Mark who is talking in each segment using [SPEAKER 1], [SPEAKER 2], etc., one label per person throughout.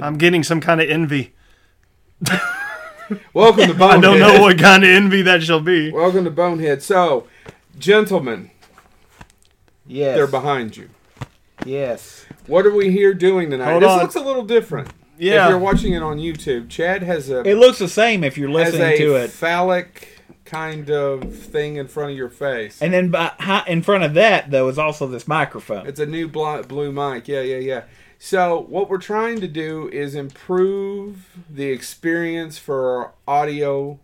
[SPEAKER 1] I'm getting some kind of envy.
[SPEAKER 2] Welcome to Bonehead.
[SPEAKER 1] I don't know what kind of envy that shall be.
[SPEAKER 2] Welcome to Bonehead. So, gentlemen,
[SPEAKER 3] Yes.
[SPEAKER 2] they're behind you.
[SPEAKER 3] Yes.
[SPEAKER 2] What are we here doing tonight?
[SPEAKER 1] Hold
[SPEAKER 2] this
[SPEAKER 1] on.
[SPEAKER 2] looks a little different.
[SPEAKER 1] Yeah.
[SPEAKER 2] If you're watching it on YouTube, Chad has a
[SPEAKER 3] It looks the same if you're
[SPEAKER 2] has
[SPEAKER 3] listening
[SPEAKER 2] a
[SPEAKER 3] to it.
[SPEAKER 2] phallic kind of thing in front of your face.
[SPEAKER 3] And then behind, in front of that, though, is also this microphone.
[SPEAKER 2] It's a new bl- blue mic. Yeah, yeah, yeah. So what we're trying to do is improve the experience for our audio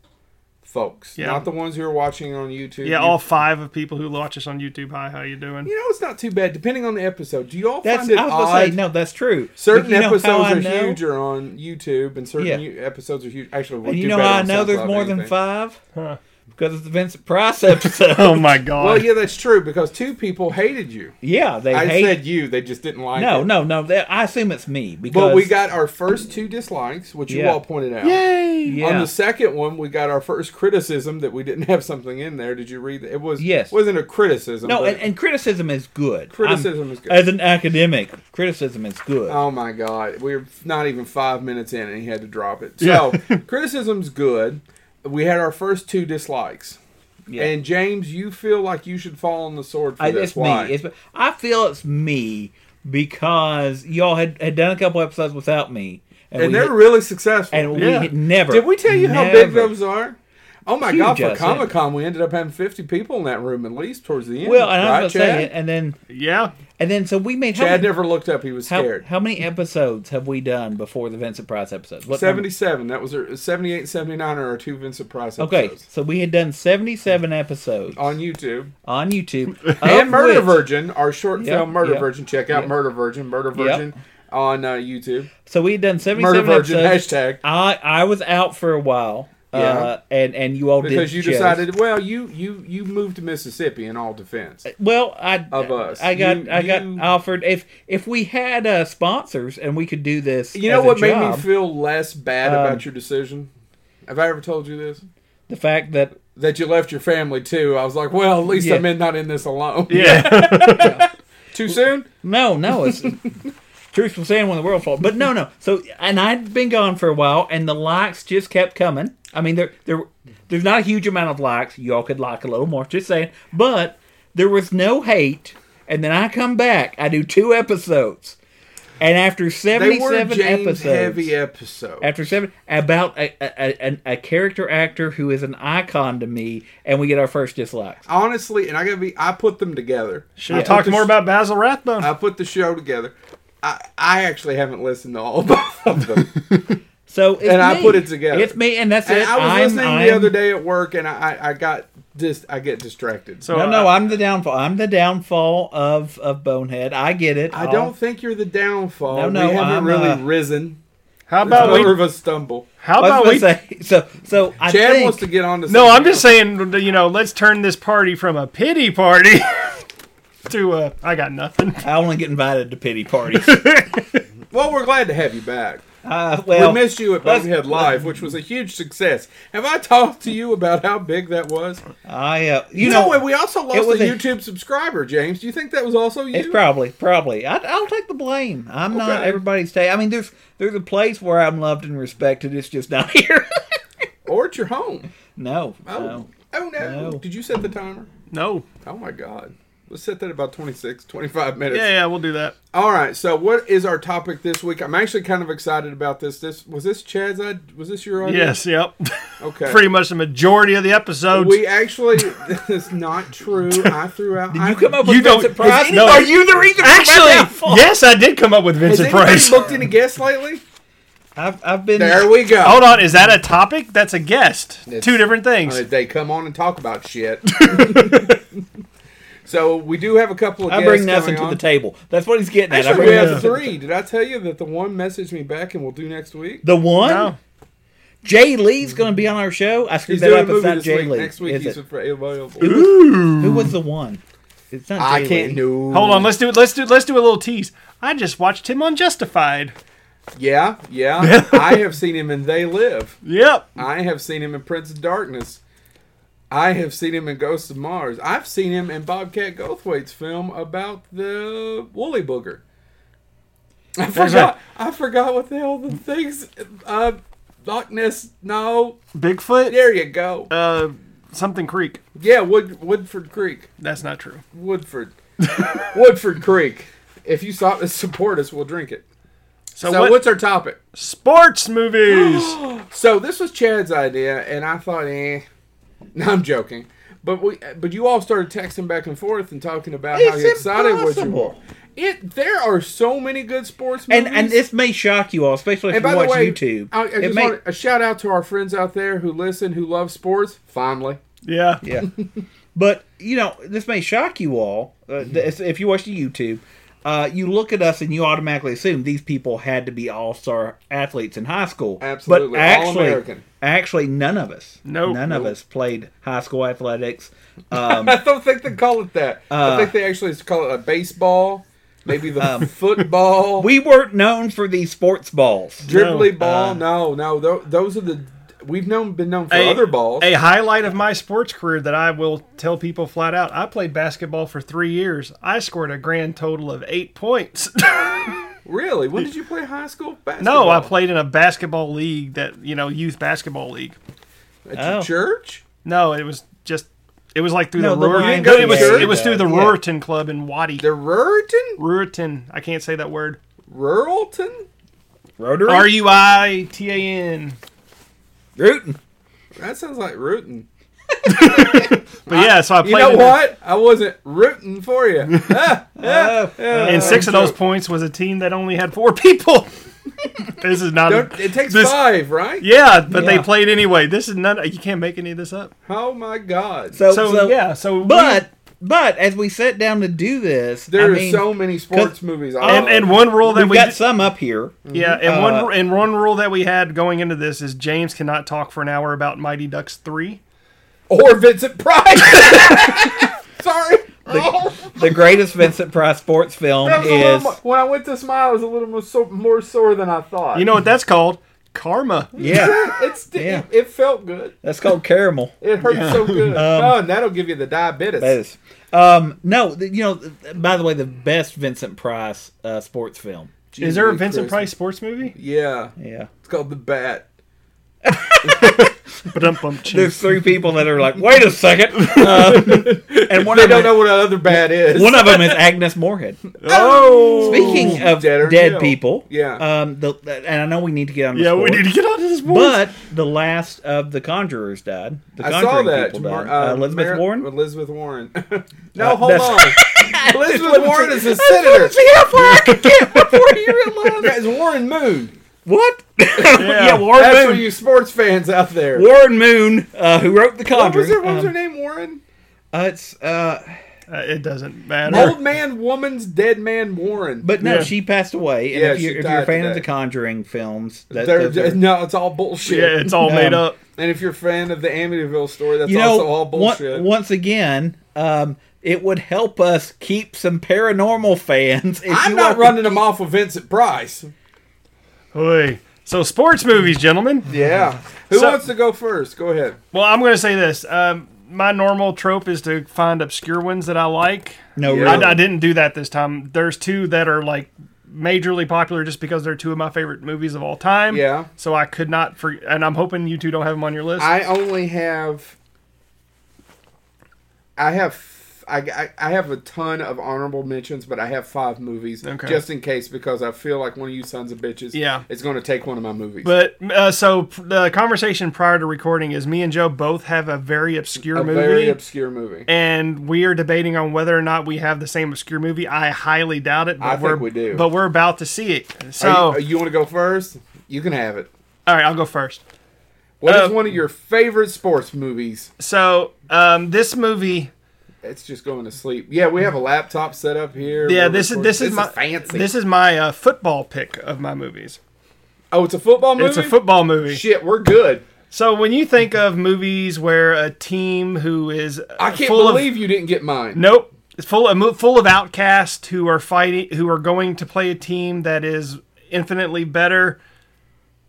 [SPEAKER 2] folks,
[SPEAKER 1] Yeah.
[SPEAKER 2] not the ones who are watching on YouTube.
[SPEAKER 1] Yeah,
[SPEAKER 2] You-
[SPEAKER 1] all five of people who watch us on YouTube. Hi, how you doing?
[SPEAKER 2] You know, it's not too bad depending on the episode. Do you all
[SPEAKER 3] that's,
[SPEAKER 2] find it
[SPEAKER 3] I was
[SPEAKER 2] odd?
[SPEAKER 3] to say, no, that's true.
[SPEAKER 2] Certain
[SPEAKER 3] But you know how
[SPEAKER 2] episodes
[SPEAKER 3] I
[SPEAKER 2] are
[SPEAKER 3] know?
[SPEAKER 2] huge are on YouTube, and certain
[SPEAKER 3] Yeah.
[SPEAKER 2] u- episodes are huge. Actually, we'll
[SPEAKER 3] And
[SPEAKER 2] do
[SPEAKER 3] you know
[SPEAKER 2] better
[SPEAKER 3] how I
[SPEAKER 2] on
[SPEAKER 3] know there's
[SPEAKER 2] SoundCloud
[SPEAKER 3] more
[SPEAKER 2] than
[SPEAKER 3] than
[SPEAKER 2] anything.
[SPEAKER 3] five?
[SPEAKER 1] Huh.
[SPEAKER 3] Because it's the Vincent Price episode.
[SPEAKER 1] Oh my god.
[SPEAKER 2] Well, yeah, that's true because two people hated you.
[SPEAKER 3] yeah, they
[SPEAKER 2] I
[SPEAKER 3] hate.
[SPEAKER 2] said you; they just didn't like
[SPEAKER 3] no,
[SPEAKER 2] it.
[SPEAKER 3] no, no. that- I assume it's me because
[SPEAKER 2] But we got our first two dislikes, which you
[SPEAKER 3] Yeah.
[SPEAKER 2] all pointed out.
[SPEAKER 1] Yay!
[SPEAKER 3] Yeah.
[SPEAKER 2] On the second one, we got our first criticism that we didn't have something in there. Did you read that? It was
[SPEAKER 3] Yes.
[SPEAKER 2] wasn't a criticism.
[SPEAKER 3] no,
[SPEAKER 2] but-
[SPEAKER 3] and, and criticism is good.
[SPEAKER 2] Criticism
[SPEAKER 3] I'm-
[SPEAKER 2] is good.
[SPEAKER 3] As an academic, criticism is good.
[SPEAKER 2] oh my god, we're not even five minutes in, and he had to drop it. So
[SPEAKER 1] Yeah.
[SPEAKER 2] criticism's good. We had our first two dislikes,
[SPEAKER 3] Yeah.
[SPEAKER 2] and James, you feel like you should fall on the sword for
[SPEAKER 3] I,
[SPEAKER 2] this.
[SPEAKER 3] it's
[SPEAKER 2] Why?
[SPEAKER 3] me. It's, I feel it's me because y'all had, had done a couple episodes without me,
[SPEAKER 2] and
[SPEAKER 3] we
[SPEAKER 2] they're
[SPEAKER 3] had-
[SPEAKER 2] really successful.
[SPEAKER 3] and we
[SPEAKER 1] Yeah.
[SPEAKER 3] had never.
[SPEAKER 2] Did we tell you how
[SPEAKER 3] never-
[SPEAKER 2] big those are? Oh my
[SPEAKER 3] Huge,
[SPEAKER 2] god! For
[SPEAKER 3] I said.
[SPEAKER 2] Comic Con, we ended up having fifty people in that room at least towards the end.
[SPEAKER 3] Well, and I
[SPEAKER 2] right,
[SPEAKER 3] was about
[SPEAKER 2] Chad?
[SPEAKER 3] to say, and then
[SPEAKER 1] Yeah.
[SPEAKER 3] and then so we made how
[SPEAKER 2] Chad
[SPEAKER 3] many,
[SPEAKER 2] never looked up; he was
[SPEAKER 3] how,
[SPEAKER 2] scared.
[SPEAKER 3] how many episodes have we done before the Vincent Price episodes? What number-
[SPEAKER 2] 77. That was our, 78 and 79 are our two Vincent Price
[SPEAKER 3] Okay,
[SPEAKER 2] episodes.
[SPEAKER 3] so we had done seventy-seven episodes
[SPEAKER 2] On YouTube.
[SPEAKER 3] on YouTube
[SPEAKER 2] and Murder
[SPEAKER 3] Murderverse.
[SPEAKER 2] Virgin, our short
[SPEAKER 3] Yeah,
[SPEAKER 2] film Murder
[SPEAKER 3] yeah,
[SPEAKER 2] Virgin. Check out
[SPEAKER 3] yeah.
[SPEAKER 2] Murder Virgin, Murder Virgin on uh, YouTube.
[SPEAKER 3] So we had done seventy-seven
[SPEAKER 2] Murder Virgin,
[SPEAKER 3] episodes.
[SPEAKER 2] hashtag.
[SPEAKER 3] I I was out for a while. Uh, and and you all
[SPEAKER 2] Because
[SPEAKER 3] did
[SPEAKER 2] you
[SPEAKER 3] shows.
[SPEAKER 2] decided, well, you, you, you moved to Mississippi in all defense.
[SPEAKER 3] Well, I
[SPEAKER 2] Of us.
[SPEAKER 3] I got
[SPEAKER 2] You-
[SPEAKER 3] I got
[SPEAKER 2] you-
[SPEAKER 3] offered if if we had uh, sponsors and we could do this.
[SPEAKER 2] You know
[SPEAKER 3] as a
[SPEAKER 2] what made me
[SPEAKER 3] job,
[SPEAKER 2] feel less bad
[SPEAKER 3] Um,
[SPEAKER 2] about your decision? Have I ever told you this?
[SPEAKER 3] the fact that
[SPEAKER 2] That you left your family too. I was like, well, at least
[SPEAKER 3] Yeah.
[SPEAKER 2] I'm in, not in this alone.
[SPEAKER 1] Yeah.
[SPEAKER 2] Too soon?
[SPEAKER 3] No, no, it's truthful saying when the world falls. But no, no. So and I'd been gone for a while, and the likes just kept coming. I mean, there there there's not a huge amount of likes. Y'all could like a little more. Just saying, but there was no hate. And then I come back. I do two episodes, and after
[SPEAKER 2] They were
[SPEAKER 3] seventy-seven
[SPEAKER 2] James
[SPEAKER 3] episodes,
[SPEAKER 2] heavy episodes.
[SPEAKER 3] after seven about a, a, a, a character actor who is an icon to me, and we get our first dislikes.
[SPEAKER 2] honestly, and I gotta be, I put them together.
[SPEAKER 1] Should
[SPEAKER 2] I
[SPEAKER 1] have
[SPEAKER 2] put
[SPEAKER 1] talked
[SPEAKER 2] the
[SPEAKER 1] more
[SPEAKER 2] sh-
[SPEAKER 1] about Basil Rathbone.
[SPEAKER 2] I put the show together. I, I actually haven't listened to all both of them.
[SPEAKER 3] So it's
[SPEAKER 2] And I
[SPEAKER 3] me.
[SPEAKER 2] put it together.
[SPEAKER 3] It's me, and that's
[SPEAKER 2] And
[SPEAKER 3] it.
[SPEAKER 2] I was
[SPEAKER 3] I'm-
[SPEAKER 2] listening the
[SPEAKER 3] I'm-
[SPEAKER 2] other day at work, and I, I, I got just I get distracted. So
[SPEAKER 1] so
[SPEAKER 3] No, no,
[SPEAKER 1] I,
[SPEAKER 3] I'm the downfall. I'm the downfall of of Bonehead. I get it.
[SPEAKER 2] I
[SPEAKER 3] I'll-
[SPEAKER 2] don't think you're the downfall.
[SPEAKER 3] No, no,
[SPEAKER 2] we haven't
[SPEAKER 3] I'm,
[SPEAKER 2] really
[SPEAKER 3] uh,
[SPEAKER 2] risen.
[SPEAKER 1] how
[SPEAKER 2] It's
[SPEAKER 1] about
[SPEAKER 2] more
[SPEAKER 1] we
[SPEAKER 2] of a stumble.
[SPEAKER 1] how
[SPEAKER 3] I
[SPEAKER 1] about we
[SPEAKER 3] was gonna say, so so I
[SPEAKER 2] Chad
[SPEAKER 3] think
[SPEAKER 2] wants to get on to
[SPEAKER 1] No,
[SPEAKER 2] something
[SPEAKER 1] I'm just
[SPEAKER 2] else.
[SPEAKER 1] saying you know, let's turn this party from a pity party to uh I got nothing.
[SPEAKER 3] I only get invited to pity parties.
[SPEAKER 2] Well, we're glad to have you back.
[SPEAKER 3] uh, well,
[SPEAKER 2] we missed you at
[SPEAKER 3] let's-
[SPEAKER 2] Bonehead Live, which was a huge success. Have I talked to you about how big that was?
[SPEAKER 3] I uh, you,
[SPEAKER 2] You know,
[SPEAKER 3] know,
[SPEAKER 2] and we also lost a
[SPEAKER 3] was a-
[SPEAKER 2] YouTube subscriber, James. Do you think that was also you?
[SPEAKER 3] it's probably probably I, I'll take the blame. I'm not
[SPEAKER 2] Okay.
[SPEAKER 3] everybody's take. I mean, there's there's a place where I'm loved and respected. It's just not here.
[SPEAKER 2] or at your home.
[SPEAKER 3] no,
[SPEAKER 2] Oh,
[SPEAKER 3] no.
[SPEAKER 2] oh no.
[SPEAKER 3] No.
[SPEAKER 2] Did you set the timer?
[SPEAKER 1] No.
[SPEAKER 2] Oh my god. Let's set that about 26, 25 minutes.
[SPEAKER 1] Yeah, yeah, we'll do that.
[SPEAKER 2] All right. So, what is our topic this week? I'm actually kind of excited about this. This was this Chad's idea? Was this your idea?
[SPEAKER 1] Yes, yep.
[SPEAKER 2] Okay.
[SPEAKER 1] Pretty much the majority of the episodes.
[SPEAKER 2] We actually. It's not true. I threw out.
[SPEAKER 3] Did
[SPEAKER 2] I,
[SPEAKER 3] you come up
[SPEAKER 1] You
[SPEAKER 3] with
[SPEAKER 1] don't-
[SPEAKER 3] Vincent
[SPEAKER 1] is
[SPEAKER 3] Price?
[SPEAKER 1] anybody- No.
[SPEAKER 3] Are you the reason? for my
[SPEAKER 1] Actually,
[SPEAKER 3] downfall?
[SPEAKER 1] yes, I did come up with
[SPEAKER 2] Has
[SPEAKER 1] Vincent
[SPEAKER 2] anybody
[SPEAKER 1] Price.
[SPEAKER 2] booked any guests lately?
[SPEAKER 3] I've I've been
[SPEAKER 2] There we go.
[SPEAKER 1] Hold on, is that a topic? That's a guest.
[SPEAKER 2] It's-
[SPEAKER 1] Two different things.
[SPEAKER 2] Uh, They come on and talk about shit. so we do have a couple of.
[SPEAKER 3] I
[SPEAKER 2] guests
[SPEAKER 3] bring nothing
[SPEAKER 2] coming
[SPEAKER 3] to
[SPEAKER 2] on.
[SPEAKER 3] the table. That's what he's getting at. I
[SPEAKER 2] Actually,
[SPEAKER 3] bring
[SPEAKER 2] we
[SPEAKER 3] nothing
[SPEAKER 2] have
[SPEAKER 3] to the
[SPEAKER 2] three. Did I tell you that the one messaged me back and we'll do next week?
[SPEAKER 3] The one?
[SPEAKER 1] No.
[SPEAKER 3] Jay Lee's going to be on our show. I screwed
[SPEAKER 2] He's
[SPEAKER 3] that
[SPEAKER 2] doing a
[SPEAKER 3] up. It's
[SPEAKER 2] movie
[SPEAKER 3] not
[SPEAKER 2] this
[SPEAKER 3] Jay
[SPEAKER 2] week.
[SPEAKER 3] Lee.
[SPEAKER 2] Next week
[SPEAKER 3] is
[SPEAKER 2] he's
[SPEAKER 3] it?
[SPEAKER 2] available.
[SPEAKER 3] It was- who was the one? It's not.
[SPEAKER 2] I
[SPEAKER 3] Jay
[SPEAKER 2] can't
[SPEAKER 3] Lee.
[SPEAKER 2] know.
[SPEAKER 1] Hold on, let's do let's do let's do a little tease. I just watched him on Justified.
[SPEAKER 2] Yeah, yeah. I have seen him in They Live.
[SPEAKER 1] Yep.
[SPEAKER 2] I have seen him in Prince of Darkness. I have seen him in Ghosts of Mars. I've seen him in Bobcat Goldthwait's film about the woolly booger. I forgot. I forgot what the hell the things. Uh, Loch Ness. No,
[SPEAKER 1] Bigfoot?
[SPEAKER 2] there you go.
[SPEAKER 1] Uh, something Creek.
[SPEAKER 2] Yeah, Wood Woodford Creek.
[SPEAKER 1] That's not true.
[SPEAKER 2] Woodford. Woodford Creek. If you stop to support us, we'll drink it.
[SPEAKER 1] So,
[SPEAKER 2] so
[SPEAKER 1] what?
[SPEAKER 2] what's our topic?
[SPEAKER 1] sports movies?
[SPEAKER 2] So this was Chad's idea, and I thought, eh. No, I'm joking. But we, but you all started texting back and forth and talking about how you
[SPEAKER 3] It's
[SPEAKER 2] excited was you
[SPEAKER 3] impossible.
[SPEAKER 2] were. It there are so many good sports movies.
[SPEAKER 3] And and this may shock you all, especially if
[SPEAKER 2] And
[SPEAKER 3] you
[SPEAKER 2] by
[SPEAKER 3] watch
[SPEAKER 2] the way,
[SPEAKER 3] YouTube.
[SPEAKER 2] I, I just
[SPEAKER 3] it may,
[SPEAKER 2] want a shout out to our friends out there who listen, who love sports. Finally,
[SPEAKER 1] yeah.
[SPEAKER 3] yeah. but you know, this may shock you all uh,
[SPEAKER 2] Mm-hmm.
[SPEAKER 3] th- if you watch the YouTube. Uh, you look at us and you automatically assume these people had to be all star athletes in high school.
[SPEAKER 2] Absolutely.
[SPEAKER 3] but actually,
[SPEAKER 2] All-American.
[SPEAKER 3] actually, none of us,
[SPEAKER 1] Nope.
[SPEAKER 3] none of
[SPEAKER 1] Nope.
[SPEAKER 3] us played high school athletics. Um,
[SPEAKER 2] I don't think they call it that. I
[SPEAKER 3] Uh,
[SPEAKER 2] think they actually call it a baseball, maybe the
[SPEAKER 3] um,
[SPEAKER 2] football.
[SPEAKER 3] we weren't known for these sports balls.
[SPEAKER 2] Dribbly
[SPEAKER 1] No, uh,
[SPEAKER 2] ball? no, no. tho- Those are the we've known been known for other balls.
[SPEAKER 1] a highlight of my sports career that I will tell people flat out. I played basketball for three years. I scored a grand total of eight points.
[SPEAKER 2] really? When did you play high school basketball?
[SPEAKER 1] no, I played in a basketball league that you know, youth basketball league.
[SPEAKER 2] at your
[SPEAKER 3] Oh.
[SPEAKER 2] church.
[SPEAKER 1] No, it was just it was like through
[SPEAKER 3] No,
[SPEAKER 1] the,
[SPEAKER 3] the
[SPEAKER 1] Ruhr-
[SPEAKER 3] YMCA.
[SPEAKER 1] no, it was
[SPEAKER 2] Yeah.
[SPEAKER 1] it was through the
[SPEAKER 3] Yeah.
[SPEAKER 1] Rurton Club in Wadi.
[SPEAKER 2] The Ruralton?
[SPEAKER 1] Rurton. I can't say that word.
[SPEAKER 2] Ruralton?
[SPEAKER 3] Rotary,
[SPEAKER 1] R U I T A N.
[SPEAKER 3] rooting?
[SPEAKER 2] That sounds like rooting.
[SPEAKER 1] But yeah, so I played
[SPEAKER 2] You know
[SPEAKER 1] in,
[SPEAKER 2] what? I wasn't rooting for you. Ah,
[SPEAKER 3] Oh,
[SPEAKER 1] and six of those points was a team that only had four people. this is not
[SPEAKER 2] don't- it takes
[SPEAKER 1] this-
[SPEAKER 2] five, right?
[SPEAKER 1] Yeah, but they
[SPEAKER 3] Yeah.
[SPEAKER 1] played anyway. This is none you can't make any of this up.
[SPEAKER 2] Oh my God!
[SPEAKER 3] so,
[SPEAKER 1] So,
[SPEAKER 3] so-
[SPEAKER 1] yeah, so we-
[SPEAKER 3] But but as we sat down to do this,
[SPEAKER 2] there
[SPEAKER 3] I
[SPEAKER 2] are
[SPEAKER 3] mean,
[SPEAKER 2] so many sports movies. I
[SPEAKER 1] and,
[SPEAKER 2] love.
[SPEAKER 1] and one rule that
[SPEAKER 3] we've
[SPEAKER 1] we
[SPEAKER 3] got
[SPEAKER 1] did-
[SPEAKER 3] some up here.
[SPEAKER 1] yeah, and
[SPEAKER 3] Uh,
[SPEAKER 1] one and one rule that we had going into this is James cannot talk for an hour about Mighty Ducks 3.
[SPEAKER 2] or Vincent Price. Sorry. Oh,
[SPEAKER 3] The greatest Vincent Price sports film
[SPEAKER 2] that was a little
[SPEAKER 3] is
[SPEAKER 2] mo- when I went to smile, I was a little more, so- more sore than I thought.
[SPEAKER 1] You know what that's called? Karma.
[SPEAKER 3] yeah.
[SPEAKER 2] it's
[SPEAKER 3] Yeah.
[SPEAKER 2] it, it felt good.
[SPEAKER 3] That's called caramel.
[SPEAKER 2] It hurt so good. oh, and that'll give you the diabetes.
[SPEAKER 3] That Um, is. Um, no, the- you know. th- By the way, the best Vincent Price uh, sports film.
[SPEAKER 1] Is there a
[SPEAKER 2] Jesus
[SPEAKER 1] Vincent
[SPEAKER 2] Christ.
[SPEAKER 1] Price sports movie?
[SPEAKER 2] Yeah,
[SPEAKER 3] Yeah,
[SPEAKER 2] it's called the Bat.
[SPEAKER 1] Ba-dum-bum, ching.
[SPEAKER 3] there's three people that are like, wait a second, um, and one
[SPEAKER 2] They don't
[SPEAKER 3] of them,
[SPEAKER 2] know what another bat is.
[SPEAKER 3] one of them is Agnes Moorehead.
[SPEAKER 1] oh.
[SPEAKER 3] Speaking of
[SPEAKER 2] Dead or
[SPEAKER 3] dead
[SPEAKER 2] Jill.
[SPEAKER 3] people,
[SPEAKER 2] Yeah.
[SPEAKER 3] Um, the, and I know we need to get on. The
[SPEAKER 1] Yeah, we
[SPEAKER 3] sports.
[SPEAKER 1] need to get onto this board.
[SPEAKER 3] But the last of the Conjurers died. The
[SPEAKER 2] I saw
[SPEAKER 3] Conjuring
[SPEAKER 2] that.
[SPEAKER 3] people
[SPEAKER 2] Mar-
[SPEAKER 3] died.
[SPEAKER 2] uh,
[SPEAKER 3] Uh, Elizabeth
[SPEAKER 2] Mar-
[SPEAKER 3] Warren.
[SPEAKER 2] Elizabeth Warren. no,
[SPEAKER 3] Uh,
[SPEAKER 2] hold
[SPEAKER 3] that's-
[SPEAKER 2] on. Elizabeth Warren is a
[SPEAKER 3] That's what
[SPEAKER 2] senator.
[SPEAKER 3] it's here for. I could get before you realize.
[SPEAKER 2] That's Warren Moon.
[SPEAKER 3] What? Yeah, Warren
[SPEAKER 2] That's for
[SPEAKER 3] Moon.
[SPEAKER 2] you sports fans out there.
[SPEAKER 3] Warren Moon, uh, who wrote The
[SPEAKER 2] What was,
[SPEAKER 3] Conjuring.
[SPEAKER 2] her, what was her
[SPEAKER 3] Um,
[SPEAKER 2] name? Warren?
[SPEAKER 3] uh, it's, uh,
[SPEAKER 1] Uh, it doesn't matter.
[SPEAKER 2] Old man, woman's dead man Warren.
[SPEAKER 3] but no,
[SPEAKER 1] Yeah.
[SPEAKER 3] she passed away. And
[SPEAKER 2] Yeah,
[SPEAKER 3] if,
[SPEAKER 2] she
[SPEAKER 3] you're, if
[SPEAKER 2] died
[SPEAKER 3] you're a fan
[SPEAKER 2] today.
[SPEAKER 3] of the Conjuring films, that,
[SPEAKER 2] They're-
[SPEAKER 3] those are-
[SPEAKER 2] no, it's all bullshit.
[SPEAKER 1] yeah, it's all made
[SPEAKER 3] Um,
[SPEAKER 1] up.
[SPEAKER 2] And if you're a fan of the Amityville story, that's
[SPEAKER 3] you know,
[SPEAKER 2] also all
[SPEAKER 3] on-
[SPEAKER 2] bullshit.
[SPEAKER 3] once again, um, it would help us keep some paranormal fans. If
[SPEAKER 2] I'm
[SPEAKER 3] you
[SPEAKER 2] not
[SPEAKER 3] all-
[SPEAKER 2] running them off with Vincent Price.
[SPEAKER 1] Oy. So sports movies, gentlemen.
[SPEAKER 2] Yeah. Who
[SPEAKER 1] So-
[SPEAKER 2] wants to go first? Go ahead.
[SPEAKER 1] Well, I'm going to say this. Um, my normal trope is to find obscure ones that I like.
[SPEAKER 3] No,
[SPEAKER 2] Yeah.
[SPEAKER 3] really.
[SPEAKER 1] I, I didn't do that this time. There's two that are like majorly popular just because they're two of my favorite movies of all time.
[SPEAKER 2] Yeah.
[SPEAKER 1] So I could not for, and I'm hoping you two don't have them on your list.
[SPEAKER 2] I only have. I have. I, I, I have a ton of honorable mentions, but I have five movies
[SPEAKER 1] Okay.
[SPEAKER 2] just in case because I feel like one of you sons of bitches
[SPEAKER 1] Yeah.
[SPEAKER 2] is going to take one of my movies.
[SPEAKER 1] but uh, so p- the conversation prior to recording is me and Joe both have a very obscure
[SPEAKER 2] a
[SPEAKER 1] movie.
[SPEAKER 2] very obscure movie.
[SPEAKER 1] and we are debating on whether or not we have the same obscure movie. I highly doubt it. But
[SPEAKER 2] I think
[SPEAKER 1] we're,
[SPEAKER 2] we do.
[SPEAKER 1] But we're about to see it. So,
[SPEAKER 2] Are you, want to go first? You can have it.
[SPEAKER 1] all right, I'll go first.
[SPEAKER 2] What is
[SPEAKER 1] Uh,
[SPEAKER 2] one of your favorite sports movies?
[SPEAKER 1] So, um, this movie,
[SPEAKER 2] It's just going to sleep. Yeah, we have a laptop set up here.
[SPEAKER 1] yeah,
[SPEAKER 2] We're
[SPEAKER 1] this is
[SPEAKER 2] recording.
[SPEAKER 1] this is my
[SPEAKER 2] fancy.
[SPEAKER 1] This is my uh, football pick of my movies.
[SPEAKER 2] oh, it's a football movie.
[SPEAKER 1] It's a football movie.
[SPEAKER 2] Shit, we're good.
[SPEAKER 1] So when you think of movies where a team who is uh,
[SPEAKER 2] I can't
[SPEAKER 1] full of-
[SPEAKER 2] believe you didn't get mine.
[SPEAKER 1] Nope. It's full of mo- full of outcasts who are fighting who are going to play a team that is infinitely better.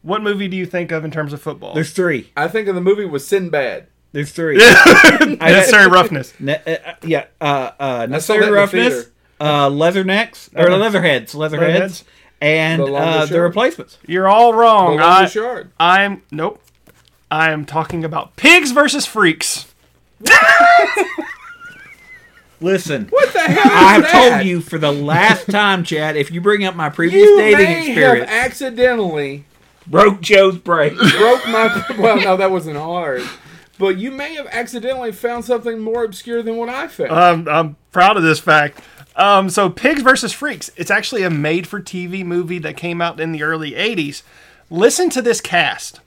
[SPEAKER 1] What movie do you think of in terms of football?
[SPEAKER 3] There's three.
[SPEAKER 2] I think of the movie was Sinbad.
[SPEAKER 3] There's three. I-
[SPEAKER 1] Necessary roughness.
[SPEAKER 3] Ne- uh, uh, yeah, uh, uh,
[SPEAKER 2] saw that in
[SPEAKER 3] necessary
[SPEAKER 2] the
[SPEAKER 3] roughness,
[SPEAKER 2] theater.
[SPEAKER 3] uh, leathernecks or leatherheads, leatherheads,
[SPEAKER 1] Leatherheads.
[SPEAKER 4] and
[SPEAKER 2] The
[SPEAKER 4] the,
[SPEAKER 2] Longest
[SPEAKER 4] uh, the
[SPEAKER 2] Yard.
[SPEAKER 4] replacements.
[SPEAKER 1] You're all
[SPEAKER 2] The
[SPEAKER 1] wrong. I,
[SPEAKER 2] longest yard.
[SPEAKER 1] I'm nope. I'm talking about pigs versus freaks.
[SPEAKER 4] Listen,
[SPEAKER 2] What the hell? Is
[SPEAKER 4] I've
[SPEAKER 2] that?
[SPEAKER 4] told you for the last time, Chad. If you bring up my previous
[SPEAKER 2] You
[SPEAKER 4] dating
[SPEAKER 2] may
[SPEAKER 4] experience,
[SPEAKER 2] have accidentally
[SPEAKER 4] broke Joe's brain.
[SPEAKER 2] broke my. well, no, that wasn't hard. But you may have accidentally found something more obscure than what I found.
[SPEAKER 1] Um, I'm proud of this fact. Um, so Pigs versus Freaks. It's actually a made-for-TV movie that came out in the early '80s. Listen to this cast,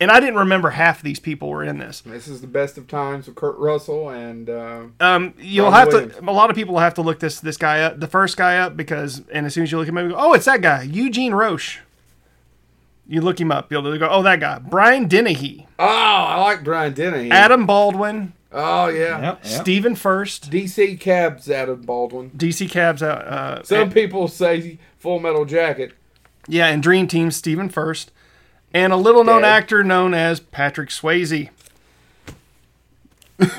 [SPEAKER 1] and I didn't remember half of these people were in this.
[SPEAKER 2] this is the best of times with Kurt Russell and uh,
[SPEAKER 1] Um, you'll
[SPEAKER 2] Ron
[SPEAKER 1] have
[SPEAKER 2] Williams.
[SPEAKER 1] to. A lot of people will have to look this this guy up, the first guy up, because and as soon as you look him up, you go, oh, it's that guy, Eugene Roche. You look him up, you'll go, oh, that guy, Brian Dennehy,
[SPEAKER 2] oh, I like Brian Dennehy.
[SPEAKER 1] Adam Baldwin,
[SPEAKER 2] Oh yeah.
[SPEAKER 4] Yep, yep.
[SPEAKER 1] Stephen First,
[SPEAKER 2] DC Cabs Adam Baldwin.
[SPEAKER 1] DC Cabs, uh, uh,
[SPEAKER 2] Some people say Full Metal Jacket.
[SPEAKER 1] Yeah, and Dream Team, Steven First, and a little known
[SPEAKER 2] Dead.
[SPEAKER 1] actor known as Patrick Swayze.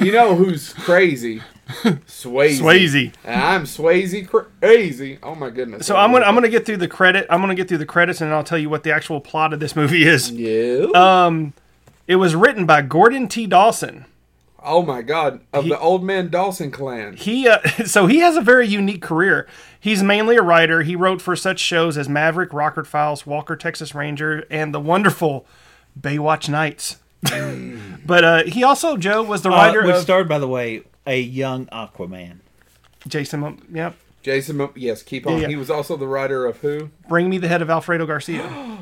[SPEAKER 2] You know who's crazy? Swayze.
[SPEAKER 1] Swayze.
[SPEAKER 2] And I'm Swayze cra- crazy. Oh my goodness.
[SPEAKER 1] So I'm gonna I'm gonna get through the credit. I'm gonna get through the credits, and I'll tell you what the actual plot of this movie is.
[SPEAKER 2] Yeah.
[SPEAKER 1] Uh, It was written by Gordon T. Dawson.
[SPEAKER 2] oh my God! Of
[SPEAKER 1] he-
[SPEAKER 2] the Old Man Dawson clan.
[SPEAKER 1] He uh, so he has a very unique career. He's mainly a writer. He wrote for such shows as Maverick, Rockford Files, Walker Texas Ranger, and the wonderful Baywatch Nights. but uh, he also Joe was the
[SPEAKER 4] Uh,
[SPEAKER 1] writer
[SPEAKER 4] which
[SPEAKER 1] of
[SPEAKER 4] starred, by the way, a young Aquaman.
[SPEAKER 1] Jason. um, Mom- Yep.
[SPEAKER 2] Jason. Mo- yes, keep on.
[SPEAKER 1] Yeah, yeah.
[SPEAKER 2] He was also the writer of Who.
[SPEAKER 1] Bring me the head of Alfredo Garcia.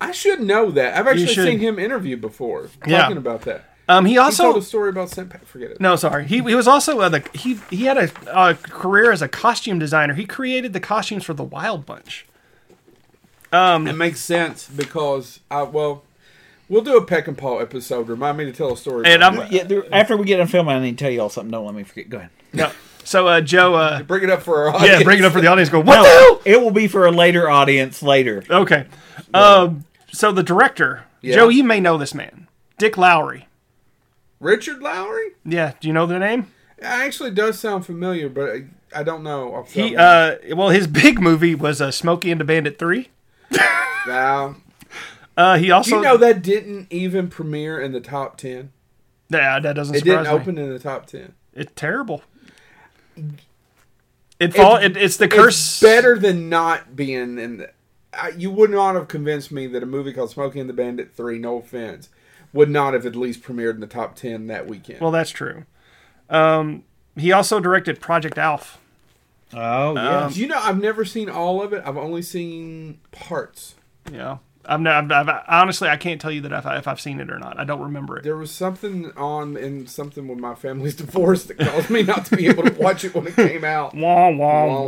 [SPEAKER 2] I should know that. I've actually
[SPEAKER 1] should.
[SPEAKER 2] seen him interviewed before
[SPEAKER 1] Yeah.
[SPEAKER 2] talking about that.
[SPEAKER 1] Um, he
[SPEAKER 2] He told
[SPEAKER 1] also
[SPEAKER 2] a story about St. Pat. Forget it.
[SPEAKER 1] No, sorry. He, he was also uh, the he he had a, a career as a costume designer. He created the costumes for the Wild Bunch.
[SPEAKER 2] It makes sense because I well, we'll do a Peck and Paul episode. Remind me to tell a story.
[SPEAKER 1] And
[SPEAKER 2] about
[SPEAKER 1] I'm-
[SPEAKER 2] that.
[SPEAKER 4] Yeah, there, Uh, after we get on film, I need to tell you all something. Don't let me forget. Go ahead.
[SPEAKER 1] Yeah. So uh, Joe, uh,
[SPEAKER 2] bring it up for our audience.
[SPEAKER 1] yeah, bring it up for the audience. Go what the
[SPEAKER 4] No,
[SPEAKER 1] hell?
[SPEAKER 4] it will be for a later audience later.
[SPEAKER 1] Okay. Um, so the director,
[SPEAKER 2] Yeah.
[SPEAKER 1] Joe, you may know this man, Dick Lowry.
[SPEAKER 2] Richard Lowry.
[SPEAKER 1] Yeah, do you know the name?
[SPEAKER 2] It actually does sound familiar, but I, I don't know. Off the
[SPEAKER 1] He
[SPEAKER 2] top
[SPEAKER 1] uh, well, his big movie was uh, Smokey and the Bandit Three.
[SPEAKER 2] of my head. Wow.
[SPEAKER 1] Uh, he also
[SPEAKER 2] Do you know that didn't even premiere in the top ten?
[SPEAKER 1] Nah, that doesn't
[SPEAKER 2] It
[SPEAKER 1] surprise
[SPEAKER 2] didn't
[SPEAKER 1] me.
[SPEAKER 2] open in the top ten.
[SPEAKER 1] It's terrible. It fall. It, it's the curse.
[SPEAKER 2] It's better than not being in the. I, you would not have convinced me that a movie called Smokey and the Bandit Three, no offense, would not have at least premiered in the top ten that weekend.
[SPEAKER 1] Well, that's true. Um, he also directed Project Alf. Uh,
[SPEAKER 4] Oh yeah.
[SPEAKER 1] um,
[SPEAKER 2] Do you know I've never seen all of it. I've only seen parts.
[SPEAKER 1] You know, I've, no- I've, I've honestly I can't tell you that if, I, if I've seen it or not. I don't remember it.
[SPEAKER 2] There was something on in something with my family's divorce that caused me not to be able to watch it when it came out.
[SPEAKER 1] Wah, wah,
[SPEAKER 2] Wah,
[SPEAKER 1] wah.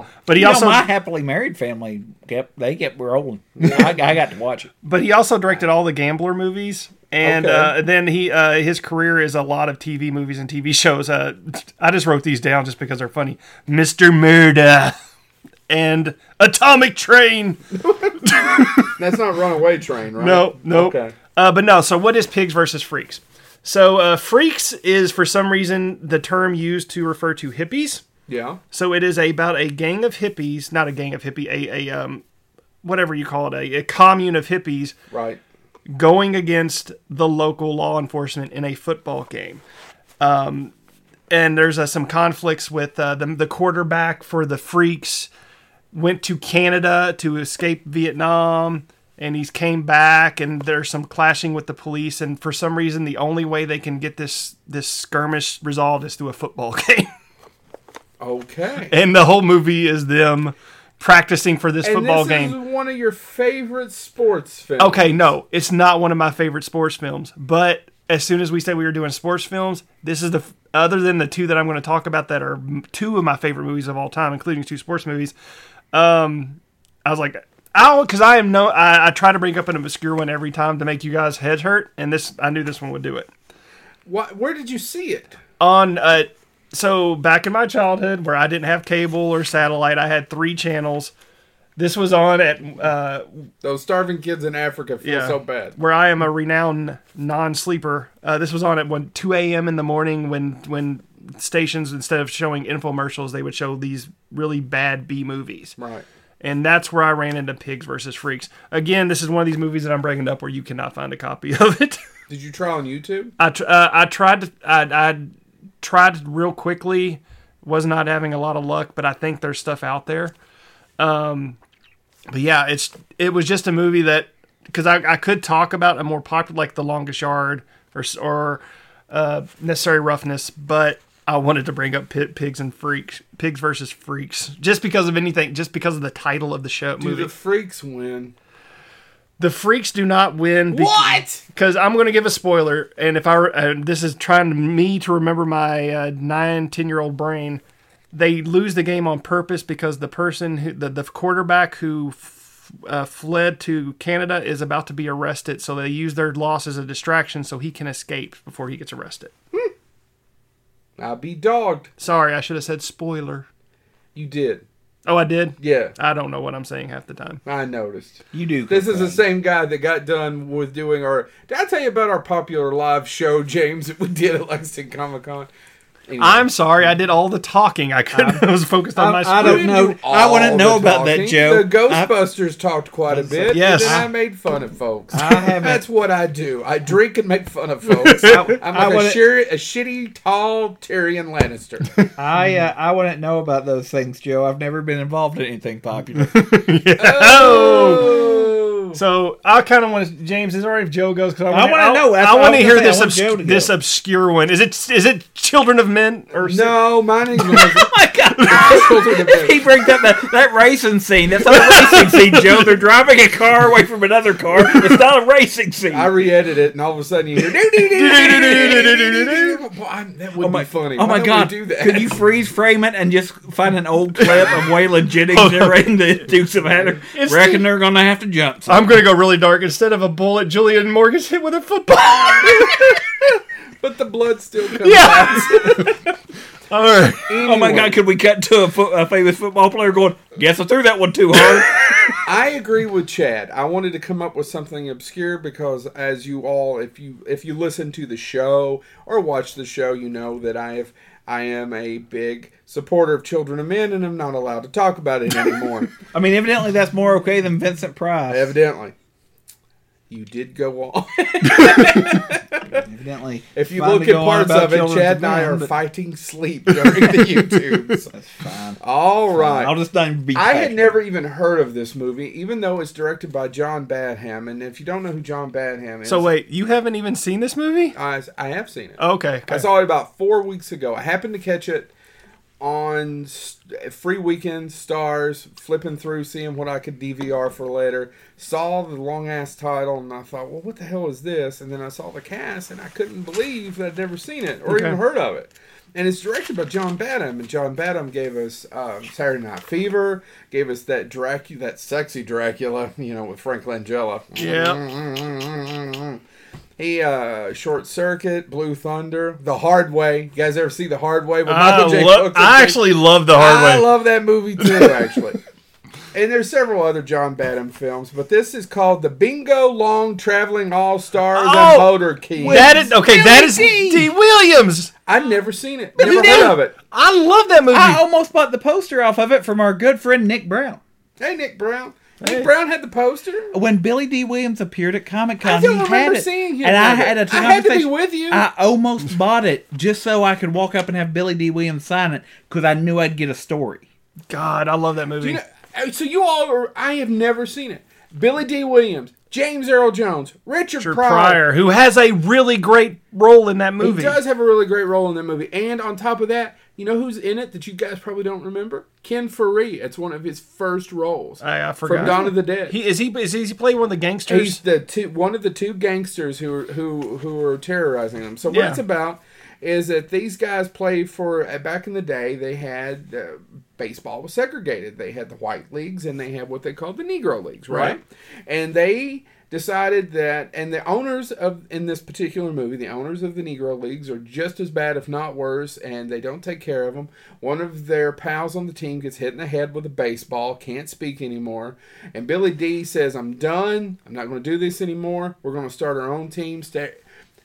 [SPEAKER 2] wah.
[SPEAKER 1] But he
[SPEAKER 4] You know,
[SPEAKER 1] also
[SPEAKER 4] my happily married family kept they kept rolling. I, I got to watch it.
[SPEAKER 1] but he also directed all the Gambler movies. And
[SPEAKER 2] Okay.
[SPEAKER 1] uh, then he uh, his career is a lot of TV movies and TV shows. Uh, I just wrote these down just because they're funny. Mr. Murder and Atomic Train.
[SPEAKER 2] That's not Runaway Train, right?
[SPEAKER 1] No, no.
[SPEAKER 2] Okay.
[SPEAKER 1] Uh, but no, so what is pigs versus freaks? So uh, freaks is for some reason the term used to refer to hippies.
[SPEAKER 2] Yeah.
[SPEAKER 1] So it is about a gang of hippies, not a gang of hippie, a, a um, whatever you call it, a, a commune of hippies
[SPEAKER 2] Right.
[SPEAKER 1] going against the local law enforcement in a football game. Um, and there's uh, some conflicts with uh, the, the quarterback for the Freaks went to Canada to escape Vietnam, and he's came back. And there's some clashing with the police. And for some reason, the only way they can get this this skirmish resolved is through a football game.
[SPEAKER 2] Okay.
[SPEAKER 1] and the whole movie is them practicing for this football
[SPEAKER 2] and this
[SPEAKER 1] game.
[SPEAKER 2] is one of your favorite sports films.
[SPEAKER 1] Okay, no, it's not one of my favorite sports films. But as soon as we said we were doing sports films, this is the f- other than the two that I'm going to talk about that are m- two of my favorite movies of all time, including two sports movies. Um, I was like, oh, because I am no, I, I try to bring up an obscure one every time to make you guys heads hurt, and this I knew this one would do it.
[SPEAKER 2] Why, where did you see it?
[SPEAKER 1] On uh, so back in my childhood where I didn't have cable or satellite, I had three channels. This was on at uh,
[SPEAKER 2] Those starving kids in Africa feel
[SPEAKER 1] Yeah.
[SPEAKER 2] so bad.
[SPEAKER 1] where I am a renowned non-sleeper. Uh, this was on at one two a.m. in the morning when when stations instead of showing infomercials, they would show these really bad B movies.
[SPEAKER 2] Right.
[SPEAKER 1] And that's where I ran into Pigs versus Freaks. Again, this is one of these movies that I'm bringing up where you cannot find a copy of it.
[SPEAKER 2] Did you try on YouTube?
[SPEAKER 1] I tr- uh, I tried to I, I tried real quickly, was not having a lot of luck, but I think there's stuff out there. Um, but yeah, it's it was just a movie that because I, I could talk about a more popular like The Longest Yard or s- or uh, Necessary Roughness, but I wanted to bring up Pi Pigs and Freaks, Pigs versus Freaks, just because of anything, just because of the title of the show
[SPEAKER 2] Do
[SPEAKER 1] movie.
[SPEAKER 2] the freaks win?
[SPEAKER 1] The freaks do not win. bec-
[SPEAKER 2] What?
[SPEAKER 1] Because I'm going to give a spoiler, and if I re- uh, this is trying to me to remember my uh, nine ten year old brain, they lose the game on purpose because the person who the, the quarterback who f- uh, fled to Canada is about to be arrested, so they use their loss as a distraction so he can escape before he gets arrested.
[SPEAKER 2] I'll be dogged.
[SPEAKER 1] Sorry, I should have said spoiler.
[SPEAKER 2] You did.
[SPEAKER 1] Oh, I did.
[SPEAKER 2] Yeah,
[SPEAKER 1] I don't know what I'm saying half the time.
[SPEAKER 2] I noticed.
[SPEAKER 4] You do.
[SPEAKER 2] This is the same guy that got done with doing our. Did I tell you about our popular live show, James, that we did at Lexington Comic Con? Anyway,
[SPEAKER 1] I'm sorry, I did all the talking. I couldn't. I was focused on my.
[SPEAKER 4] I- I
[SPEAKER 1] spoiler.
[SPEAKER 4] don't
[SPEAKER 2] We
[SPEAKER 4] know-
[SPEAKER 2] didn't do
[SPEAKER 4] I wanna
[SPEAKER 2] all
[SPEAKER 4] know
[SPEAKER 2] the
[SPEAKER 4] about that,
[SPEAKER 2] talking.
[SPEAKER 4] Joe.
[SPEAKER 2] The Ghostbusters talked quite a bit.
[SPEAKER 1] Yes.
[SPEAKER 2] Yes, and I made fun of folks.
[SPEAKER 4] I haven't-
[SPEAKER 2] That's what I do. I drink and make fun of folks.
[SPEAKER 4] I-
[SPEAKER 2] I'm like
[SPEAKER 4] I
[SPEAKER 2] a,
[SPEAKER 4] wanna-
[SPEAKER 2] shir- a shitty, tall Tyrion Lannister.
[SPEAKER 4] I
[SPEAKER 1] Mm-hmm.
[SPEAKER 4] uh, I wouldn't know about those things, Joe. I've never been involved in anything popular.
[SPEAKER 2] oh.
[SPEAKER 1] So I kind of want to, James. Is it all right if Joe goes? Cause
[SPEAKER 4] I wanna know. That's
[SPEAKER 1] I
[SPEAKER 4] what I
[SPEAKER 1] want to
[SPEAKER 4] was
[SPEAKER 1] hear
[SPEAKER 4] gonna
[SPEAKER 1] this
[SPEAKER 4] say. I want Joe to
[SPEAKER 1] obs-
[SPEAKER 4] go.
[SPEAKER 1] this obscure one. Is it is it Children of Men or
[SPEAKER 2] No, mine is yours.
[SPEAKER 4] my God.
[SPEAKER 2] Those are the
[SPEAKER 4] He
[SPEAKER 2] best.
[SPEAKER 4] brings up that, that racing scene. That's not a racing scene, Joe. They're driving a car away from another car. It's not a racing scene.
[SPEAKER 2] I re-edit it, and all of a sudden you hear. "Doo, doo, doo, doo, doo, doo, doo, doo, doo, doo." Boy, I- That would
[SPEAKER 4] Oh my,
[SPEAKER 2] be funny.
[SPEAKER 4] Oh
[SPEAKER 2] Why
[SPEAKER 4] my
[SPEAKER 2] don't we
[SPEAKER 4] God!
[SPEAKER 2] Do that.
[SPEAKER 4] Could you freeze frame it and just find an old clip of Waylon Jennings narrating the Dukes of Hatter?
[SPEAKER 1] Oh, It's
[SPEAKER 4] Reckon
[SPEAKER 1] the-
[SPEAKER 4] they're gonna have to jump.
[SPEAKER 1] I'm gonna go really dark. Instead of a bullet, Julian Morgan's hit with a football.
[SPEAKER 2] But the blood still comes out.
[SPEAKER 1] yeah. all right.
[SPEAKER 4] Oh my God! Could we cut to a, fo- a famous football player going? Guess I threw that one too hard.
[SPEAKER 2] I agree with Chad. I wanted to come up with something obscure because as you all if you if you listen to the show or watch the show, you know that I have I am a big supporter of Children of Men and I'm not allowed to talk about it anymore.
[SPEAKER 4] I mean, evidently that's more okay than Vincent Price.
[SPEAKER 2] Evidently. You did go on.
[SPEAKER 4] evidently,
[SPEAKER 2] if you
[SPEAKER 4] Fine
[SPEAKER 2] look
[SPEAKER 4] to
[SPEAKER 2] at
[SPEAKER 4] go on
[SPEAKER 2] parts
[SPEAKER 4] about
[SPEAKER 2] of it,
[SPEAKER 4] Children
[SPEAKER 2] Chad
[SPEAKER 4] of
[SPEAKER 2] and I
[SPEAKER 4] Men,
[SPEAKER 2] are
[SPEAKER 4] but-
[SPEAKER 2] fighting sleep during the YouTube.
[SPEAKER 4] that's fine.
[SPEAKER 2] All right.
[SPEAKER 4] I'll just not even be.
[SPEAKER 2] I had
[SPEAKER 4] passionate.
[SPEAKER 2] never even heard of this movie, even though it's directed by John Badham. And if you don't know who John Badham is,
[SPEAKER 1] So wait, you haven't even seen this movie?
[SPEAKER 2] I, I have seen it.
[SPEAKER 1] Oh, Okay.
[SPEAKER 2] I
[SPEAKER 1] okay.
[SPEAKER 2] saw it about four weeks ago. I happened to catch it on s- free weekend stars, flipping through, seeing what I could DVR for later. Saw the long ass title, and I thought, well, what the hell is this? And then I saw the cast, and I couldn't believe that I'd never seen it or
[SPEAKER 1] Okay.
[SPEAKER 2] even heard of it. And it's directed by John Badham, and John Badham gave us um, Saturday Night Fever, gave us that Dracula, that sexy Dracula, you know, with Frank Langella.
[SPEAKER 1] Yeah.
[SPEAKER 2] He uh short circuit, blue thunder, the hard way. You guys ever see the hard way with
[SPEAKER 1] I,
[SPEAKER 2] Michael J.
[SPEAKER 1] lo-
[SPEAKER 2] Fox?
[SPEAKER 1] I actually love the hard
[SPEAKER 2] I
[SPEAKER 1] way.
[SPEAKER 2] love that movie too, actually. and there's several other John Badham films, but this is called the Bingo Long Traveling All Stars
[SPEAKER 1] Oh!
[SPEAKER 2] and Motor Key.
[SPEAKER 1] that is okay. that is
[SPEAKER 4] Willie D.
[SPEAKER 1] D. Williams.
[SPEAKER 2] I've never seen it. Never
[SPEAKER 1] you
[SPEAKER 2] heard
[SPEAKER 1] do.
[SPEAKER 2] of it.
[SPEAKER 1] I love that movie.
[SPEAKER 4] I almost bought the poster off of it from our good friend Nick Brown.
[SPEAKER 2] Hey Nick Brown.
[SPEAKER 1] Hey. Oh,
[SPEAKER 2] Nick Brown had the poster.
[SPEAKER 4] When Billy D. Williams appeared at Comic Con,
[SPEAKER 2] I don't
[SPEAKER 4] he had
[SPEAKER 2] remember
[SPEAKER 4] it,
[SPEAKER 2] seeing him.
[SPEAKER 4] and I
[SPEAKER 2] with it.
[SPEAKER 4] had a
[SPEAKER 2] I had to be
[SPEAKER 4] conversation-
[SPEAKER 2] with you.
[SPEAKER 4] I almost bought it just so I could walk up and have Billy D. Williams sign it because I knew I'd get a story.
[SPEAKER 1] God, I love that movie.
[SPEAKER 2] You know, uh, so you all are, I have never seen it. Billy D. Williams, James Earl Jones, Richard,
[SPEAKER 1] Richard
[SPEAKER 2] Pryor.
[SPEAKER 1] Pryor, who has a really great role in that
[SPEAKER 2] He
[SPEAKER 1] movie.
[SPEAKER 2] does have a really great role in that movie. And on top of that, you know who's in it that you guys probably don't remember? Ken Faree. It's one of his first roles.
[SPEAKER 1] I, I forgot.
[SPEAKER 2] from Dawn of the Dead.
[SPEAKER 1] He is he is he, is he playing one of the gangsters?
[SPEAKER 2] He's the two, one of the two gangsters who are, who who are terrorizing them. So what
[SPEAKER 1] Yeah.
[SPEAKER 2] it's about is that these guys play for uh, back in the day they had uh, baseball was segregated. They had the white leagues and they had what they called the Negro leagues, right?
[SPEAKER 1] Right.
[SPEAKER 2] And they decided that and the owners of in this particular movie the owners of the negro leagues are just as bad if not worse and they don't take care of them one of their pals on the team gets hit in the head with a baseball can't speak anymore and billy d says i'm done i'm not going to do this anymore we're going to start our own team Sta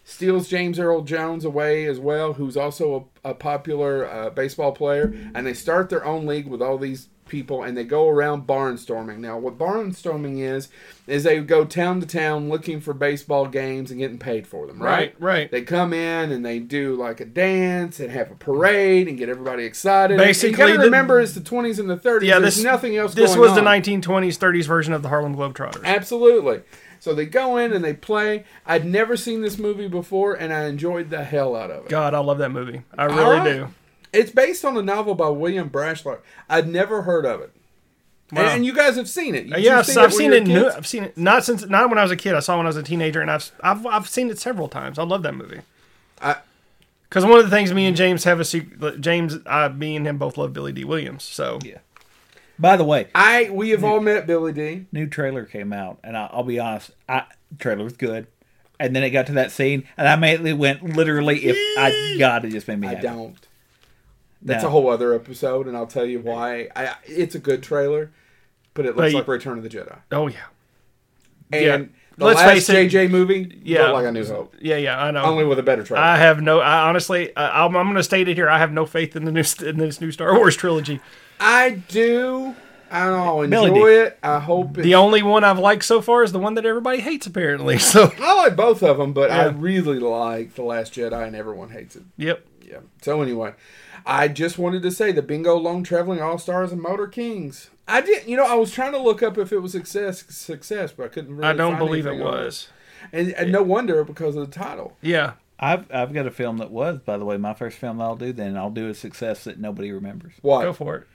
[SPEAKER 2] steals james earl jones away as well who's also a, a popular uh, baseball player and they start their own league with all these people and they go around barnstorming. Now, what barnstorming is, is they go town to town looking for baseball games and getting paid for them, right?
[SPEAKER 1] Right, right.
[SPEAKER 2] They come in and they do like a dance and have a parade and get everybody excited.
[SPEAKER 1] Basically,
[SPEAKER 2] you gotta
[SPEAKER 1] the-
[SPEAKER 2] remember it's the 20s and the 30s.
[SPEAKER 1] Yeah,
[SPEAKER 2] There's
[SPEAKER 1] this
[SPEAKER 2] nothing else.
[SPEAKER 1] This
[SPEAKER 2] going
[SPEAKER 1] was
[SPEAKER 2] on.
[SPEAKER 1] the 1920s, 30s version of the Harlem Globetrotters.
[SPEAKER 2] Absolutely. So they go in and they play. I'd never seen this movie before, and I enjoyed the hell out of it.
[SPEAKER 1] God, I love that movie. I really
[SPEAKER 2] right.
[SPEAKER 1] do.
[SPEAKER 2] It's based on a novel by William Brashler. I'd never heard of it. And-
[SPEAKER 1] Wow.
[SPEAKER 2] And, you guys have seen it. You-
[SPEAKER 1] Uh,
[SPEAKER 2] you've
[SPEAKER 1] Yes, I've
[SPEAKER 2] when
[SPEAKER 1] seen
[SPEAKER 2] you
[SPEAKER 1] it.
[SPEAKER 2] were
[SPEAKER 1] New,
[SPEAKER 2] kids.
[SPEAKER 1] I've seen it not since not when I was a kid. I saw it when I was a teenager, and I've I've, I've seen it several times. I love that movie.
[SPEAKER 2] I-
[SPEAKER 1] Because one of the things me and James have a secret. James, I, me and him both love Billy D. Williams. So
[SPEAKER 2] Yeah.
[SPEAKER 3] By the way,
[SPEAKER 2] I we have all met Billy D.
[SPEAKER 3] new trailer came out, and I, I'll be honest, I trailer was good, and then it got to that scene, and I immediately went literally, if I God, it just made me.
[SPEAKER 2] I
[SPEAKER 3] Happy.
[SPEAKER 2] don't. That's
[SPEAKER 3] No.
[SPEAKER 2] a whole other episode, and I'll tell you why. I, it's a good trailer, but it looks
[SPEAKER 1] But you-
[SPEAKER 2] like Return of the Jedi.
[SPEAKER 1] oh yeah,
[SPEAKER 2] And
[SPEAKER 1] Yeah.
[SPEAKER 2] the
[SPEAKER 1] Let's
[SPEAKER 2] last
[SPEAKER 1] face it-
[SPEAKER 2] JJ movie,
[SPEAKER 1] Yeah.
[SPEAKER 2] yeah, like a New Hope,
[SPEAKER 1] yeah, yeah. I know.
[SPEAKER 2] only with a better trailer.
[SPEAKER 1] I have no. I honestly, I, I'm, I'm going to state it here. I have no faith in the new in this new Star Wars trilogy.
[SPEAKER 2] I do. I don't know,
[SPEAKER 3] Melody.
[SPEAKER 2] enjoy it. I hope it.
[SPEAKER 1] The only one I've liked so far is the one that everybody hates, apparently. So
[SPEAKER 2] I like both of them, but I
[SPEAKER 1] Yeah.
[SPEAKER 2] really like The Last Jedi, and everyone hates it.
[SPEAKER 1] yep.
[SPEAKER 2] Yeah. So anyway, I just wanted to say the Bingo Lone Traveling All Stars and Motor Kings. I did. You know, I was trying to look up if it was success, success, but I couldn't. Really
[SPEAKER 1] I don't
[SPEAKER 2] find
[SPEAKER 1] believe it
[SPEAKER 2] anything on
[SPEAKER 1] was.
[SPEAKER 2] and, and no wonder because of the title.
[SPEAKER 1] Yeah.
[SPEAKER 3] I've I've got a film that was, by the way, my first film I'll do. Then I'll do a success that nobody remembers.
[SPEAKER 1] Go
[SPEAKER 2] Why?
[SPEAKER 1] for it.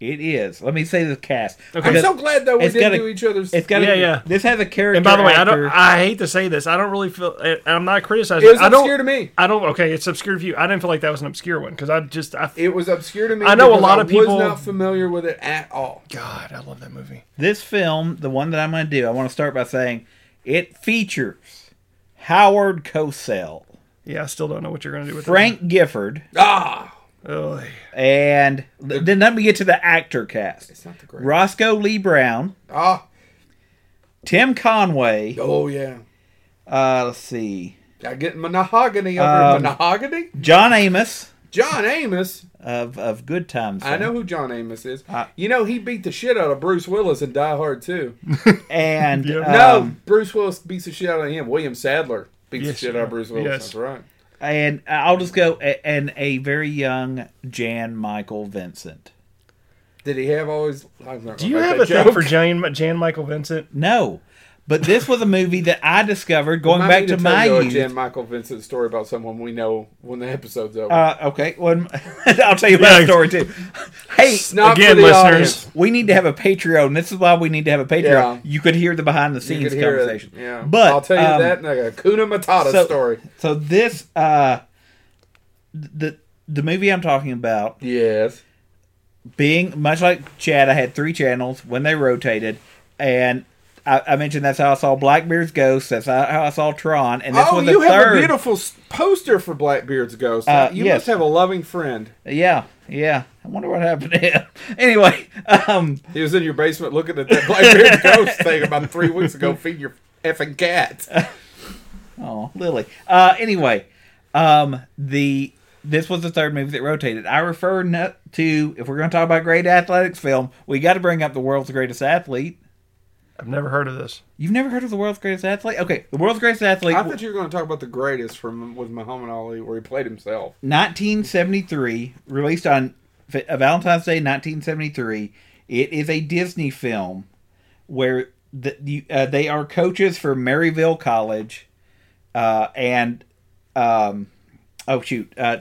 [SPEAKER 3] It is. Let me say the cast.
[SPEAKER 1] Okay.
[SPEAKER 2] I'm
[SPEAKER 1] Because
[SPEAKER 2] so glad though we
[SPEAKER 3] it's
[SPEAKER 2] didn't
[SPEAKER 3] gotta-
[SPEAKER 2] do each other's.
[SPEAKER 3] It's got.
[SPEAKER 1] Yeah, yeah.
[SPEAKER 3] This has a character.
[SPEAKER 1] And by the way, I don't.
[SPEAKER 3] actor.
[SPEAKER 1] I hate to say this. I don't really feel. I- I'm not criticizing.
[SPEAKER 2] it was
[SPEAKER 1] I don't.
[SPEAKER 2] obscure to me.
[SPEAKER 1] I don't. Okay, it's obscure to you. I didn't feel like that was an obscure one because I just. I,
[SPEAKER 2] It was obscure to me.
[SPEAKER 1] I know a
[SPEAKER 2] because
[SPEAKER 1] lot
[SPEAKER 2] I
[SPEAKER 1] of people-
[SPEAKER 2] was not familiar with it at all.
[SPEAKER 1] God, I love that movie.
[SPEAKER 3] this film, the one that I'm going to do, I want to start by saying it features Howard Cosell,
[SPEAKER 1] Yeah, I still don't know what you're gonna do with that
[SPEAKER 3] Frank Gifford,
[SPEAKER 2] Ah,
[SPEAKER 1] one. Ugh.
[SPEAKER 3] and then let me get to the actor cast:
[SPEAKER 2] it's not the great.
[SPEAKER 3] Roscoe Lee Brown,
[SPEAKER 2] Ah,
[SPEAKER 3] Tim Conway.
[SPEAKER 2] oh yeah.
[SPEAKER 3] Uh, let's see,
[SPEAKER 2] I get monogamy over
[SPEAKER 3] Um,
[SPEAKER 2] monogamy.
[SPEAKER 3] John Amos
[SPEAKER 2] John Amos.
[SPEAKER 3] of of Good Times.
[SPEAKER 2] I
[SPEAKER 3] fame,
[SPEAKER 2] know who John Amos is.
[SPEAKER 3] I-
[SPEAKER 2] you know he beat the shit out of Bruce Willis in Die Hard too.
[SPEAKER 3] and
[SPEAKER 1] Yeah.
[SPEAKER 2] No,
[SPEAKER 3] um,
[SPEAKER 2] Bruce Willis beats the shit out of him. William Sadler beats
[SPEAKER 1] Yes,
[SPEAKER 2] the shit out of Bruce Willis.
[SPEAKER 1] yes.
[SPEAKER 2] That's right.
[SPEAKER 3] and I'll just go a- and a very young Jan Michael Vincent.
[SPEAKER 2] Did he have always? I'm not
[SPEAKER 1] Do you
[SPEAKER 2] gonna
[SPEAKER 1] have a
[SPEAKER 2] make that
[SPEAKER 1] thing
[SPEAKER 2] joke.
[SPEAKER 1] for Jan, Jan Michael Vincent?
[SPEAKER 3] No, but this was a movie that I discovered going
[SPEAKER 2] Remind
[SPEAKER 3] back
[SPEAKER 2] me
[SPEAKER 3] to,
[SPEAKER 2] tell
[SPEAKER 3] my
[SPEAKER 2] you a
[SPEAKER 3] youth.
[SPEAKER 2] Jan Michael Vincent story about someone we know when the episode's over.
[SPEAKER 3] Uh, okay, well, I'll tell you my
[SPEAKER 1] Yeah.
[SPEAKER 3] story too. Hey,
[SPEAKER 2] It's not
[SPEAKER 1] again,
[SPEAKER 2] for the
[SPEAKER 1] listeners,
[SPEAKER 2] audience.
[SPEAKER 3] we need to have a Patreon. This is why we need to have a Patreon.
[SPEAKER 2] Yeah.
[SPEAKER 3] You could hear the behind the
[SPEAKER 2] You
[SPEAKER 3] scenes
[SPEAKER 2] could hear it.
[SPEAKER 3] conversation.
[SPEAKER 2] Yeah,
[SPEAKER 3] but
[SPEAKER 2] I'll tell you
[SPEAKER 3] um,
[SPEAKER 2] that in like a Kuna Matata
[SPEAKER 3] so-
[SPEAKER 2] story.
[SPEAKER 3] So this, uh, the the movie I'm talking about,
[SPEAKER 2] Yes.
[SPEAKER 3] being much like Chad, I had three channels when they rotated, and. I, I mentioned that's how I saw Blackbeard's Ghost. That's how, how I saw Tron, and this
[SPEAKER 2] oh,
[SPEAKER 3] was the
[SPEAKER 2] you have
[SPEAKER 3] third.
[SPEAKER 2] a beautiful s- poster for Blackbeard's Ghost.
[SPEAKER 3] Uh,
[SPEAKER 2] you
[SPEAKER 3] yes.
[SPEAKER 2] must have a loving friend.
[SPEAKER 3] Yeah, yeah. I wonder what happened to him. anyway, um,
[SPEAKER 2] He was in your basement looking at that Blackbeard's Ghost thing about three weeks ago. Feed your effing cat.
[SPEAKER 3] Oh, Lily. Uh, anyway, um, the this was the third movie that rotated. I refer no, to if we're going to talk about great athletics film, we got to bring up the world's greatest athlete.
[SPEAKER 1] I've never heard of this.
[SPEAKER 3] You've never heard of the world's greatest athlete? Okay, the world's greatest athlete,
[SPEAKER 2] I thought you were going to talk about the greatest from with Muhammad Ali, where he played himself.
[SPEAKER 3] 1973, released on F- uh, Valentine's Day, 1973. It is a Disney film where the, you, uh, they are coaches for Maryville College, uh, and um, oh shoot, uh,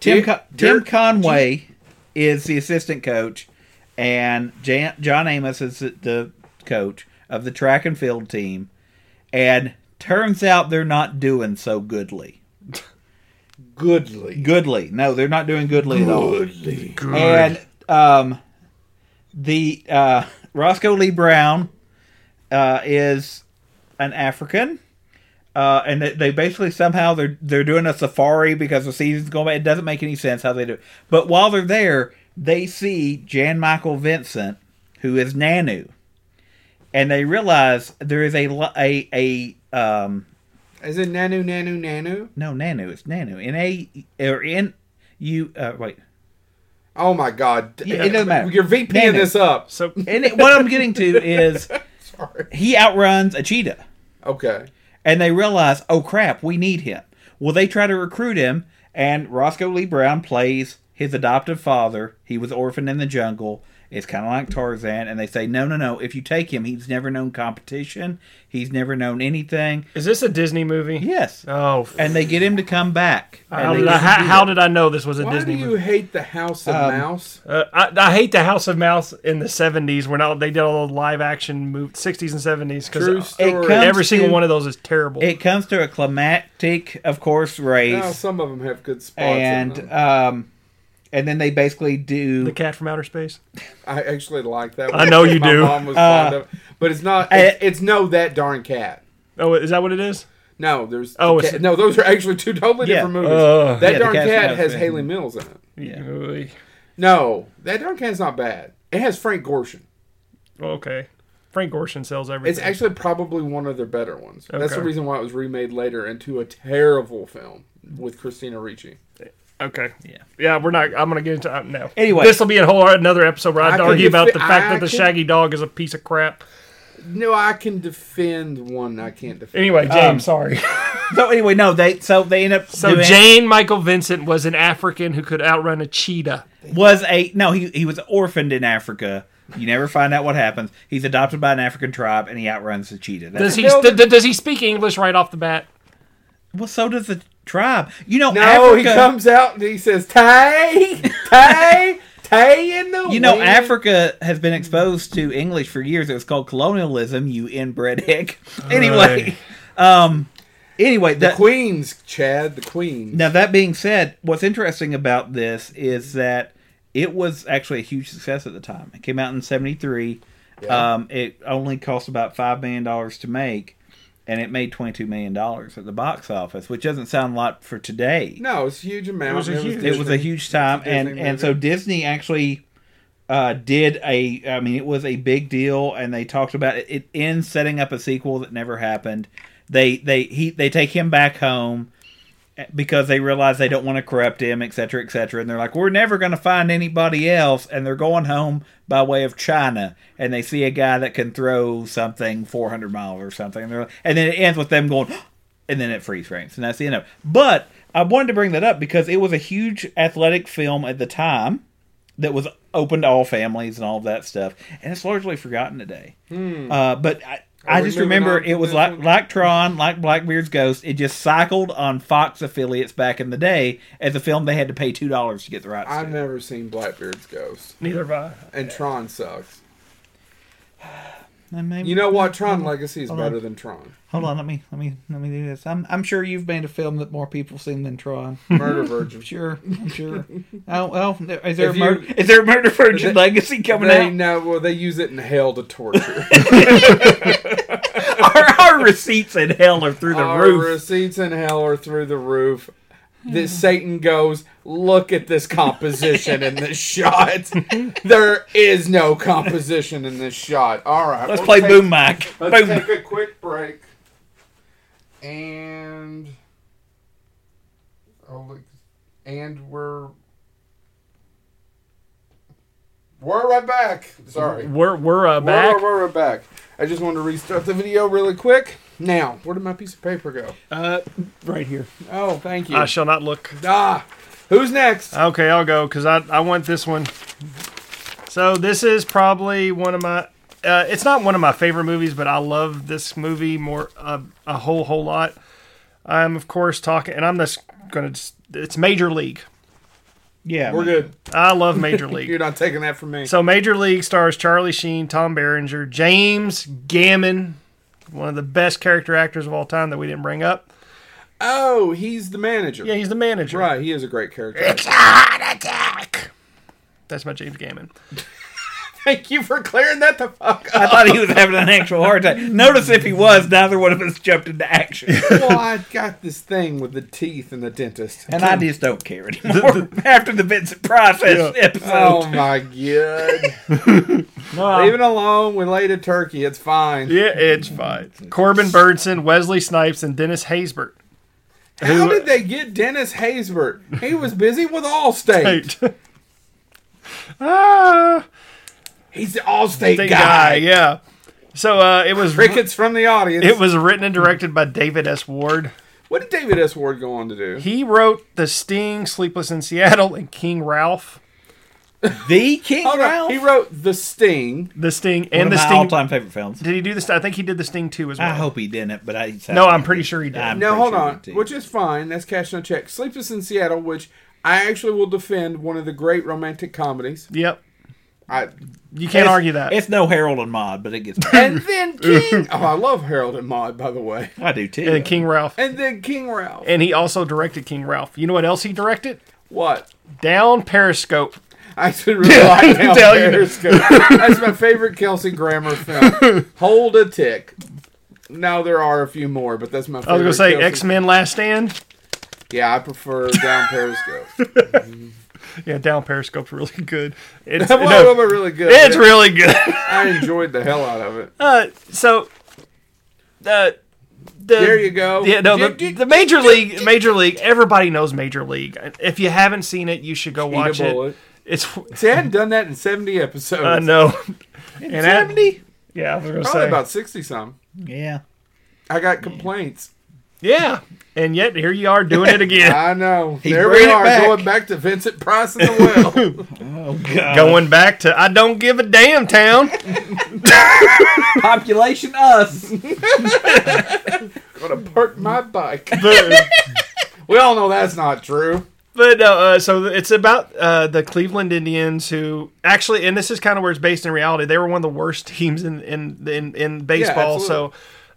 [SPEAKER 3] Tim
[SPEAKER 2] You-
[SPEAKER 3] Con-
[SPEAKER 2] you're-
[SPEAKER 3] Tim Conway is the assistant coach, and Jan- John Amos is the- the coach of the track and field team, and turns out they're not doing so goodly.
[SPEAKER 2] Goodly.
[SPEAKER 3] Goodly, no, they're not doing goodly at all.
[SPEAKER 2] Goodly.
[SPEAKER 3] And um, the uh, Roscoe Lee Brown uh, is an African, uh, and they, they basically somehow they're they're doing a safari because the season's going. by. It doesn't make any sense how they do. It. But while they're there, they see Jan Michael Vincent, who is Nanu, and they realize there is a li- a a um,
[SPEAKER 2] As in Nanu, Nanu, Nanu.
[SPEAKER 3] no Nanu it's Nanu N A or N U uh, wait
[SPEAKER 2] Oh my God!
[SPEAKER 3] Yeah, it doesn't matter.
[SPEAKER 2] You're VPing
[SPEAKER 3] Nano.
[SPEAKER 2] this up.
[SPEAKER 1] So
[SPEAKER 3] And it, what I'm getting to is
[SPEAKER 2] Sorry.
[SPEAKER 3] he outruns a cheetah,
[SPEAKER 2] Okay.
[SPEAKER 3] and they realize, oh crap, we need him. Well, they try to recruit him, and Roscoe Lee Brown plays his adoptive father. He was orphaned in the jungle. It's kind of like Tarzan, and they say, no, no, no. If you take him, he's never known competition. He's never known anything.
[SPEAKER 1] is this a Disney movie?
[SPEAKER 3] Yes,
[SPEAKER 1] Oh, f-
[SPEAKER 3] and they get him to come back.
[SPEAKER 1] Uh, how,
[SPEAKER 3] And
[SPEAKER 1] did
[SPEAKER 3] they-
[SPEAKER 1] I, how, how did I know this was a
[SPEAKER 2] Why
[SPEAKER 1] Disney
[SPEAKER 2] do you
[SPEAKER 1] movie?
[SPEAKER 2] hate the House of Mouse?
[SPEAKER 1] Uh, I, I hate the House of Mouse in the '70s when all, they did all the live action move '60s and '70s
[SPEAKER 2] True
[SPEAKER 1] because
[SPEAKER 2] story.
[SPEAKER 3] comes-
[SPEAKER 1] every single
[SPEAKER 3] to-
[SPEAKER 1] one of those is terrible.
[SPEAKER 3] it comes to a climactic, of course, race.
[SPEAKER 1] Oh,
[SPEAKER 2] Now, some of them have good spots. in
[SPEAKER 3] and
[SPEAKER 2] them.
[SPEAKER 3] um, and then they basically do.
[SPEAKER 1] the Cat from Outer Space.
[SPEAKER 2] I actually like that.
[SPEAKER 1] I know you
[SPEAKER 2] My
[SPEAKER 1] do.
[SPEAKER 2] Mom was fond of, it. but it's not.
[SPEAKER 3] I-
[SPEAKER 2] It's, it's no that darn cat.
[SPEAKER 1] Oh, is that what it is?
[SPEAKER 2] No, there's.
[SPEAKER 1] Oh,
[SPEAKER 2] the
[SPEAKER 1] it's-
[SPEAKER 2] cat- no, those are actually two totally
[SPEAKER 3] Yeah. Uh,
[SPEAKER 2] different movies.
[SPEAKER 1] Ugh.
[SPEAKER 2] that
[SPEAKER 3] Yeah, The
[SPEAKER 2] darn
[SPEAKER 3] Cat's
[SPEAKER 2] cat
[SPEAKER 3] Mouse,
[SPEAKER 2] has
[SPEAKER 3] yeah.
[SPEAKER 2] Haley Mills in it.
[SPEAKER 1] Yeah.
[SPEAKER 2] No, that darn cat's not bad. It has Frank Gorshin.
[SPEAKER 1] Okay. Frank Gorshin sells everything.
[SPEAKER 2] It's actually probably one of their better ones. That's the
[SPEAKER 1] Okay.
[SPEAKER 2] reason why it was remade later into a terrible film with Christina Ricci.
[SPEAKER 1] okay.
[SPEAKER 3] Yeah.
[SPEAKER 1] Yeah, we're not. I'm gonna get into uh, no.
[SPEAKER 3] Anyway.
[SPEAKER 1] this will be a whole another episode where I,
[SPEAKER 2] I
[SPEAKER 1] have to
[SPEAKER 2] could
[SPEAKER 1] argue
[SPEAKER 2] def-
[SPEAKER 1] about the fact
[SPEAKER 2] I
[SPEAKER 1] that the
[SPEAKER 2] could-
[SPEAKER 1] Shaggy Dog is a piece of crap.
[SPEAKER 2] No, I can defend one. I can't defend.
[SPEAKER 1] Anyway, James, sorry.
[SPEAKER 3] So anyway, no, they so they end up.
[SPEAKER 1] So
[SPEAKER 3] doing-
[SPEAKER 1] Jane Michael Vincent was an African who could outrun a cheetah.
[SPEAKER 3] was a no. He he was orphaned in Africa. You never find out what happens. He's adopted by an African tribe, and he outruns the cheetah. That's,
[SPEAKER 1] Does he
[SPEAKER 2] Hell,
[SPEAKER 1] th-
[SPEAKER 2] did-
[SPEAKER 1] does he speak English right off the bat?
[SPEAKER 3] well, so does the tribe. You know,
[SPEAKER 2] No,
[SPEAKER 3] Africa.
[SPEAKER 2] he comes out and he says, "Tay, Tay, Tay in the
[SPEAKER 3] you know,
[SPEAKER 2] wind."
[SPEAKER 3] Africa has been exposed to English for years. It was called colonialism. You inbred hick. Anyway, um, anyway,
[SPEAKER 2] The
[SPEAKER 3] that,
[SPEAKER 2] Queens, Chad, the Queen.
[SPEAKER 3] Now that being said, what's interesting about this is that it was actually a huge success at the time. It came out in '73.
[SPEAKER 2] Yeah.
[SPEAKER 3] Um, it only cost about five million dollars to make, and it made twenty-two million dollars at the box office, which doesn't sound a lot for today.
[SPEAKER 2] No, it's a huge amount.
[SPEAKER 1] It was a huge-
[SPEAKER 3] it was a huge time,
[SPEAKER 2] Disney
[SPEAKER 3] and
[SPEAKER 2] movie.
[SPEAKER 3] and so Disney actually uh, did a. I mean, it was a big deal, and they talked about it, it in setting up a sequel that never happened. They they he they take him back home because they realize they don't want to corrupt him, et cetera, et cetera. And they're like, we're never going to find anybody else. And they're going home by way of China. And they see a guy that can throw something 400 miles or something. And, they're like- and then it ends with them going, and then it freeze frames. And that's the end of it. But I wanted to bring that up because it was a huge athletic film at the time that was open to all families and all of that stuff. And it's largely forgotten today. Uh, but I, I
[SPEAKER 2] Hmm. we
[SPEAKER 3] just
[SPEAKER 2] moving
[SPEAKER 3] remember
[SPEAKER 2] on
[SPEAKER 3] it
[SPEAKER 2] from
[SPEAKER 3] was
[SPEAKER 2] this
[SPEAKER 3] like
[SPEAKER 2] one?
[SPEAKER 3] like Tron, like Blackbeard's Ghost, it just cycled on Fox affiliates back in the day as a film they had to pay two dollars to get the rights.
[SPEAKER 2] I've
[SPEAKER 3] To.
[SPEAKER 2] never seen Blackbeard's Ghost,
[SPEAKER 1] Neither have I.
[SPEAKER 2] and Tron sucks.
[SPEAKER 3] And maybe-
[SPEAKER 2] You know what? Tron Legacy is
[SPEAKER 3] Hold on.
[SPEAKER 2] better than Tron.
[SPEAKER 3] Hold on, let me let me let me do this. I'm I'm sure you've made a film that more people have seen than Tron. I'm
[SPEAKER 2] Murder Virgin.
[SPEAKER 3] sure, I'm sure. Oh well, there- is there
[SPEAKER 2] If
[SPEAKER 3] a
[SPEAKER 2] you-
[SPEAKER 3] murder, is there a murder virgin legacy coming
[SPEAKER 2] They
[SPEAKER 3] out?
[SPEAKER 2] know. Well, they use it in hell to torture.
[SPEAKER 3] our, our receipts in hell are through the
[SPEAKER 2] Our
[SPEAKER 3] roof.
[SPEAKER 2] receipts in hell are through the roof.
[SPEAKER 3] Hmm.
[SPEAKER 2] This Satan goes, look at this composition in this shot. there is no composition in this shot. All right,
[SPEAKER 3] Let's
[SPEAKER 2] we'll
[SPEAKER 3] play
[SPEAKER 2] take-
[SPEAKER 3] Boom Mike.
[SPEAKER 2] Let's
[SPEAKER 3] Boom.
[SPEAKER 2] take a quick break. And oh, look, and we're we're right back. Sorry.
[SPEAKER 1] We're we're uh, back.
[SPEAKER 2] We're, we're, we're back. I just wanted to restart the video really quick. Now, where did my piece of paper go?
[SPEAKER 1] Uh, right here.
[SPEAKER 2] Oh, thank you.
[SPEAKER 1] I Uh, shall not look.
[SPEAKER 2] ah, who's next?
[SPEAKER 1] Okay, I'll go because I I want this one. So this is probably one of my. Uh, it's not one of my favorite movies, but I love this movie more uh, a whole whole lot. I'm of course talking, and I'm just gonna. Just, it's Major League.
[SPEAKER 3] Yeah,
[SPEAKER 2] we're
[SPEAKER 3] man.
[SPEAKER 2] good.
[SPEAKER 1] I love Major League.
[SPEAKER 2] You're not taking that from me.
[SPEAKER 1] So Major League stars Charlie Sheen, Tom Berenger, James Gammon, one of the best character actors of all time that we didn't bring up.
[SPEAKER 2] oh, he's the manager.
[SPEAKER 1] Yeah, he's the manager.
[SPEAKER 2] Right, he is a great character.
[SPEAKER 1] That's my James Gammon.
[SPEAKER 2] Thank you for clearing that the fuck
[SPEAKER 3] I
[SPEAKER 2] up.
[SPEAKER 3] thought he was having an actual heart attack. Notice if he was, neither one of us jumped into action.
[SPEAKER 2] well, I got this thing with the teeth and the dentist.
[SPEAKER 3] And I just don't care anymore after the Vincent Price episode.
[SPEAKER 2] Oh my god! Leave it alone. We laid a turkey. It's fine.
[SPEAKER 1] Um, Yeah, it's fine. Corbin Burnson, Wesley Snipes, and Dennis Haysbert.
[SPEAKER 2] How did they get Dennis Haysbert? He was busy with Allstate.
[SPEAKER 1] Eight. ah,
[SPEAKER 2] He's the Allstate
[SPEAKER 1] the
[SPEAKER 2] guy.
[SPEAKER 1] guy, yeah. So uh, it was
[SPEAKER 2] Crickets from the audience.
[SPEAKER 1] it was written and directed by David S. Ward.
[SPEAKER 2] what did David S. Ward go on to do?
[SPEAKER 1] He wrote The Sting, Sleepless in Seattle, and King Ralph.
[SPEAKER 3] The King
[SPEAKER 2] Oh, no,
[SPEAKER 3] Ralph.
[SPEAKER 2] He wrote The Sting.
[SPEAKER 1] The Sting
[SPEAKER 3] One
[SPEAKER 1] and
[SPEAKER 3] of
[SPEAKER 1] the
[SPEAKER 3] my
[SPEAKER 1] Sting.
[SPEAKER 3] all-time favorite films.
[SPEAKER 1] Did he do this? I think he did the Sting too as well.
[SPEAKER 3] I hope he didn't, but I.
[SPEAKER 1] No, I'm pretty sure he did.
[SPEAKER 3] I'm
[SPEAKER 2] No,
[SPEAKER 3] pretty
[SPEAKER 2] hold
[SPEAKER 3] sure
[SPEAKER 2] on.
[SPEAKER 3] he did.
[SPEAKER 2] Which is fine. That's cash no check. Sleepless in Seattle, which I actually will defend one of the great romantic comedies.
[SPEAKER 1] Yep,
[SPEAKER 2] I,
[SPEAKER 1] you can't
[SPEAKER 3] It's-
[SPEAKER 1] argue that.
[SPEAKER 3] It's no Harold and Maude, but it gets.
[SPEAKER 2] and then King. Oh, I love Harold and Maude, by the way.
[SPEAKER 3] I do too.
[SPEAKER 1] and King Ralph.
[SPEAKER 2] And then King Ralph.
[SPEAKER 1] and he also directed King Ralph. You know what else he directed?
[SPEAKER 2] What?
[SPEAKER 1] Down Periscope.
[SPEAKER 2] I actually really like
[SPEAKER 1] I can
[SPEAKER 2] Down
[SPEAKER 1] tell you.
[SPEAKER 2] Periscope. That's my favorite Kelsey Grammer film. Hold a tick. Now there are a few more, but that's my
[SPEAKER 1] I
[SPEAKER 2] favorite.
[SPEAKER 1] was gonna say
[SPEAKER 2] Kelsey-
[SPEAKER 1] X Men Last Stand.
[SPEAKER 2] Yeah, I prefer Down Periscope.
[SPEAKER 1] Yeah, Down Periscope's really good. It's,
[SPEAKER 2] that
[SPEAKER 1] no,
[SPEAKER 2] was really good.
[SPEAKER 1] it's really good.
[SPEAKER 2] I enjoyed the hell out of it.
[SPEAKER 1] Uh, so, uh, the,
[SPEAKER 2] There you go.
[SPEAKER 1] Yeah, no,
[SPEAKER 2] Did-
[SPEAKER 1] the,
[SPEAKER 2] did-
[SPEAKER 1] the Major League, Major League. Everybody knows Major League. If you haven't seen it, you should go watch it.
[SPEAKER 2] bullet.
[SPEAKER 1] It's
[SPEAKER 2] See, I hadn't done that in 70 episodes.
[SPEAKER 1] I know. And I-
[SPEAKER 3] Seventy.
[SPEAKER 1] yeah, I was gonna
[SPEAKER 2] Probably
[SPEAKER 1] say
[SPEAKER 2] about 60 some.
[SPEAKER 3] Yeah.
[SPEAKER 2] I got complaints.
[SPEAKER 1] yeah. And yet here you are doing it again,
[SPEAKER 2] I know. there
[SPEAKER 3] bring
[SPEAKER 2] we
[SPEAKER 3] it
[SPEAKER 2] are,
[SPEAKER 3] back.
[SPEAKER 2] going back to Vincent Price and the Well.
[SPEAKER 3] Oh God.
[SPEAKER 1] going back to I don't give a damn town.
[SPEAKER 3] population us.
[SPEAKER 2] going to park my bike.
[SPEAKER 1] The-
[SPEAKER 2] We all know that's not true.
[SPEAKER 1] But no, uh, so it's about uh, the Cleveland Indians, who actually, and this is kind of where it's based in reality. They were one of the worst teams in in in, in baseball. so,
[SPEAKER 2] absolutely.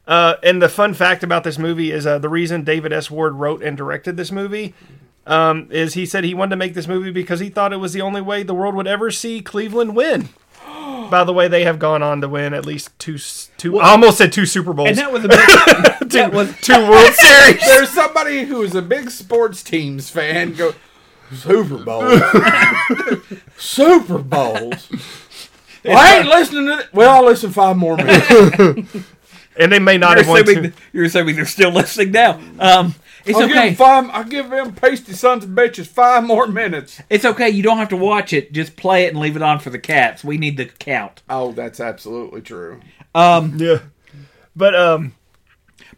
[SPEAKER 1] uh, and the fun fact about this movie is uh, the reason David S. Ward wrote and directed this movie um, is he said he wanted to make this movie because he thought it was the only way the world would ever see Cleveland win. By the way, they have gone on to win at least two s- two. I almost said two Super Bowls,
[SPEAKER 3] And that was a big, that was
[SPEAKER 1] two World Series.
[SPEAKER 2] There's somebody who is a big sports teams fan go Super Bowl. Super Bowls. Well, I ain't listening to it. Well, I'll listen five more minutes.
[SPEAKER 1] and they may not
[SPEAKER 3] you're
[SPEAKER 1] have won.
[SPEAKER 3] assuming,
[SPEAKER 1] Two.
[SPEAKER 3] you're assuming they're still listening now. Um, it's
[SPEAKER 2] I'll, Oh, give
[SPEAKER 3] okay.
[SPEAKER 2] them five, I'll give them pasty sons of bitches five more minutes.
[SPEAKER 3] It's okay. You don't have to watch it. Just play it and leave it on for the cats. We need the count.
[SPEAKER 2] Oh, that's absolutely true.
[SPEAKER 3] Um,
[SPEAKER 1] Yeah, but um.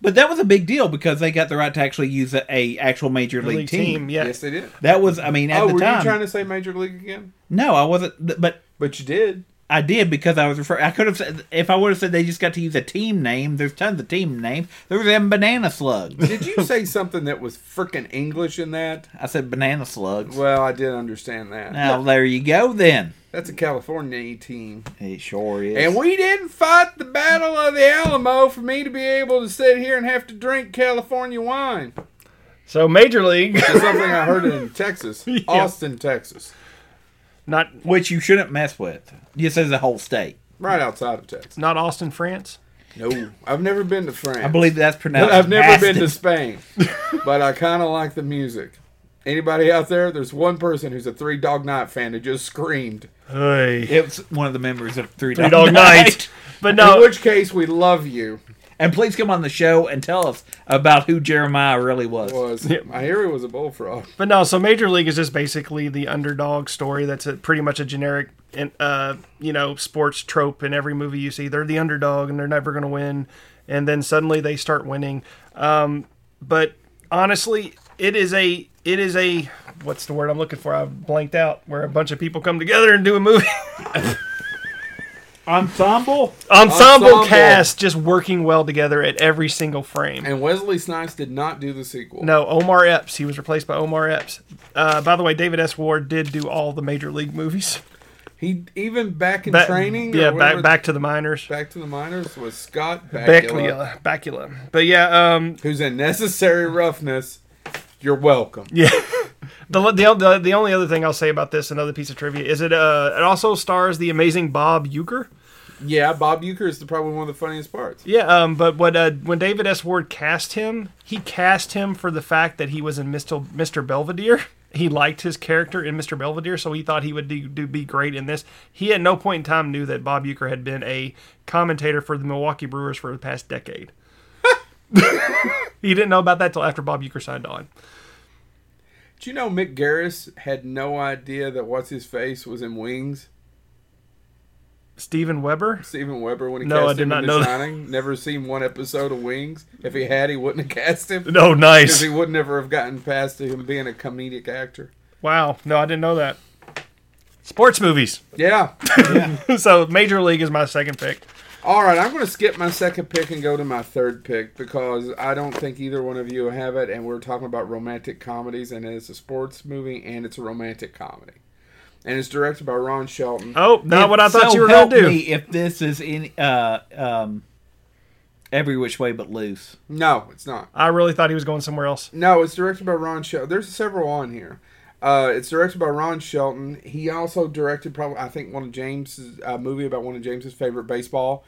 [SPEAKER 3] but that was a big deal because they got the right to actually use a, a actual major league,
[SPEAKER 1] league
[SPEAKER 3] team.
[SPEAKER 1] team. yeah.
[SPEAKER 2] Yes, they did.
[SPEAKER 3] That was, I mean, at
[SPEAKER 2] oh,
[SPEAKER 3] the
[SPEAKER 2] were
[SPEAKER 3] time.
[SPEAKER 2] you trying to say Major League again?
[SPEAKER 3] No, I wasn't. th- But
[SPEAKER 2] But you did.
[SPEAKER 3] I did because I was referring. I could have said if I would have said they just got to use a team name. There's tons of team names. There was them banana slugs.
[SPEAKER 2] Did you say something that was freaking English in that?
[SPEAKER 3] I said banana slugs.
[SPEAKER 2] Well, I did understand that.
[SPEAKER 3] Now there you go. Then
[SPEAKER 2] That's a California team.
[SPEAKER 3] it sure is.
[SPEAKER 2] And we didn't fight the Battle of the Alamo for me to be able to sit here and have to drink California wine.
[SPEAKER 1] So major league,
[SPEAKER 2] That's something I heard in Texas, Austin, Texas,
[SPEAKER 1] not
[SPEAKER 3] which you shouldn't mess with. Just as a whole state.
[SPEAKER 2] right outside of Texas.
[SPEAKER 1] not Austin, France.
[SPEAKER 2] No, I've never been to France.
[SPEAKER 3] I believe that's
[SPEAKER 2] But
[SPEAKER 3] pronounced.
[SPEAKER 2] I've never been to
[SPEAKER 3] Aston.
[SPEAKER 2] Spain, but I kind of like the music. Anybody out there? There's one person who's a Three Dog Night fan that just screamed.
[SPEAKER 1] Hey,
[SPEAKER 3] It was one of the members of Three,
[SPEAKER 1] Three Dog Night. But
[SPEAKER 2] In
[SPEAKER 1] no,
[SPEAKER 2] which case, we love you.
[SPEAKER 3] And please come on the show and tell us about who Jeremiah really was.
[SPEAKER 2] Was
[SPEAKER 1] Yeah.
[SPEAKER 2] I hear he was a bullfrog?
[SPEAKER 1] but no. So major league is just basically the underdog story. That's a, pretty much a generic, in- uh, you know, sports trope in every movie you see. They're the underdog and they're never going to win, and then suddenly they start winning. Um, but honestly, it is a it is a what's the word I'm looking for? I blanked out. Where a bunch of people come together and do a movie.
[SPEAKER 3] Ensemble.
[SPEAKER 1] Ensemble,
[SPEAKER 2] Ensemble.
[SPEAKER 1] cast just working well together at every single frame.
[SPEAKER 2] And Wesley Snipes did not do the sequel.
[SPEAKER 1] No, Omar Epps. He was replaced by Omar Epps. Uh, by the way, David S. Ward did do all the major league movies.
[SPEAKER 2] He even back in
[SPEAKER 1] Ba-
[SPEAKER 2] training. or
[SPEAKER 1] yeah,
[SPEAKER 2] whatever-
[SPEAKER 1] back back to the minors.
[SPEAKER 2] back to the minors was Scott
[SPEAKER 1] Bacula,
[SPEAKER 2] Bakula,
[SPEAKER 1] Bacula. But yeah, um,
[SPEAKER 2] who's in Necessary Roughness. You're welcome.
[SPEAKER 1] yeah. The, the, the, the only other thing I'll say about this, another piece of trivia, is it uh, it also stars the amazing Bob Uecker.
[SPEAKER 2] Yeah, Bob Euchre is the, probably one of the funniest parts.
[SPEAKER 1] Yeah, um, but what uh, when David S. Ward cast him, he cast him for the fact that he was in Mr. Mr. Belvedere. He liked his character in Mr. Belvedere, so he thought he would do, do be great in this. He at no point in time knew that Bob Euchre had been a commentator for the Milwaukee Brewers for the past decade. he didn't know about that till after Bob Euchre signed on.
[SPEAKER 2] Do you know Mick Garris had no idea that what's his face was in Wings?
[SPEAKER 1] Steven Weber.
[SPEAKER 2] Stephen Weber when he
[SPEAKER 1] No, I
[SPEAKER 2] cast
[SPEAKER 1] did
[SPEAKER 2] him
[SPEAKER 1] not
[SPEAKER 2] in
[SPEAKER 1] know that.
[SPEAKER 2] The Shining. Never seen one episode of Wings. If he had, he wouldn't have cast him
[SPEAKER 1] No,
[SPEAKER 2] because
[SPEAKER 1] nice.
[SPEAKER 2] he would never have gotten past him being a comedic actor.
[SPEAKER 1] Wow. No, I didn't know that. Sports movies.
[SPEAKER 2] Yeah.
[SPEAKER 1] so Major League is my second pick.
[SPEAKER 2] All right, I'm going to skip my second pick and go to my third pick because I don't think either one of you have it. And we're talking about romantic comedies, and it's a sports movie and it's a romantic comedy, and it's directed by Ron Shelton.
[SPEAKER 1] Oh, not what I thought
[SPEAKER 3] So
[SPEAKER 1] you were
[SPEAKER 3] help
[SPEAKER 1] going to do.
[SPEAKER 3] Me if this is in uh, um, every which way but loose.
[SPEAKER 2] No, it's not.
[SPEAKER 1] I really thought he was going somewhere else.
[SPEAKER 2] No, it's directed by Ron Shelton. There's several on here. Uh, it's directed by Ron Shelton. He also directed probably I think one of James's uh, movie about one of James's favorite baseball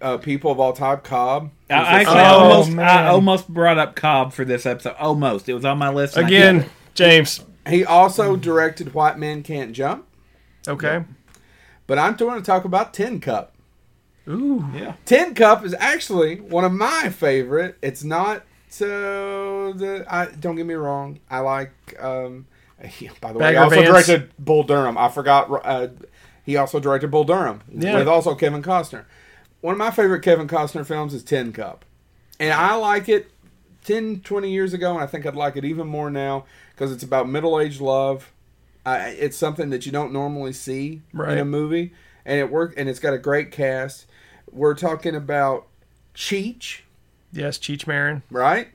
[SPEAKER 2] uh, people of all time, Cobb.
[SPEAKER 3] I, I
[SPEAKER 2] It's a-
[SPEAKER 3] actually
[SPEAKER 1] Oh,
[SPEAKER 3] almost
[SPEAKER 1] man.
[SPEAKER 3] I almost brought up Cobb for this episode. Almost, it was on my list and I
[SPEAKER 1] Again,
[SPEAKER 3] didn't.
[SPEAKER 1] James.
[SPEAKER 2] he also directed White Men Can't Jump.
[SPEAKER 1] Okay.
[SPEAKER 2] But I'm going to talk about Tin Cup.
[SPEAKER 1] Ooh.
[SPEAKER 3] Yeah.
[SPEAKER 2] Tin Cup is actually one of my favorite. It's not so. The I don't get me wrong. I like. Um, he- by the way, he
[SPEAKER 1] Bagger
[SPEAKER 2] also
[SPEAKER 1] Vance.
[SPEAKER 2] directed Bull Durham. I forgot. Uh, he also directed Bull Durham
[SPEAKER 1] Yeah.
[SPEAKER 2] with also Kevin Costner. One of my favorite Kevin Costner films is Tin Cup, and I like it 10, 20 years ago, and I think I'd like it even more now because it's about middle aged love. Uh, it's something that you don't normally see in
[SPEAKER 1] Right.
[SPEAKER 2] a movie, and it worked, and it's got a great cast. We're talking about Cheech,
[SPEAKER 1] Yes, Cheech Marin.
[SPEAKER 2] right?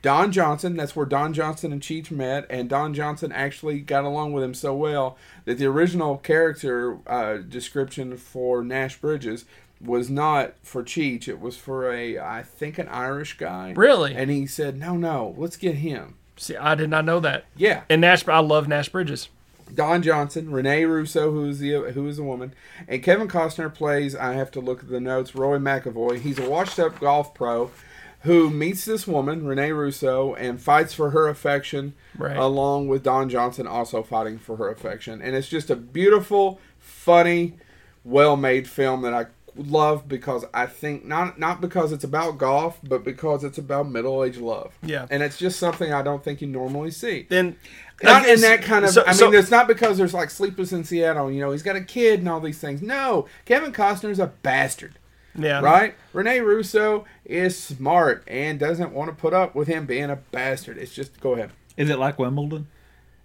[SPEAKER 2] Don Johnson. That's where Don Johnson and Cheech met, and Don Johnson actually got along with him so well that the original character uh, description for Nash Bridges was not for Cheech. It was for a, I think, an Irish guy.
[SPEAKER 1] Really?
[SPEAKER 2] And he said, "No, no, let's get him."
[SPEAKER 1] See, I did not know that.
[SPEAKER 2] Yeah,
[SPEAKER 1] And Nash, I love Nash Bridges.
[SPEAKER 2] Don Johnson, Renee Russo, who is the who is a woman, and Kevin Costner plays. I have to look at the notes. Roy McAvoy. He's a washed-up golf pro who meets this woman, Renee Russo, and fights for her affection,
[SPEAKER 1] Right.
[SPEAKER 2] along with Don Johnson also fighting for her affection. And it's just a beautiful, funny, well-made film that I love because I think not not because it's about golf, but because it's about middle-aged love.
[SPEAKER 1] Yeah.
[SPEAKER 2] and it's just something I don't think you normally see
[SPEAKER 1] Then
[SPEAKER 2] not in that kind of.
[SPEAKER 1] So-
[SPEAKER 2] I mean,
[SPEAKER 1] so-
[SPEAKER 2] it's not because there's like Sleepless in Seattle. You know, he's got a kid and all these things. No, Kevin Costner's a bastard,
[SPEAKER 1] yeah.
[SPEAKER 2] right? Rene Russo is smart and doesn't want to put up with him being a bastard. It's just go ahead.
[SPEAKER 3] Is it like Wimbledon?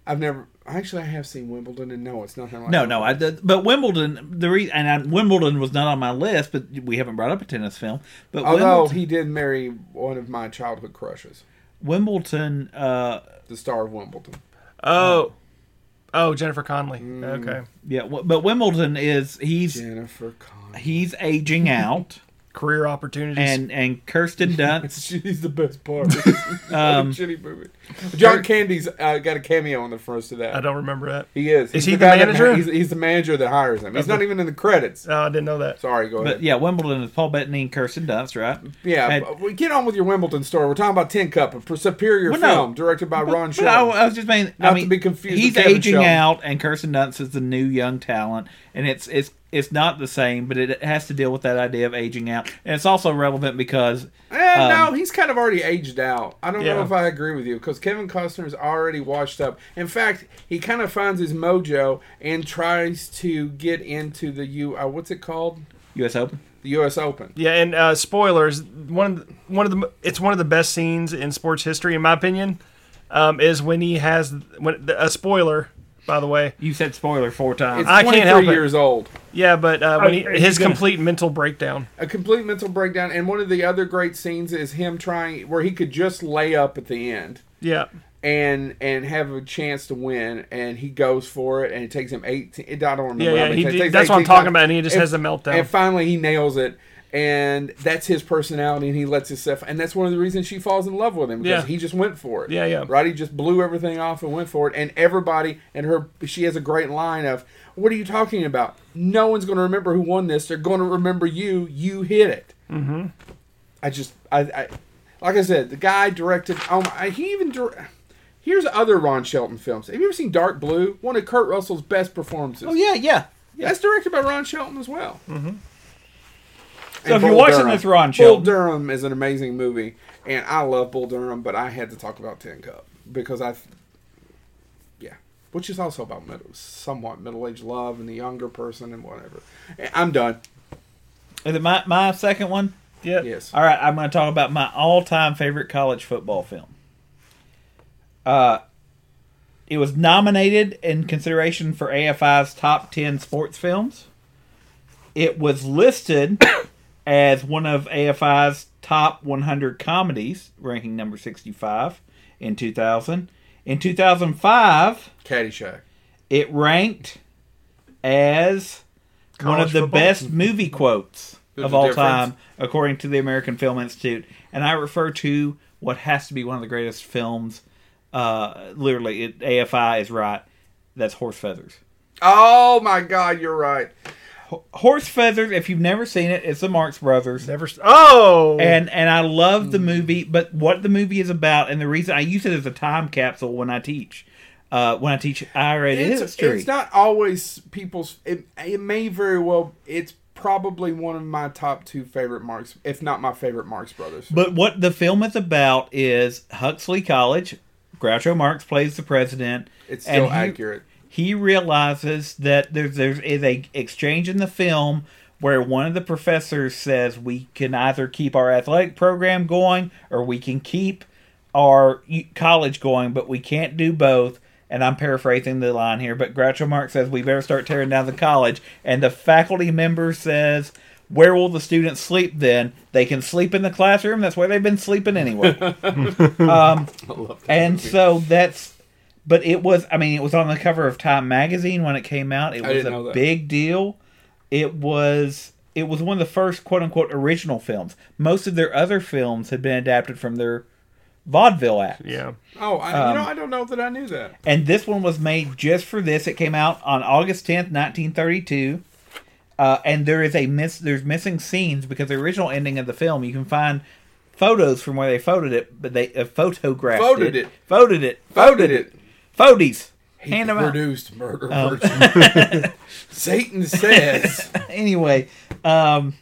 [SPEAKER 2] I've never actually I have seen Wimbledon and no, it's nothing like
[SPEAKER 3] No, no. I did- but Wimbledon. The re, and I, Wimbledon was not on my list, but we haven't brought up a tennis film. But
[SPEAKER 2] Although
[SPEAKER 3] Wimbledon,
[SPEAKER 2] he did marry one of my childhood crushes,
[SPEAKER 3] Wimbledon uh,
[SPEAKER 2] the star of Wimbledon.
[SPEAKER 1] Oh. Oh, Jennifer Connelly.
[SPEAKER 2] Mm.
[SPEAKER 1] Okay.
[SPEAKER 3] yeah. w- But Wimbledon is he's
[SPEAKER 2] Jennifer Connelly.
[SPEAKER 3] he's aging out,
[SPEAKER 1] Career opportunities.
[SPEAKER 3] and and Kirsten Dunst.
[SPEAKER 2] She's the best part. It's a shitty movie. John Candy's uh, got a cameo on the first of that.
[SPEAKER 1] I don't remember that.
[SPEAKER 2] He is.
[SPEAKER 1] he the
[SPEAKER 2] guy that-
[SPEAKER 1] manager?
[SPEAKER 2] he's, he's the manager that hires him. He's not even in the credits.
[SPEAKER 1] Oh, I didn't know that.
[SPEAKER 2] Sorry, go
[SPEAKER 3] But
[SPEAKER 2] ahead.
[SPEAKER 3] yeah, Wimbledon is Paul Bettany and Kirsten Dunst, right?
[SPEAKER 2] yeah,
[SPEAKER 3] And-
[SPEAKER 2] but we get on with your Wimbledon story. We're talking about Tin Cup, a pr- superior
[SPEAKER 3] Well, no.
[SPEAKER 2] film directed by
[SPEAKER 3] But-
[SPEAKER 2] Ron
[SPEAKER 3] but
[SPEAKER 2] Shelton.
[SPEAKER 3] I, uh, I was just saying.
[SPEAKER 2] Not
[SPEAKER 3] I
[SPEAKER 2] to
[SPEAKER 3] mean,
[SPEAKER 2] be confused with
[SPEAKER 3] He's
[SPEAKER 2] Kevin
[SPEAKER 3] aging
[SPEAKER 2] Sheldon.
[SPEAKER 3] out, and Kirsten Dunst is the new young talent, and it's it's it's not the same, but it has to deal with that idea of aging out, and it's also relevant because
[SPEAKER 2] Eh,
[SPEAKER 3] um,
[SPEAKER 2] no, he's kind of already aged out. I don't know
[SPEAKER 1] Yeah.
[SPEAKER 2] if I agree with you because Kevin Costner's already washed up. In fact, he kind of finds his mojo and tries to get into the U. Uh, what's it called?
[SPEAKER 3] U.S. Open.
[SPEAKER 2] The U.S. Open.
[SPEAKER 1] Yeah, and uh, spoilers. One of the, one of the it's one of the best scenes in sports history, in my opinion, um, is when he has when a spoiler. By the way,
[SPEAKER 3] You said spoiler four times.
[SPEAKER 2] It's
[SPEAKER 1] I can't
[SPEAKER 2] 23
[SPEAKER 1] help it.
[SPEAKER 2] years old.
[SPEAKER 1] yeah, but uh, when he,
[SPEAKER 4] are you
[SPEAKER 1] his
[SPEAKER 4] gonna-
[SPEAKER 1] complete mental breakdown.
[SPEAKER 2] a complete mental breakdown and one of the other great scenes is him trying where he could just lay up at the end
[SPEAKER 1] Yeah,
[SPEAKER 2] and and have a chance to win and he goes for it and it takes him 18 it, I don't remember
[SPEAKER 1] Yeah,
[SPEAKER 2] how
[SPEAKER 1] yeah,
[SPEAKER 2] many
[SPEAKER 1] he
[SPEAKER 2] times. It
[SPEAKER 1] did-
[SPEAKER 2] takes
[SPEAKER 1] that's what I'm
[SPEAKER 2] 18
[SPEAKER 1] talking
[SPEAKER 2] times.
[SPEAKER 1] about, and he just
[SPEAKER 2] And-
[SPEAKER 1] has a meltdown.
[SPEAKER 2] and finally he nails it and that's his personality and he lets himself and that's one of the reasons she falls in love with him because
[SPEAKER 1] Yeah.
[SPEAKER 2] he just went for it
[SPEAKER 1] Yeah, yeah.
[SPEAKER 2] right he just blew everything off and went for it and everybody and her she has a great line of what are you talking about no one's going to remember who won this they're going to remember you you hit it I just I, I like I said, the guy directed. Um, I, he even dir- here's other Ron Shelton films. Have you ever seen Dark Blue? One of Kurt Russell's best performances.
[SPEAKER 3] oh yeah, yeah.
[SPEAKER 2] that's directed by Ron Shelton as well. Mm-hmm.
[SPEAKER 3] So if you're watching this Ron
[SPEAKER 2] Bull
[SPEAKER 3] Shelton-
[SPEAKER 2] Durham is an amazing movie, and I love Bull Durham, but I had to talk about Ten Cup because I which is also about middle, somewhat middle-aged love and the younger person and whatever. I'm done.
[SPEAKER 3] Is it my, my second one? Yep.
[SPEAKER 2] Yes.
[SPEAKER 3] All right, I'm going to talk about my all time favorite college football film. Uh, it was nominated in consideration for AFI's top 10 sports films. It was listed as one of AFI's top 100 comedies, ranking number 65 in 2000. In 2005,
[SPEAKER 2] Caddyshack.
[SPEAKER 3] it ranked as one
[SPEAKER 1] College
[SPEAKER 3] of the
[SPEAKER 1] football?
[SPEAKER 3] best movie quotes
[SPEAKER 2] There's
[SPEAKER 3] of
[SPEAKER 2] a
[SPEAKER 3] all
[SPEAKER 2] difference.
[SPEAKER 3] time, according to the American Film Institute. And I refer to what has to be one of the greatest films. Uh, literally, it, AFI is right. That's Horse Feathers.
[SPEAKER 2] Oh my God, you're right.
[SPEAKER 3] Horse Feathers. If you've never seen it, it's the Marx Brothers.
[SPEAKER 1] Never. s- Oh,
[SPEAKER 3] and and I love
[SPEAKER 2] Hmm.
[SPEAKER 3] the movie, but what the movie is about, and the reason I use it as a time capsule when I teach, uh, when I teach IRA
[SPEAKER 2] it's,
[SPEAKER 3] history.
[SPEAKER 2] it's not always people's. It, it may very well. It's probably one of my top two favorite Marx, if not my favorite Marx Brothers.
[SPEAKER 3] But what the film is about is Huxley College. Groucho Marx plays the president.
[SPEAKER 2] It's still
[SPEAKER 3] and he-
[SPEAKER 2] accurate.
[SPEAKER 3] He realizes that there's there is a exchange in the film where one of the professors says we can either keep our athletic program going or we can keep our u- college going, but we can't do both. And I'm paraphrasing the line here, but Groucho Marx says we better start tearing down the college. And the faculty member says, "Where will the students sleep then? They can sleep in the classroom. That's where they've been sleeping anyway."
[SPEAKER 2] I love that.
[SPEAKER 3] And
[SPEAKER 2] movie.
[SPEAKER 3] so that's, but it was. I mean, it was on the cover of Time magazine when it came out. It
[SPEAKER 2] I
[SPEAKER 3] was
[SPEAKER 2] didn't know
[SPEAKER 3] a
[SPEAKER 2] that.
[SPEAKER 3] big deal. It was. It was one of the first quote unquote original films. Most of their other films had been adapted from their vaudeville acts.
[SPEAKER 1] yeah.
[SPEAKER 2] oh, I,
[SPEAKER 3] Um,
[SPEAKER 2] you know, I don't know that I knew that.
[SPEAKER 3] And this one was made just for this. It came out on August 10th, 1932. Uh, and there is a miss there's missing scenes because the original ending of the film you can find photos from where they photoed it, but they uh, photographed
[SPEAKER 2] Voted it.
[SPEAKER 3] Voted it.
[SPEAKER 2] Voted it.
[SPEAKER 3] Foodies.
[SPEAKER 2] He
[SPEAKER 3] Hand them out. Um,
[SPEAKER 2] produced murder Virgin. Satan says.
[SPEAKER 3] Anyway, um,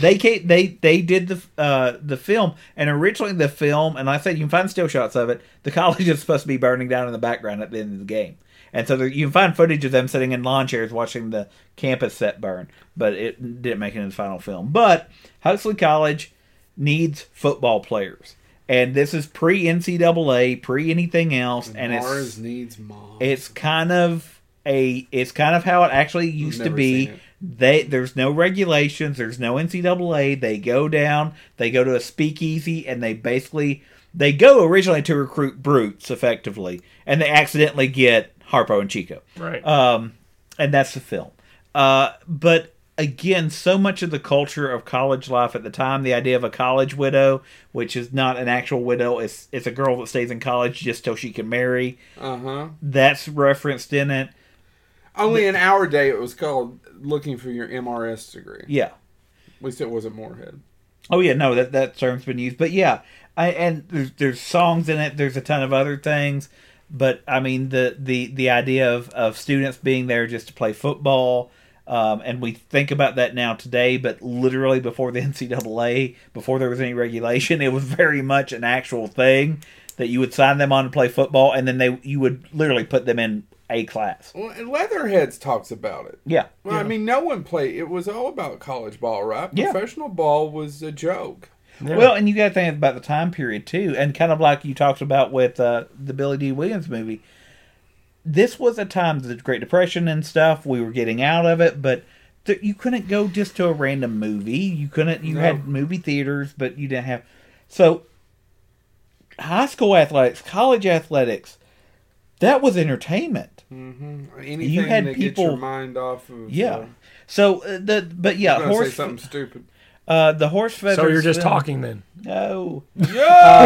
[SPEAKER 3] they ca- they they did the uh, the film, and originally the film, and I said you can find still shots of it. The college is supposed to be burning down in the background at the end of the game, and so there, you can find footage of them sitting in lawn chairs watching the campus set burn. But it didn't make it in the final film. But Huxley College needs football players. And this is pre NCAA, pre anything else, and it's
[SPEAKER 2] Mars needs mom.
[SPEAKER 3] it's kind of a it's kind of how it actually used to
[SPEAKER 2] Never
[SPEAKER 3] be
[SPEAKER 2] seen it.
[SPEAKER 3] they there's no regulations there's no ncaa they go down they go to a speakeasy and they basically they go originally to recruit brutes effectively and they accidentally get harpo and chico
[SPEAKER 1] Right.
[SPEAKER 3] um, and that's the film. Uh, but again, so much of the culture of college life at the time, the idea of a college widow, which is not an actual widow, it's it's a girl that stays in college just till she can marry.
[SPEAKER 2] Uh huh.
[SPEAKER 3] That's referenced in it.
[SPEAKER 2] Only in our day, it was called looking for your MRS degree.
[SPEAKER 3] Yeah.
[SPEAKER 2] At least it wasn't Moorhead.
[SPEAKER 3] Oh yeah, no, that that term's been used, but yeah, I, and there's there's songs in it. There's a ton of other things, but I mean the the the idea of of students being there just to play football, um, and we think about that now today, but literally before the NCAA, before there was any regulation, it was very much an actual thing that you would sign them on to play football, and then they you would literally put them in a class.
[SPEAKER 2] Well, and Leatherheads talks about it.
[SPEAKER 3] Yeah,
[SPEAKER 2] Well, I mean, no one played. It was all about college ball, right?
[SPEAKER 3] Yeah.
[SPEAKER 2] Professional ball was a joke.
[SPEAKER 1] Yeah.
[SPEAKER 3] Well, and you got to think about the time period too, and kind of like you talked about with uh, the Billy D. Williams movie. This was a time the Great Depression and stuff. We were getting out of it, but th- you couldn't go just to a random movie. You couldn't. You
[SPEAKER 2] No.
[SPEAKER 3] had movie theaters, but you didn't have. So, high school athletics, college athletics, that was entertainment.
[SPEAKER 2] Hmm, Anything
[SPEAKER 3] had
[SPEAKER 2] that gets
[SPEAKER 3] people-
[SPEAKER 2] your mind off of.
[SPEAKER 3] Yeah. So uh, the but
[SPEAKER 2] Uh,
[SPEAKER 3] yeah,
[SPEAKER 2] I'm gonna say
[SPEAKER 3] horse
[SPEAKER 2] something stupid.
[SPEAKER 3] uh, the horse feathers.
[SPEAKER 1] so you're just
[SPEAKER 3] film-
[SPEAKER 1] talking then.
[SPEAKER 3] No.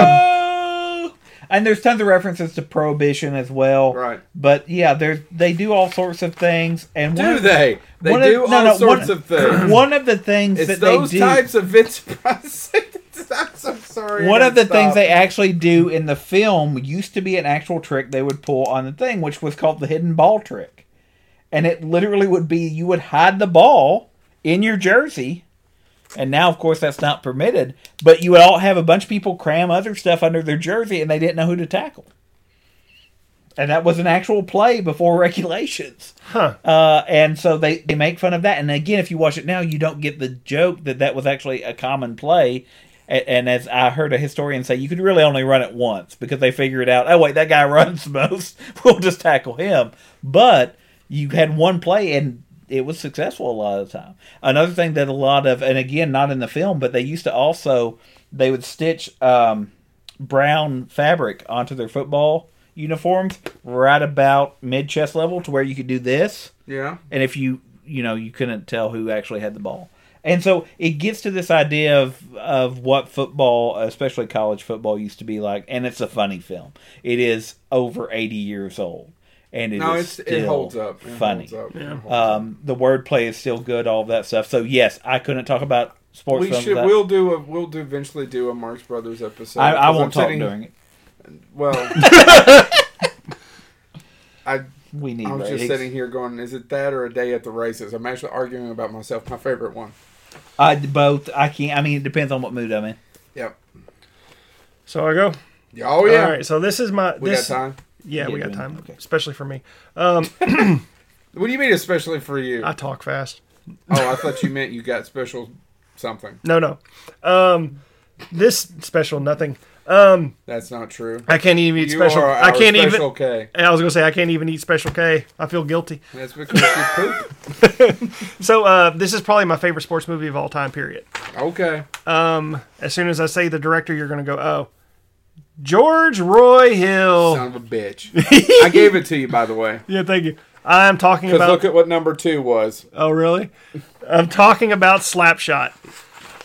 [SPEAKER 2] Yo!
[SPEAKER 3] and there's tons of references to prohibition as well.
[SPEAKER 2] Right.
[SPEAKER 3] But yeah, they they do all sorts of things, and one
[SPEAKER 2] do
[SPEAKER 3] of-
[SPEAKER 2] they? They
[SPEAKER 3] one of-
[SPEAKER 2] do
[SPEAKER 3] no,
[SPEAKER 2] all
[SPEAKER 3] no,
[SPEAKER 2] sorts
[SPEAKER 3] one-
[SPEAKER 2] of things.
[SPEAKER 3] One of the things
[SPEAKER 2] It's
[SPEAKER 3] that
[SPEAKER 2] those
[SPEAKER 3] they do.
[SPEAKER 2] types of enterprises. I'm so sorry.
[SPEAKER 3] one
[SPEAKER 2] I
[SPEAKER 3] of the
[SPEAKER 2] didn't
[SPEAKER 3] things
[SPEAKER 2] stop.
[SPEAKER 3] they actually do in the film used to be an actual trick they would pull on the thing, which was called the hidden ball trick, and it literally would be you would hide the ball in your jersey. And now, of course, that's not permitted. But you would all have a bunch of people cram other stuff under their jersey, and they didn't know who to tackle. and that was an actual play before regulations.
[SPEAKER 1] Huh.
[SPEAKER 3] Uh, and so they, they make fun of that. And again, if you watch it now, you don't get the joke that that was actually a common play. A- And as I heard a historian say, you could really only run it once because they figured out, oh, wait, that guy runs most. We'll just tackle him. But you had one play and it was successful a lot of the time. Another thing that a lot of, and again, not in the film, but they used to also, they would stitch um, brown fabric onto their football uniforms right about mid chest level to where you could do this
[SPEAKER 2] Yeah.
[SPEAKER 3] and if you you know you couldn't tell who actually had the ball and so it gets to this idea of of what football especially college football used to be like and it's a funny film it is over 80 years old and it is
[SPEAKER 2] No, it's
[SPEAKER 3] still
[SPEAKER 2] it holds up. It
[SPEAKER 3] funny
[SPEAKER 2] Holds up. It holds up.
[SPEAKER 3] um the wordplay is still good all of that stuff so yes i couldn't talk about sports
[SPEAKER 2] we
[SPEAKER 3] films
[SPEAKER 2] should.
[SPEAKER 3] without-
[SPEAKER 2] We'll do a. We'll do eventually do a Marx Brothers episode.
[SPEAKER 3] I, I
[SPEAKER 2] 'cause
[SPEAKER 3] won't
[SPEAKER 2] I'm
[SPEAKER 3] talk
[SPEAKER 2] sitting-
[SPEAKER 3] during it
[SPEAKER 2] Well, I
[SPEAKER 3] we need
[SPEAKER 2] I was just
[SPEAKER 3] ratings.
[SPEAKER 2] sitting here going, is it that or a day at the races? I'm actually arguing about myself. My favorite one.
[SPEAKER 3] i both i can't i mean it depends on what mood i'm in
[SPEAKER 2] Yep.
[SPEAKER 1] So I go.
[SPEAKER 2] Yeah, Oh yeah.
[SPEAKER 1] All right. So this is my.
[SPEAKER 2] We
[SPEAKER 1] this,
[SPEAKER 2] got time.
[SPEAKER 1] Yeah, we
[SPEAKER 3] Yeah,
[SPEAKER 1] got
[SPEAKER 3] we-
[SPEAKER 1] time,
[SPEAKER 3] okay.
[SPEAKER 1] especially for me. Um,
[SPEAKER 2] What do you mean, especially for you?
[SPEAKER 1] I talk fast.
[SPEAKER 2] oh, I thought you meant you got special something.
[SPEAKER 1] No, no. Um, this special nothing. Um,
[SPEAKER 2] That's not true.
[SPEAKER 1] I can't even eat
[SPEAKER 2] You
[SPEAKER 1] special.
[SPEAKER 2] are
[SPEAKER 1] I
[SPEAKER 2] our
[SPEAKER 1] can't
[SPEAKER 2] special
[SPEAKER 1] even.
[SPEAKER 2] K.
[SPEAKER 1] I was gonna say I can't even eat special K. I feel guilty.
[SPEAKER 2] That's because you poop.
[SPEAKER 1] So uh, this is probably my favorite sports movie of all time. Period.
[SPEAKER 2] Okay.
[SPEAKER 1] Um, as soon as I say the director, you're gonna go, oh, George Roy Hill.
[SPEAKER 2] Son of a bitch. I gave it to you, by the way.
[SPEAKER 1] yeah, thank you. I'm talking
[SPEAKER 2] Because
[SPEAKER 1] about.
[SPEAKER 2] look at what number two was.
[SPEAKER 1] oh, really? I'm talking about Slapshot.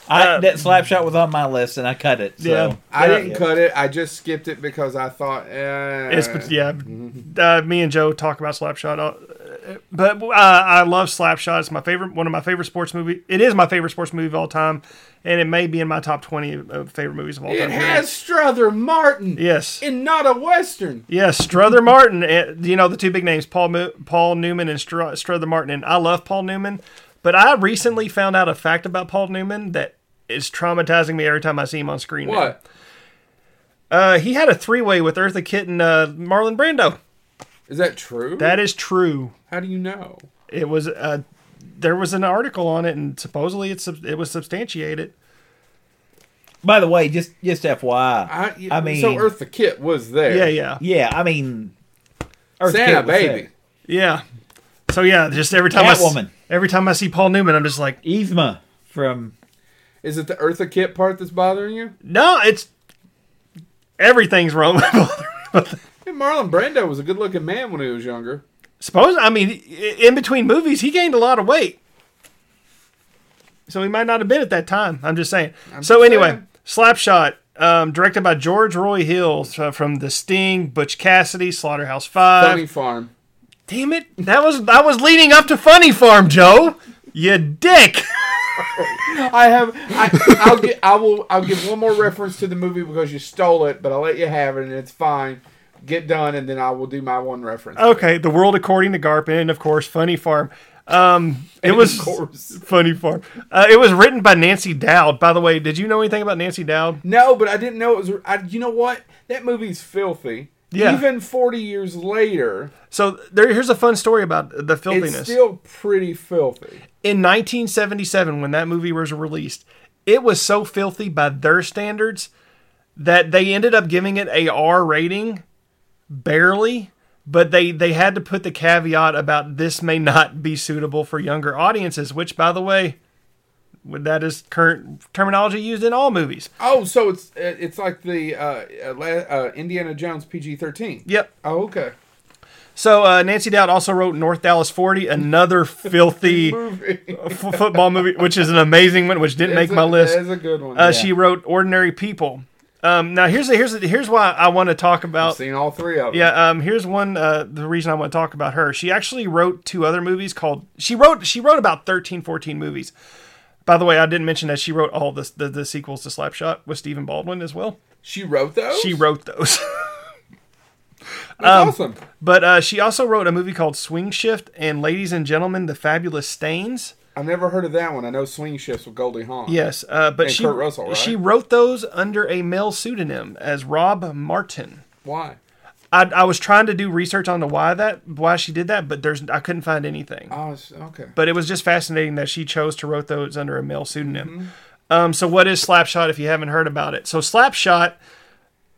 [SPEAKER 3] I, that slap shot was on my list and i cut it so
[SPEAKER 1] Yeah.
[SPEAKER 2] I
[SPEAKER 1] Yeah.
[SPEAKER 2] didn't cut it. I just skipped it because I thought, eh.
[SPEAKER 1] It's but yeah,
[SPEAKER 2] Mm-hmm.
[SPEAKER 1] uh, me and Joe talk about Slapshot, uh, but uh, I love Slapshot. It's my favorite, one of my favorite sports movie. It is my favorite sports movie of all time, and it may be in my top twenty of- of favorite movies of all
[SPEAKER 2] It
[SPEAKER 1] time.
[SPEAKER 2] has Strother Martin
[SPEAKER 1] yes,
[SPEAKER 2] and not a Western.
[SPEAKER 1] yes, Strother Martin. uh, You know the two big names, Paul Mo- Paul Newman and Str- Strother Martin. And I love Paul Newman, but I recently found out a fact about Paul Newman that is traumatizing me every time I see him on screen. now.
[SPEAKER 2] What?
[SPEAKER 1] Uh, he had a three way with Eartha Kitt and uh, Marlon Brando.
[SPEAKER 2] Is that true?
[SPEAKER 1] That is true.
[SPEAKER 2] How do you know?
[SPEAKER 1] it was uh there was an article on it and supposedly it's sub- it was substantiated
[SPEAKER 3] by the way just just fyi
[SPEAKER 2] I,
[SPEAKER 3] I mean-
[SPEAKER 2] so Eartha Kitt was there.
[SPEAKER 1] yeah yeah
[SPEAKER 3] Yeah, I mean, Earth
[SPEAKER 2] Santa
[SPEAKER 3] Kid was
[SPEAKER 2] baby.
[SPEAKER 3] sick.
[SPEAKER 1] yeah so yeah just every time I s-
[SPEAKER 3] Catwoman.
[SPEAKER 1] every time i see paul newman i'm just like
[SPEAKER 3] Yzma from
[SPEAKER 2] Is it the Eartha Kitt part that's bothering you?
[SPEAKER 1] no it's everything's wrong with Paul Newman.
[SPEAKER 2] Yeah, Marlon Brando was a good-looking man when he was younger.
[SPEAKER 1] suppose i mean i- in between movies he gained a lot of weight so he might not have been at that time i'm just saying so
[SPEAKER 2] just
[SPEAKER 1] anyway
[SPEAKER 2] saying.
[SPEAKER 1] slapshot um, directed by george roy hill so from the sting butch cassidy slaughterhouse five
[SPEAKER 2] Funny farm.
[SPEAKER 1] Damn it! That was that was leading up to Funny Farm, Joe. You dick.
[SPEAKER 2] I have. I, I'll get. I will. I'll give one more reference to the movie because you stole it, but I'll let you have it, and it's fine. Get done, and then I will do my one reference.
[SPEAKER 1] Okay, the world according to Garpin, and of course, Funny Farm. Um, it was
[SPEAKER 2] course.
[SPEAKER 1] Funny Farm. Uh, it was written by Nancy Dowd. By the way, did you know anything about Nancy Dowd?
[SPEAKER 2] No, but I didn't know it was. I, you know what? That movie's filthy.
[SPEAKER 1] Yeah.
[SPEAKER 2] Even forty years later,
[SPEAKER 1] So there, here's a fun story about the filthiness.
[SPEAKER 2] it's still pretty filthy.
[SPEAKER 1] In 1977, when that movie was released, it was so filthy by their standards that they ended up giving it a R rating, barely. But they they had to put the caveat about this may not be suitable for younger audiences, which, by the way, that is current terminology used in all movies.
[SPEAKER 2] Oh, so it's it's like the uh, uh, la- uh, Indiana Jones PG thirteen.
[SPEAKER 1] Yep.
[SPEAKER 2] Oh, okay.
[SPEAKER 1] So uh, Nancy Dowd also wrote North Dallas 40, another filthy
[SPEAKER 2] Movie.
[SPEAKER 1] f- football movie, which is an amazing one, which didn't make
[SPEAKER 2] That's a-
[SPEAKER 1] my list.
[SPEAKER 2] That's a good one.
[SPEAKER 1] Uh, She wrote "Ordinary People." Um, now here's the, here's the, here's why I want to talk
[SPEAKER 2] I've
[SPEAKER 1] about.
[SPEAKER 2] seen all three of them.
[SPEAKER 1] Yeah, um, here's one. Uh, the reason I want to talk about her. She actually wrote two other movies called. She wrote she wrote about 13, 14 movies. By the way, I didn't mention that she wrote all the the, the sequels to Slapshot with Stephen Baldwin as well.
[SPEAKER 2] She wrote those.
[SPEAKER 1] She wrote those,
[SPEAKER 2] That's awesome.
[SPEAKER 1] but uh, she also wrote a movie called Swing Shift and Ladies and Gentlemen, The Fabulous Stains.
[SPEAKER 2] I've never heard of that one. I know swing shifts with Goldie Hawn.
[SPEAKER 1] Yes, uh, but
[SPEAKER 2] And
[SPEAKER 1] she
[SPEAKER 2] Kurt Russell, right?
[SPEAKER 1] she wrote those under a male pseudonym as Rob Martin.
[SPEAKER 2] Why?
[SPEAKER 1] I, I was trying to do research on the why that why she did that, but there's I couldn't find anything.
[SPEAKER 2] Oh, it's- okay.
[SPEAKER 1] But it was just fascinating that she chose to wrote those under a male pseudonym.
[SPEAKER 2] Mm-hmm.
[SPEAKER 1] Um, so what is Slapshot if you haven't heard about it? So Slapshot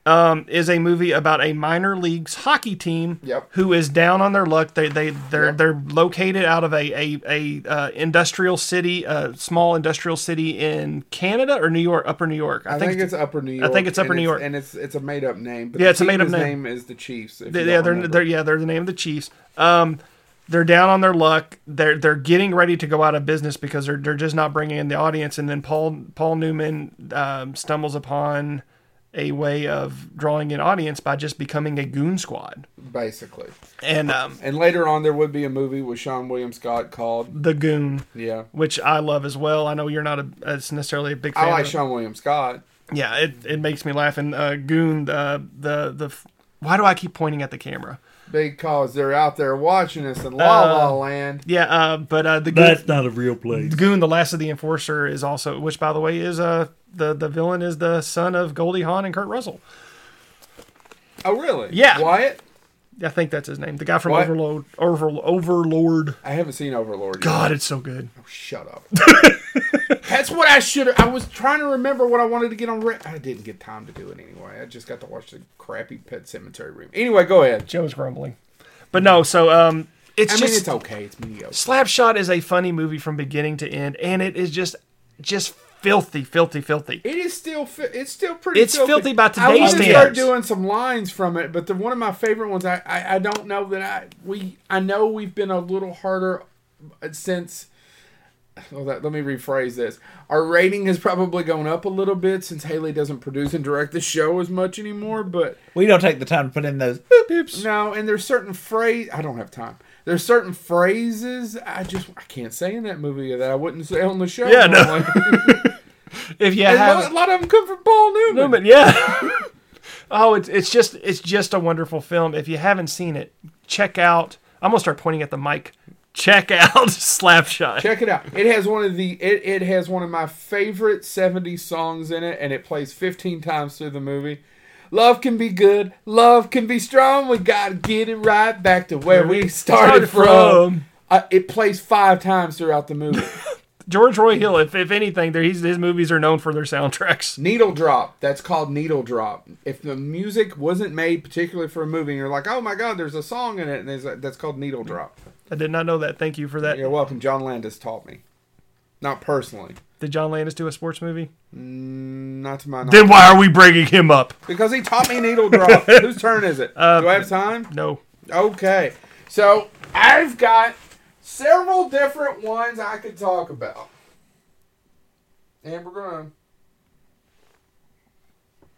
[SPEAKER 1] um, is a movie about a minor leagues hockey team
[SPEAKER 2] Yep.
[SPEAKER 1] who is down on their luck. They they they're
[SPEAKER 2] Yep.
[SPEAKER 1] they're located out of a a, a uh, industrial city, a small industrial city in Canada or New York, Upper New York.
[SPEAKER 2] I think, it's Upper New York.
[SPEAKER 1] think it's Upper
[SPEAKER 2] and
[SPEAKER 1] New York.
[SPEAKER 2] and it's it's a made up name. But
[SPEAKER 1] Yeah,
[SPEAKER 2] the
[SPEAKER 1] it's a
[SPEAKER 2] team
[SPEAKER 1] made-up
[SPEAKER 2] is
[SPEAKER 1] name.
[SPEAKER 2] is the Chiefs. if
[SPEAKER 1] They-
[SPEAKER 2] you
[SPEAKER 1] yeah,
[SPEAKER 2] don't
[SPEAKER 1] they're
[SPEAKER 2] remember.
[SPEAKER 1] they're yeah they're the name of the Chiefs. Um, they're down on their luck. They're they're getting ready to go out of business because they're they're just not bringing in the audience. And then Paul Paul Newman um, stumbles upon a way of drawing an audience by just becoming a goon squad.
[SPEAKER 2] basically.
[SPEAKER 1] And um,
[SPEAKER 2] And later on, there would be a movie with Sean William Scott called
[SPEAKER 1] the goon,
[SPEAKER 2] Yeah.
[SPEAKER 1] which I love as well. I know you're not a it's necessarily a big fan.
[SPEAKER 2] I like
[SPEAKER 1] of-
[SPEAKER 2] Sean William Scott.
[SPEAKER 1] Yeah, it, it makes me laugh. And uh, goon uh, the the f- why do I keep pointing at the camera?
[SPEAKER 2] Because they're out there watching us in La La Land.
[SPEAKER 1] Yeah, uh, but uh, the goon,
[SPEAKER 5] That's not a real place.
[SPEAKER 1] Goon, the last of the enforcer, is also which by the way is uh the the villain is the son of Goldie Hawn and Kurt Russell.
[SPEAKER 2] Oh, really?
[SPEAKER 1] Yeah.
[SPEAKER 2] Wyatt?
[SPEAKER 1] I think that's his name. The guy from
[SPEAKER 2] What?
[SPEAKER 1] Overlord Overlord Overlord.
[SPEAKER 2] I haven't seen Overlord. yet.
[SPEAKER 1] God, it's so good.
[SPEAKER 2] Shut up. That's what I should have. I was trying to remember what I wanted to get on. Re- I didn't get time to do it anyway. I just got to watch the crappy Pet Cemetery room. Anyway, go ahead.
[SPEAKER 1] Joe's grumbling. But no, so um it's
[SPEAKER 2] I mean,
[SPEAKER 1] just
[SPEAKER 2] it's okay. It's mediocre.
[SPEAKER 1] Slapshot is a funny movie from beginning to end and it is just just filthy, filthy, filthy.
[SPEAKER 2] It is still fi- it's still pretty.
[SPEAKER 1] It's filthy by
[SPEAKER 2] I
[SPEAKER 1] today's
[SPEAKER 2] wanna start
[SPEAKER 1] standards.
[SPEAKER 2] doing some lines from it, but the one of my favorite ones. I, I I don't know that I we I know we've been a little harder uh, since. Well, that, let me rephrase this. Our rating has probably gone up a little bit since Haley doesn't produce and direct the show as much anymore, but.
[SPEAKER 3] We don't take the time to put in those boop boops.
[SPEAKER 2] No, and there's certain phrase I don't have time. There's certain phrases I just I can't say in that movie that I wouldn't say on the show.
[SPEAKER 1] Yeah, no.
[SPEAKER 2] normally.
[SPEAKER 1] If you
[SPEAKER 2] And a,
[SPEAKER 1] have
[SPEAKER 2] lot, a lot of them come from Paul Newman.
[SPEAKER 1] Newman, yeah. oh, it's it's just it's just a wonderful film. If you haven't seen it, check out. I'm gonna start pointing at the mic. Check out Slapshot.
[SPEAKER 2] Check it out. It has one of the it, it has one of my favorite 70s songs in it, and it plays 15 times through the movie. Love can be good. Love can be strong. We gotta get it right back to where we started,
[SPEAKER 1] started
[SPEAKER 2] from.
[SPEAKER 1] from.
[SPEAKER 2] Uh, it plays five times throughout the movie.
[SPEAKER 1] George Roy Hill, if, if anything, there he's, his movies are known for their soundtracks.
[SPEAKER 2] Needle drop. That's called needle drop. If the music wasn't made particularly for a movie, and you're like, oh my god, there's a song in it, and there's a, that's called needle drop.
[SPEAKER 1] I did not know that. Thank you for that.
[SPEAKER 2] You're welcome. John Landis taught me. Not personally.
[SPEAKER 1] Did John Landis do a sports movie?
[SPEAKER 2] Not to my knowledge.
[SPEAKER 1] Then why are we bringing him up?
[SPEAKER 2] Because he taught me needle drop. Whose turn is it?
[SPEAKER 3] Um,
[SPEAKER 2] Do I have time?
[SPEAKER 1] No.
[SPEAKER 2] Okay. So I've got several different ones I could talk about. And we're going to.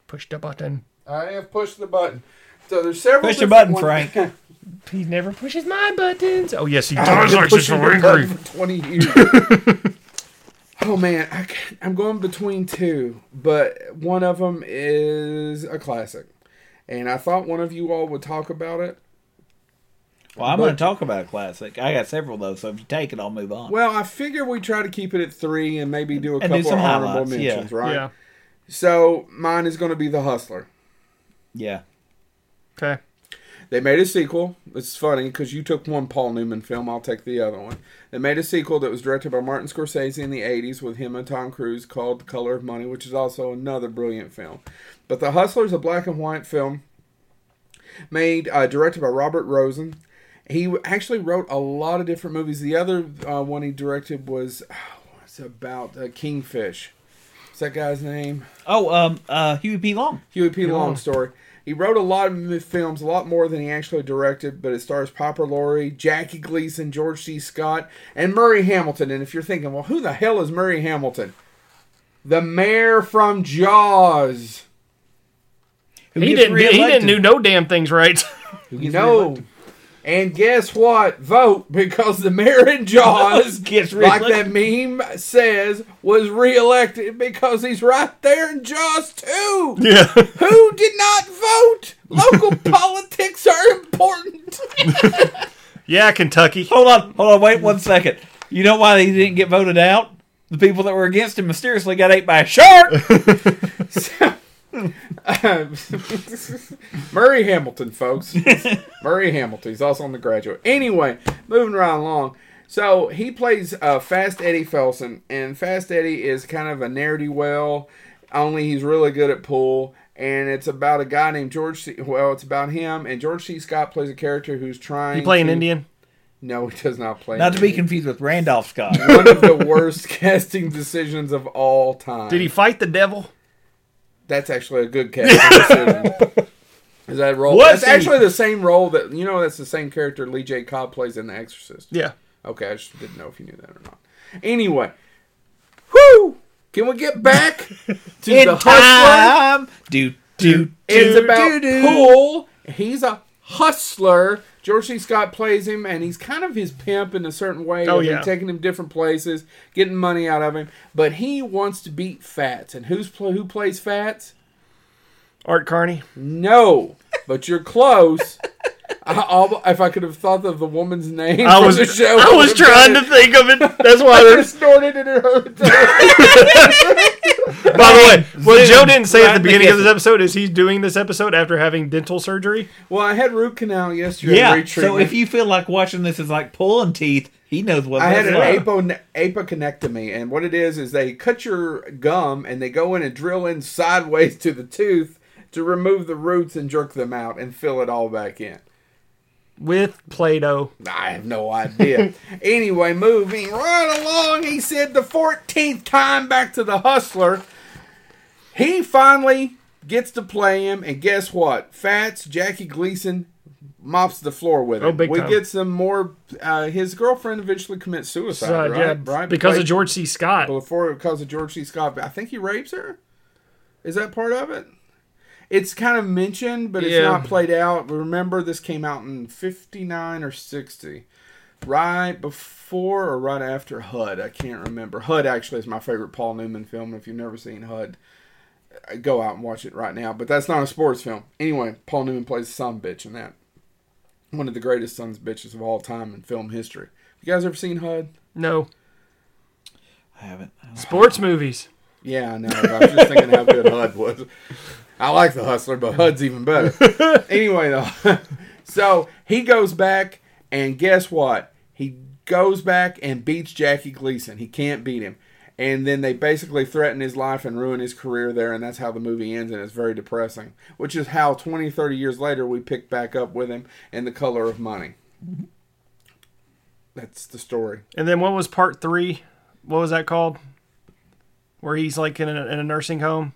[SPEAKER 1] Push the button.
[SPEAKER 2] I have pushed the button. So there's several.
[SPEAKER 3] Push the
[SPEAKER 2] different
[SPEAKER 3] button,
[SPEAKER 2] ones-
[SPEAKER 3] Frank.
[SPEAKER 1] He never pushes my buttons. Oh yes, he
[SPEAKER 2] I've
[SPEAKER 1] does.
[SPEAKER 2] been
[SPEAKER 1] I'm just
[SPEAKER 2] pushing
[SPEAKER 1] so
[SPEAKER 2] the
[SPEAKER 1] angry.
[SPEAKER 2] button for 20 years. oh man, I, can't- I'm going between two, but one of them is a classic, and I thought one of you all would talk about it.
[SPEAKER 3] Well, I'm going to talk about a classic. I got several of those, so if you take it, I'll move on.
[SPEAKER 2] Well, I figure we try to keep it at three and maybe do a
[SPEAKER 3] And do
[SPEAKER 2] couple
[SPEAKER 3] some
[SPEAKER 2] of honorable
[SPEAKER 3] highlights, yeah.
[SPEAKER 2] mentions, right?
[SPEAKER 1] Yeah.
[SPEAKER 2] So mine is going to be The Hustler.
[SPEAKER 3] yeah.
[SPEAKER 1] Okay.
[SPEAKER 2] They made a sequel. It's funny because you took one Paul Newman film, I'll take the other one. They made a sequel that was directed by Martin Scorsese in the 80s with him and Tom Cruise called The Color of Money, which is also another brilliant film. But The Hustler is a black and white film made uh, directed by Robert Rosen. He w- actually wrote a lot of different movies. The other uh, one he directed was oh, it's about uh, Kingfish. What's that guy's name?
[SPEAKER 3] Oh, um, uh, Huey P. Long.
[SPEAKER 2] Huey P. Long story. He wrote a lot of m- films, a lot more than he actually directed, but it stars Piper Laurie, Jackie Gleason, George C. Scott, and Murray Hamilton. And if you're thinking, well, who the hell is Murray Hamilton? The mayor from Jaws.
[SPEAKER 3] Who
[SPEAKER 1] He
[SPEAKER 3] gets
[SPEAKER 1] didn't. do- He didn't
[SPEAKER 3] reelected.
[SPEAKER 1] do no damn things right.
[SPEAKER 2] No. And guess what? Vote because the mayor in Jaws,
[SPEAKER 3] Gets
[SPEAKER 2] like that
[SPEAKER 3] reelected.
[SPEAKER 2] meme says, was reelected because he's right there in Jaws too.
[SPEAKER 1] yeah.
[SPEAKER 2] Who did not vote? Local politics are important.
[SPEAKER 1] Yeah, Kentucky.
[SPEAKER 3] Hold on, hold on, wait one second. You know why he didn't get voted out? The people that were against him mysteriously got ate by a shark.
[SPEAKER 2] Murray Hamilton, folks. Murray Hamilton. He's also on The Graduate. Anyway, moving right along. So he plays uh, Fast Eddie Felsen, and Fast Eddie is kind of a nerdy well, only he's really good at pool. And it's about a guy named George. C. Well, it's about him, and George C. Scott plays a character who's trying.
[SPEAKER 1] You play an
[SPEAKER 2] to-
[SPEAKER 1] Indian?
[SPEAKER 2] No, he does not play.
[SPEAKER 3] Not
[SPEAKER 2] an
[SPEAKER 3] to be
[SPEAKER 2] Indian.
[SPEAKER 3] confused with Randolph Scott.
[SPEAKER 2] One of the worst casting decisions of all time.
[SPEAKER 1] Did he fight the devil?
[SPEAKER 2] That's actually a good casting decision. Is that role?
[SPEAKER 1] Was
[SPEAKER 2] that's
[SPEAKER 1] he?
[SPEAKER 2] actually the same role that you know. That's the same character Lee J. Cobb plays in The Exorcist.
[SPEAKER 1] Yeah.
[SPEAKER 2] Okay, I just didn't know if you knew that or not. Anyway, whoo! Can we get back to
[SPEAKER 3] In
[SPEAKER 2] the hustler?
[SPEAKER 3] time, do do.
[SPEAKER 2] It's
[SPEAKER 3] do,
[SPEAKER 2] about
[SPEAKER 3] do, do.
[SPEAKER 2] pool. He's a hustler. George C. Scott plays him, and he's kind of his pimp in a certain way.
[SPEAKER 1] Oh,
[SPEAKER 2] of him
[SPEAKER 1] yeah.
[SPEAKER 2] taking him different places, getting money out of him. But he wants to beat Fats, and who's pl- who plays Fats?
[SPEAKER 1] Art Carney?
[SPEAKER 2] No, but you're close. I, al- if I could have thought of the woman's name
[SPEAKER 1] I
[SPEAKER 2] for
[SPEAKER 1] was
[SPEAKER 2] the show,
[SPEAKER 1] I was
[SPEAKER 2] would have
[SPEAKER 1] trying to
[SPEAKER 2] done it.
[SPEAKER 1] think of it. That's why
[SPEAKER 2] I
[SPEAKER 1] there's
[SPEAKER 2] just snorted in her.
[SPEAKER 1] By the way, what Joe didn't say
[SPEAKER 3] Right
[SPEAKER 1] at
[SPEAKER 3] in
[SPEAKER 1] the
[SPEAKER 3] the
[SPEAKER 1] beginning of
[SPEAKER 3] kisser.
[SPEAKER 1] this episode is he's doing this episode after having dental surgery.
[SPEAKER 2] well, I had root canal yesterday.
[SPEAKER 3] Yeah.
[SPEAKER 2] retreatment.
[SPEAKER 3] So if you feel like watching this is like pulling teeth, he knows what.
[SPEAKER 2] I had an
[SPEAKER 3] that's like.
[SPEAKER 2] apo, apoconectomy, and what it is is they cut your gum and they go in and drill in sideways to the tooth to remove the roots and jerk them out and fill it all back in.
[SPEAKER 1] with Play-Doh.
[SPEAKER 2] I have no idea. anyway, moving right along, he said the 14th time back to the hustler. He finally gets to play him, and guess what? Fats, Jackie Gleason mops the floor with him.
[SPEAKER 1] Oh, big
[SPEAKER 2] we
[SPEAKER 1] time.
[SPEAKER 2] get some more. Uh, his girlfriend eventually commits suicide,
[SPEAKER 1] So,
[SPEAKER 2] right?
[SPEAKER 1] yeah,
[SPEAKER 2] right?
[SPEAKER 1] because
[SPEAKER 2] Like,
[SPEAKER 1] of George C. Scott.
[SPEAKER 2] before because of George C. Scott. I think he rapes her. Is that part of it? It's kind of mentioned, but it's
[SPEAKER 1] Yeah.
[SPEAKER 2] not played out. Remember, this came out in '59 or '60, right before or right after HUD. I can't remember. HUD actually is my favorite Paul Newman film. If you've never seen HUD, uh, go out and watch it right now. But that's not a sports film. Anyway, Paul Newman plays a son bitch in that. One of the greatest sons bitches of all time in film history. You guys ever seen HUD?
[SPEAKER 1] No
[SPEAKER 3] I haven't.
[SPEAKER 1] sports movies.
[SPEAKER 2] Yeah, I know. but I was just thinking how good HUD was. I like the Hustler, but HUD's even better. anyway, though, so he goes back, and guess what? He goes back and beats Jackie Gleason. He can't beat him. And then they basically threaten his life and ruin his career there, and that's how the movie ends, and it's very depressing. Which is how 20, 30 years later we pick back up with him in The Color of Money. That's the story.
[SPEAKER 1] And then what was part three? What was that called? Where he's like in a, in a nursing home.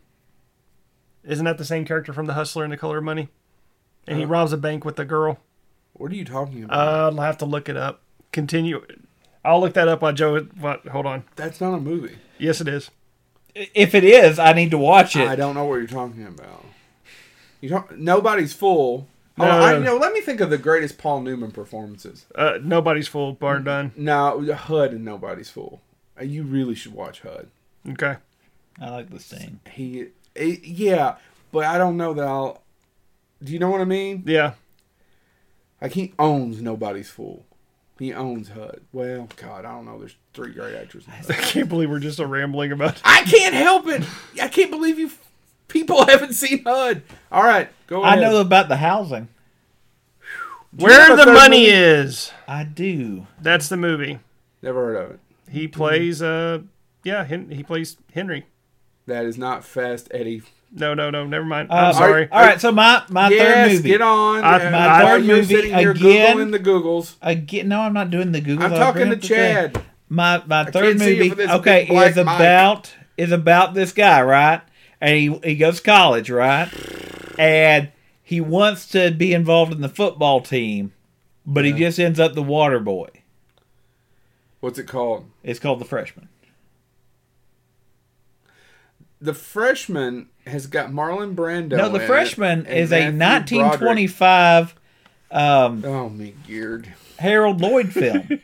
[SPEAKER 1] Isn't that the same character from The Hustler and The Color of Money? And he robs a bank with a girl.
[SPEAKER 2] What are you talking about?
[SPEAKER 1] Uh, I'll have to look it up. Continue. I'll look that up while Joe. What? Hold on.
[SPEAKER 2] that's not a movie.
[SPEAKER 1] Yes, it is.
[SPEAKER 3] If it is, I need to watch it.
[SPEAKER 2] I don't know what you're talking about. You don't, nobody's full.
[SPEAKER 1] No,
[SPEAKER 2] Hold on,
[SPEAKER 1] no,
[SPEAKER 2] I,
[SPEAKER 1] no.
[SPEAKER 2] you know, let me think of the greatest Paul Newman performances.
[SPEAKER 1] Uh, nobody's fool.
[SPEAKER 2] Mm-hmm.
[SPEAKER 1] Barn done.
[SPEAKER 2] No, HUD and nobody's fool. Uh, You really should watch HUD.
[SPEAKER 1] Okay.
[SPEAKER 3] I like this thing.
[SPEAKER 2] He, eh, yeah, but I don't know that I'll. Do you know what I mean?
[SPEAKER 1] Yeah.
[SPEAKER 2] Like he owns nobody's fool. He owns HUD. Well, God, I don't know. There's three great actors. In
[SPEAKER 1] I
[SPEAKER 2] HUD.
[SPEAKER 1] can't believe we're just a rambling about.
[SPEAKER 2] I can't help it. I can't believe you f- people haven't seen HUD. All right, go
[SPEAKER 3] I
[SPEAKER 2] ahead.
[SPEAKER 3] know about the housing.
[SPEAKER 1] Where
[SPEAKER 2] have a
[SPEAKER 1] the
[SPEAKER 2] third
[SPEAKER 1] money
[SPEAKER 2] movie?
[SPEAKER 1] is.
[SPEAKER 3] I do.
[SPEAKER 1] That's the movie.
[SPEAKER 2] Never heard of it.
[SPEAKER 1] He plays uh yeah, Hen- he plays Henry.
[SPEAKER 2] That is not Fast Eddie
[SPEAKER 1] No, no, no, never mind.
[SPEAKER 3] Uh,
[SPEAKER 1] I'm sorry.
[SPEAKER 3] All right. So my my
[SPEAKER 2] yes,
[SPEAKER 3] third movie.
[SPEAKER 2] get on.
[SPEAKER 1] I-
[SPEAKER 2] Uh,
[SPEAKER 1] my
[SPEAKER 2] I thought
[SPEAKER 3] third
[SPEAKER 2] you were
[SPEAKER 3] movie
[SPEAKER 2] sitting here
[SPEAKER 3] again.
[SPEAKER 2] Googling the Googles.
[SPEAKER 3] Again, no, I'm not doing the Google.
[SPEAKER 2] I'm talking to Chad.
[SPEAKER 3] My my
[SPEAKER 2] can't
[SPEAKER 3] third
[SPEAKER 2] see you
[SPEAKER 3] movie.
[SPEAKER 2] for this
[SPEAKER 3] Okay,
[SPEAKER 2] big black
[SPEAKER 3] is
[SPEAKER 2] mic.
[SPEAKER 3] about is about this guy, right? And he he goes to college, right? And he wants to be involved in the football team, but he just ends up the water boy.
[SPEAKER 2] What's it called?
[SPEAKER 3] It's called the freshman.
[SPEAKER 2] The freshman has got Marlon Brando.
[SPEAKER 3] No, the
[SPEAKER 2] in it
[SPEAKER 3] freshman
[SPEAKER 2] Oh, and
[SPEAKER 3] is a
[SPEAKER 2] Matthew Broderick.
[SPEAKER 3] 1925 um,
[SPEAKER 2] Oh, me geared.
[SPEAKER 3] Harold Lloyd film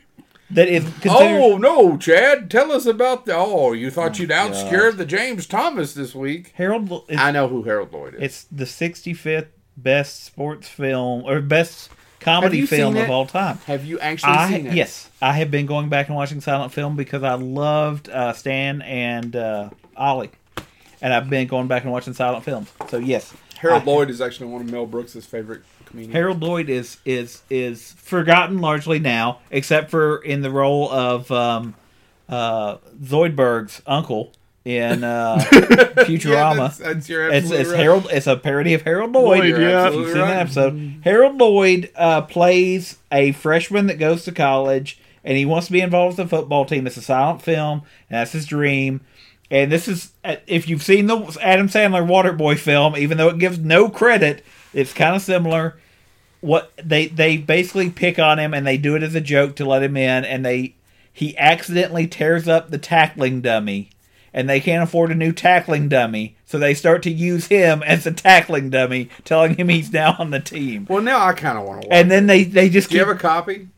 [SPEAKER 3] that is considered.
[SPEAKER 2] Oh no, Chad! Tell us about the. Oh, you thought you'd outscared the James Thomas this week.
[SPEAKER 3] Harold, Lo- it's,
[SPEAKER 2] I know who Harold Lloyd is.
[SPEAKER 3] it's the 65th best sports film or best
[SPEAKER 2] you
[SPEAKER 3] comedy
[SPEAKER 2] seen
[SPEAKER 3] film
[SPEAKER 2] it?
[SPEAKER 3] of all time.
[SPEAKER 2] Have you actually
[SPEAKER 3] I
[SPEAKER 2] seen it?
[SPEAKER 3] yes, I have been going back and watching silent film because I loved uh, Stan and uh, Ollie, and I've been going back and watching silent films. So yes,
[SPEAKER 2] Harold
[SPEAKER 3] I-
[SPEAKER 2] Lloyd is actually one of Mel Brooks' favorite comedians.
[SPEAKER 3] Harold Lloyd is is is forgotten largely now, except for in the role of um, uh, Zoidberg's uncle in uh,
[SPEAKER 2] Yeah,
[SPEAKER 3] Futurama.
[SPEAKER 2] that's, that's your
[SPEAKER 3] it's
[SPEAKER 2] absolute
[SPEAKER 3] it's
[SPEAKER 2] right.
[SPEAKER 3] Harold. It's a parody of Harold Lloyd.
[SPEAKER 1] Lloyd,
[SPEAKER 2] You're
[SPEAKER 1] yeah.
[SPEAKER 3] If
[SPEAKER 2] absolutely
[SPEAKER 3] You've seen
[SPEAKER 2] right.
[SPEAKER 3] that episode. Harold Lloyd uh, plays a freshman that goes to college, and he wants to be involved with the football team. It's a silent film, and that's his dream. And this is uh, if you've seen the Adam Sandler Waterboy film, even though it gives no credit, it's kind of similar. What they they basically pick on him, and they do it as a joke to let him in, and they he accidentally tears up the tackling dummy. And they can't afford a new tackling dummy, so they start to use him as the tackling dummy, telling him he's now on the team.
[SPEAKER 2] Well, now I kind of want to watch.
[SPEAKER 3] And then they they just
[SPEAKER 2] Do you
[SPEAKER 3] keep,
[SPEAKER 2] have a copy?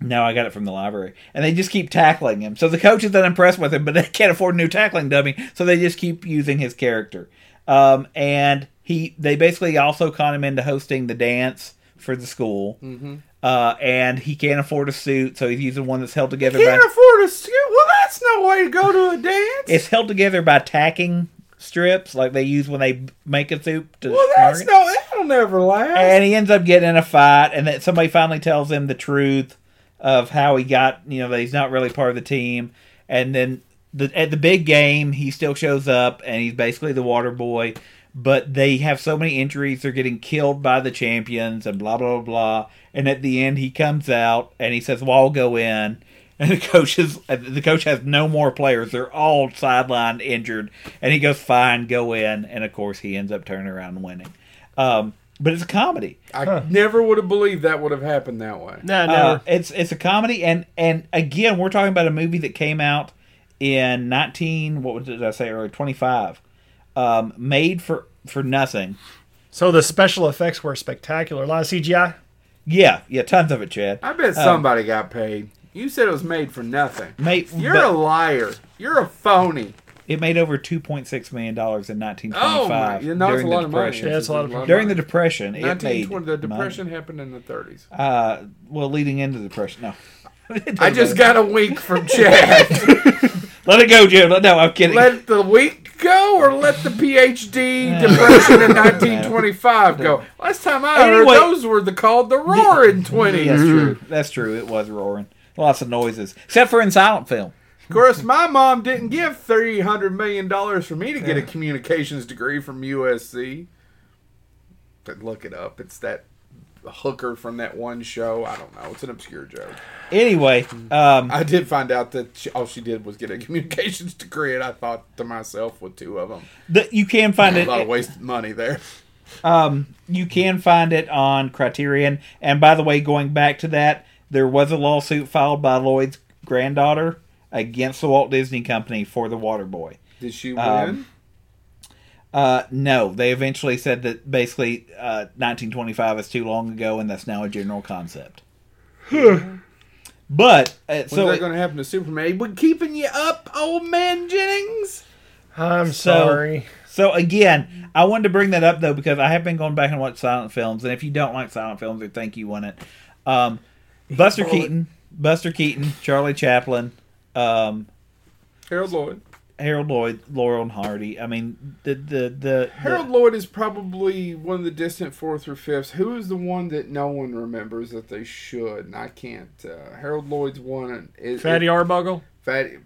[SPEAKER 3] no, I got it from the library, and they just keep tackling him. So the coach is unimpressed with him, but they can't afford a new tackling dummy, so they just keep using his character. Um, and he they basically also con him into hosting the dance for the school. Mm-hmm. Uh, and he can't afford a suit, so he's using one that's held together by
[SPEAKER 2] Can't afford a suit? Well, that's no way to go to a dance.
[SPEAKER 3] it's held together by tacking strips like they use when they make a soup to
[SPEAKER 2] well, that's
[SPEAKER 3] market.
[SPEAKER 2] no. That'll never last.
[SPEAKER 3] and he ends up getting in a fight and then somebody finally tells him the truth of how he got you know that he's not really part of the team and then the, at the big game he still shows up and he's basically the water boy but they have so many injuries they're getting killed by the champions and blah blah blah, blah. and at the end he comes out and he says well i'll go in and the coach is the coach has no more players they're all sidelined injured and he goes fine go in and of course he ends up turning around and winning um, but it's a comedy
[SPEAKER 2] I never would have believed that would have happened that way.
[SPEAKER 1] No, never.
[SPEAKER 3] uh, it's it's a comedy, and and again, we're talking about a movie that came out in nineteen. What did I say earlier? Twenty five. Um, made for for nothing.
[SPEAKER 1] so the special effects were spectacular. A lot of CGI.
[SPEAKER 3] Yeah, yeah, tons of it, Chad.
[SPEAKER 2] I bet somebody got paid. You said it was made for nothing.
[SPEAKER 3] Made,
[SPEAKER 2] You're
[SPEAKER 3] but
[SPEAKER 2] a liar. You're a phony.
[SPEAKER 3] it made over two point six million dollars in nineteen
[SPEAKER 2] Oh,
[SPEAKER 3] twenty
[SPEAKER 2] my.
[SPEAKER 3] five
[SPEAKER 2] You know, it's a
[SPEAKER 3] during the
[SPEAKER 2] lot of money.
[SPEAKER 3] depression.
[SPEAKER 1] Yeah, it's a lot of money.
[SPEAKER 3] During the depression, it made
[SPEAKER 2] 1920, the
[SPEAKER 3] money.
[SPEAKER 2] depression happened in the 30s.
[SPEAKER 3] Uh, well, leading into the depression, no.
[SPEAKER 2] I just got a week from Chad.
[SPEAKER 3] Let it go, Jim. No, I'm kidding.
[SPEAKER 2] let the week go or let the PhD depression in 1925 go. Last time I
[SPEAKER 3] Anyway-
[SPEAKER 2] heard, those were the, called the roaring 20s.
[SPEAKER 3] That's true. That's true. It was roaring. Lots of noises, except for in silent film.
[SPEAKER 2] Of course, my mom didn't give $300 million for me to get a communications degree from USC. But look it up. It's that hooker from that one show. I don't know. It's an obscure joke.
[SPEAKER 3] Anyway, um,
[SPEAKER 2] I did find out that she, all she did was get a communications degree, and I thought to myself, with two of them,
[SPEAKER 3] The, you can find
[SPEAKER 2] a lot of
[SPEAKER 3] it.
[SPEAKER 2] wasted money there.
[SPEAKER 3] Um, you can find it on Criterion. And by the way, going back to that, there was a lawsuit filed by Lloyd's granddaughter against the Walt Disney Company for The Waterboy.
[SPEAKER 2] Did she win?
[SPEAKER 3] Um, Uh, no, they eventually said that basically uh, 1925 is too long ago, and that's now a general concept. but uh,
[SPEAKER 2] When's
[SPEAKER 3] so
[SPEAKER 2] that going to happen to Superman? We're keeping you up, old man Jennings.
[SPEAKER 1] I'm
[SPEAKER 3] So-
[SPEAKER 1] sorry.
[SPEAKER 3] So again, I wanted to bring that up though because I have been going back and watch silent films, and if you don't like silent films or think you want it, um, Buster
[SPEAKER 2] Call it.
[SPEAKER 3] Keaton, Buster Keaton, Charlie Chaplin, um,
[SPEAKER 2] Harold Lloyd.
[SPEAKER 3] Harold Lloyd, Laurel and Hardy. I mean, the the the,
[SPEAKER 2] Harold Lloyd is probably one of the distant fourth or fifths. Who is the one that no one remembers that they should? And I can't. Uh, Harold Lloyd's one is
[SPEAKER 1] Fatty Arbuckle.
[SPEAKER 2] Fatty.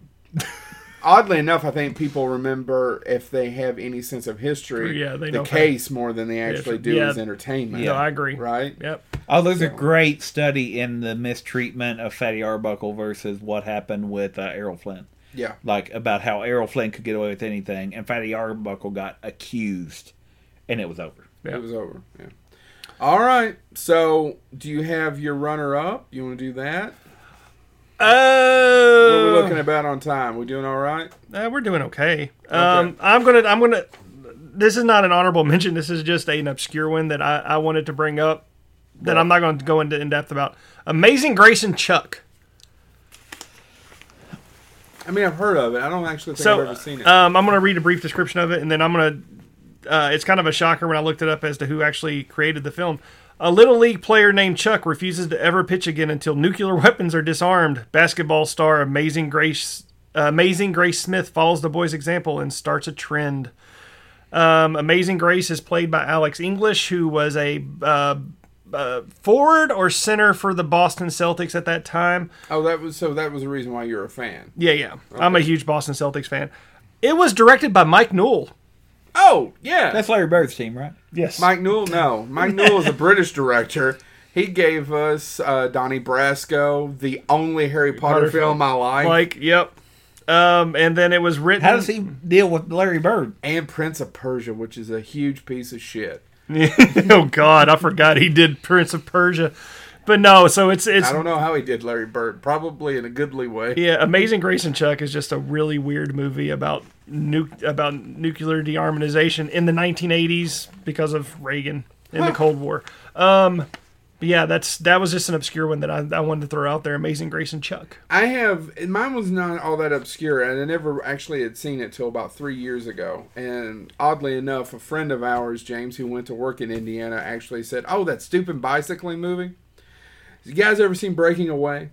[SPEAKER 2] Oddly enough, I think people remember if they have any sense of history,
[SPEAKER 1] Yeah, they
[SPEAKER 2] the
[SPEAKER 1] know Fatty.
[SPEAKER 2] case more than they actually do
[SPEAKER 1] yeah.
[SPEAKER 2] as entertainment.
[SPEAKER 1] No, I agree.
[SPEAKER 2] Right?
[SPEAKER 1] Yep.
[SPEAKER 3] oh, there's a
[SPEAKER 2] so-
[SPEAKER 3] great study in the mistreatment of Fatty Arbuckle versus what happened with uh, Errol Flynn,
[SPEAKER 2] Yeah.
[SPEAKER 3] like about how Errol Flynn could get away with anything, and Fatty Arbuckle got accused, and it was over.
[SPEAKER 1] Yeah.
[SPEAKER 2] It was over. Yeah. All right. So, do you have your runner up? You want to do that? What are we
[SPEAKER 1] Oh,
[SPEAKER 2] looking about on time? We doing all right?
[SPEAKER 1] Uh, we're doing okay. Um, I'm gonna, I'm gonna. This is not an honorable mention. This is just an obscure one that I, I wanted to bring up that I'm not going to go into in depth about. Amazing Grace and Chuck.
[SPEAKER 2] I mean, I've heard of it. I don't actually think
[SPEAKER 1] So
[SPEAKER 2] I've ever seen it.
[SPEAKER 1] um, I'm going to read a brief description of it, and then I'm going to. Uh, it's kind of a shocker when I looked it up as to who actually created the film. A little league player named Chuck refuses to ever pitch again until nuclear weapons are disarmed. Basketball star Amazing Grace uh, Amazing Grace Smith follows the boy's example and starts a trend. Um, Amazing Grace is played by Alex English, who was a uh, uh, forward or center for the Boston Celtics at that time.
[SPEAKER 2] Oh, that was so. That was the reason why you're a fan.
[SPEAKER 1] Yeah, yeah. I'm a huge Boston Celtics fan. It was directed by Mike Newell.
[SPEAKER 2] Oh, yeah.
[SPEAKER 3] That's Larry Bird's team, right?
[SPEAKER 1] Yes.
[SPEAKER 2] Mike Newell. No, Mike Newell is a British director. He gave us uh, Donnie Brasco, the only Harry Potter,
[SPEAKER 1] Potter
[SPEAKER 2] film I like,
[SPEAKER 1] Like, yep. Um, and then it was written.
[SPEAKER 3] How does he deal with Larry Bird?
[SPEAKER 2] and Prince of Persia, which is a huge piece of shit.
[SPEAKER 1] oh God, I forgot he did Prince of Persia. But no, so it's it's
[SPEAKER 2] I don't know how he did Larry Bird. Probably in a goodly way.
[SPEAKER 1] yeah, Amazing Grace and Chuck is just a really weird movie about nu- about nuclear dearmonization in the 1980s because of Reagan in the Cold War. Um, but yeah, that's that was just an obscure one that I, I wanted to throw out there. Amazing Grace and Chuck.
[SPEAKER 2] I have and mine was not all that obscure, and I never actually had seen it till about three years ago. And oddly enough, a friend of ours, James, who went to work in Indiana, actually said, "Oh, that stupid bicycling movie." You guys ever seen Breaking Away?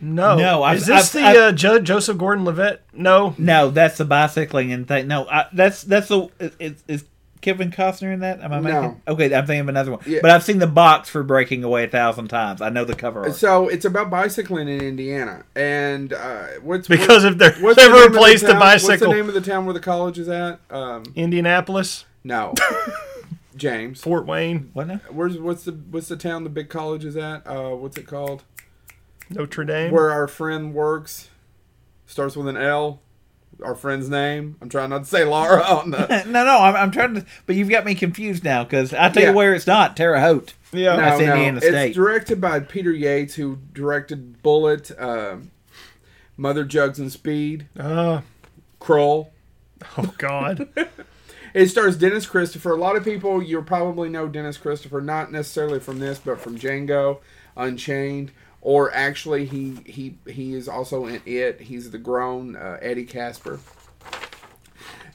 [SPEAKER 1] No,
[SPEAKER 3] No, I've-
[SPEAKER 1] is this
[SPEAKER 3] I've-
[SPEAKER 1] the
[SPEAKER 3] I've-
[SPEAKER 1] uh, jo- Joseph Gordon-Levitt? No,
[SPEAKER 3] No, that's the bicycling and thing. No, I, that's that's the is, is Kevin Costner in that? Am I making?
[SPEAKER 2] No.
[SPEAKER 3] Okay, I'm thinking of another one.
[SPEAKER 2] Yeah.
[SPEAKER 3] But I've seen the box for Breaking Away a thousand times. I know the cover art.
[SPEAKER 2] So it's about bicycling in Indiana, and uh, what's
[SPEAKER 1] because if there's
[SPEAKER 2] what's the
[SPEAKER 1] ever
[SPEAKER 2] name
[SPEAKER 1] a
[SPEAKER 2] of
[SPEAKER 1] place to
[SPEAKER 2] town- What's the
[SPEAKER 1] bicycle,
[SPEAKER 2] name of the town where the college is at? Um,
[SPEAKER 1] Indianapolis,
[SPEAKER 2] no, James.
[SPEAKER 1] Fort Wayne,
[SPEAKER 3] What now?
[SPEAKER 2] Where's what's the what's the town the big college is at? Uh, what's it called?
[SPEAKER 1] Notre Dame.
[SPEAKER 2] where our friend works starts with an L. Our friend's name. I'm trying not to say Laura on the.
[SPEAKER 3] No, no, I'm, I'm trying to. But you've got me confused now because I tell
[SPEAKER 2] Yeah.
[SPEAKER 3] you where it's not Terre Haute.
[SPEAKER 1] yeah,
[SPEAKER 3] That's Indiana State.
[SPEAKER 2] It's directed by Peter Yates, who directed Bullet, um Mother Jugs and Speed,
[SPEAKER 1] Uh,
[SPEAKER 2] Kroll.
[SPEAKER 1] oh God.
[SPEAKER 2] It stars Dennis Christopher. A lot of people you probably know Dennis Christopher, not necessarily from this, but from Django Unchained, or actually he he he is also in it. He's the grown uh, Eddie Casper.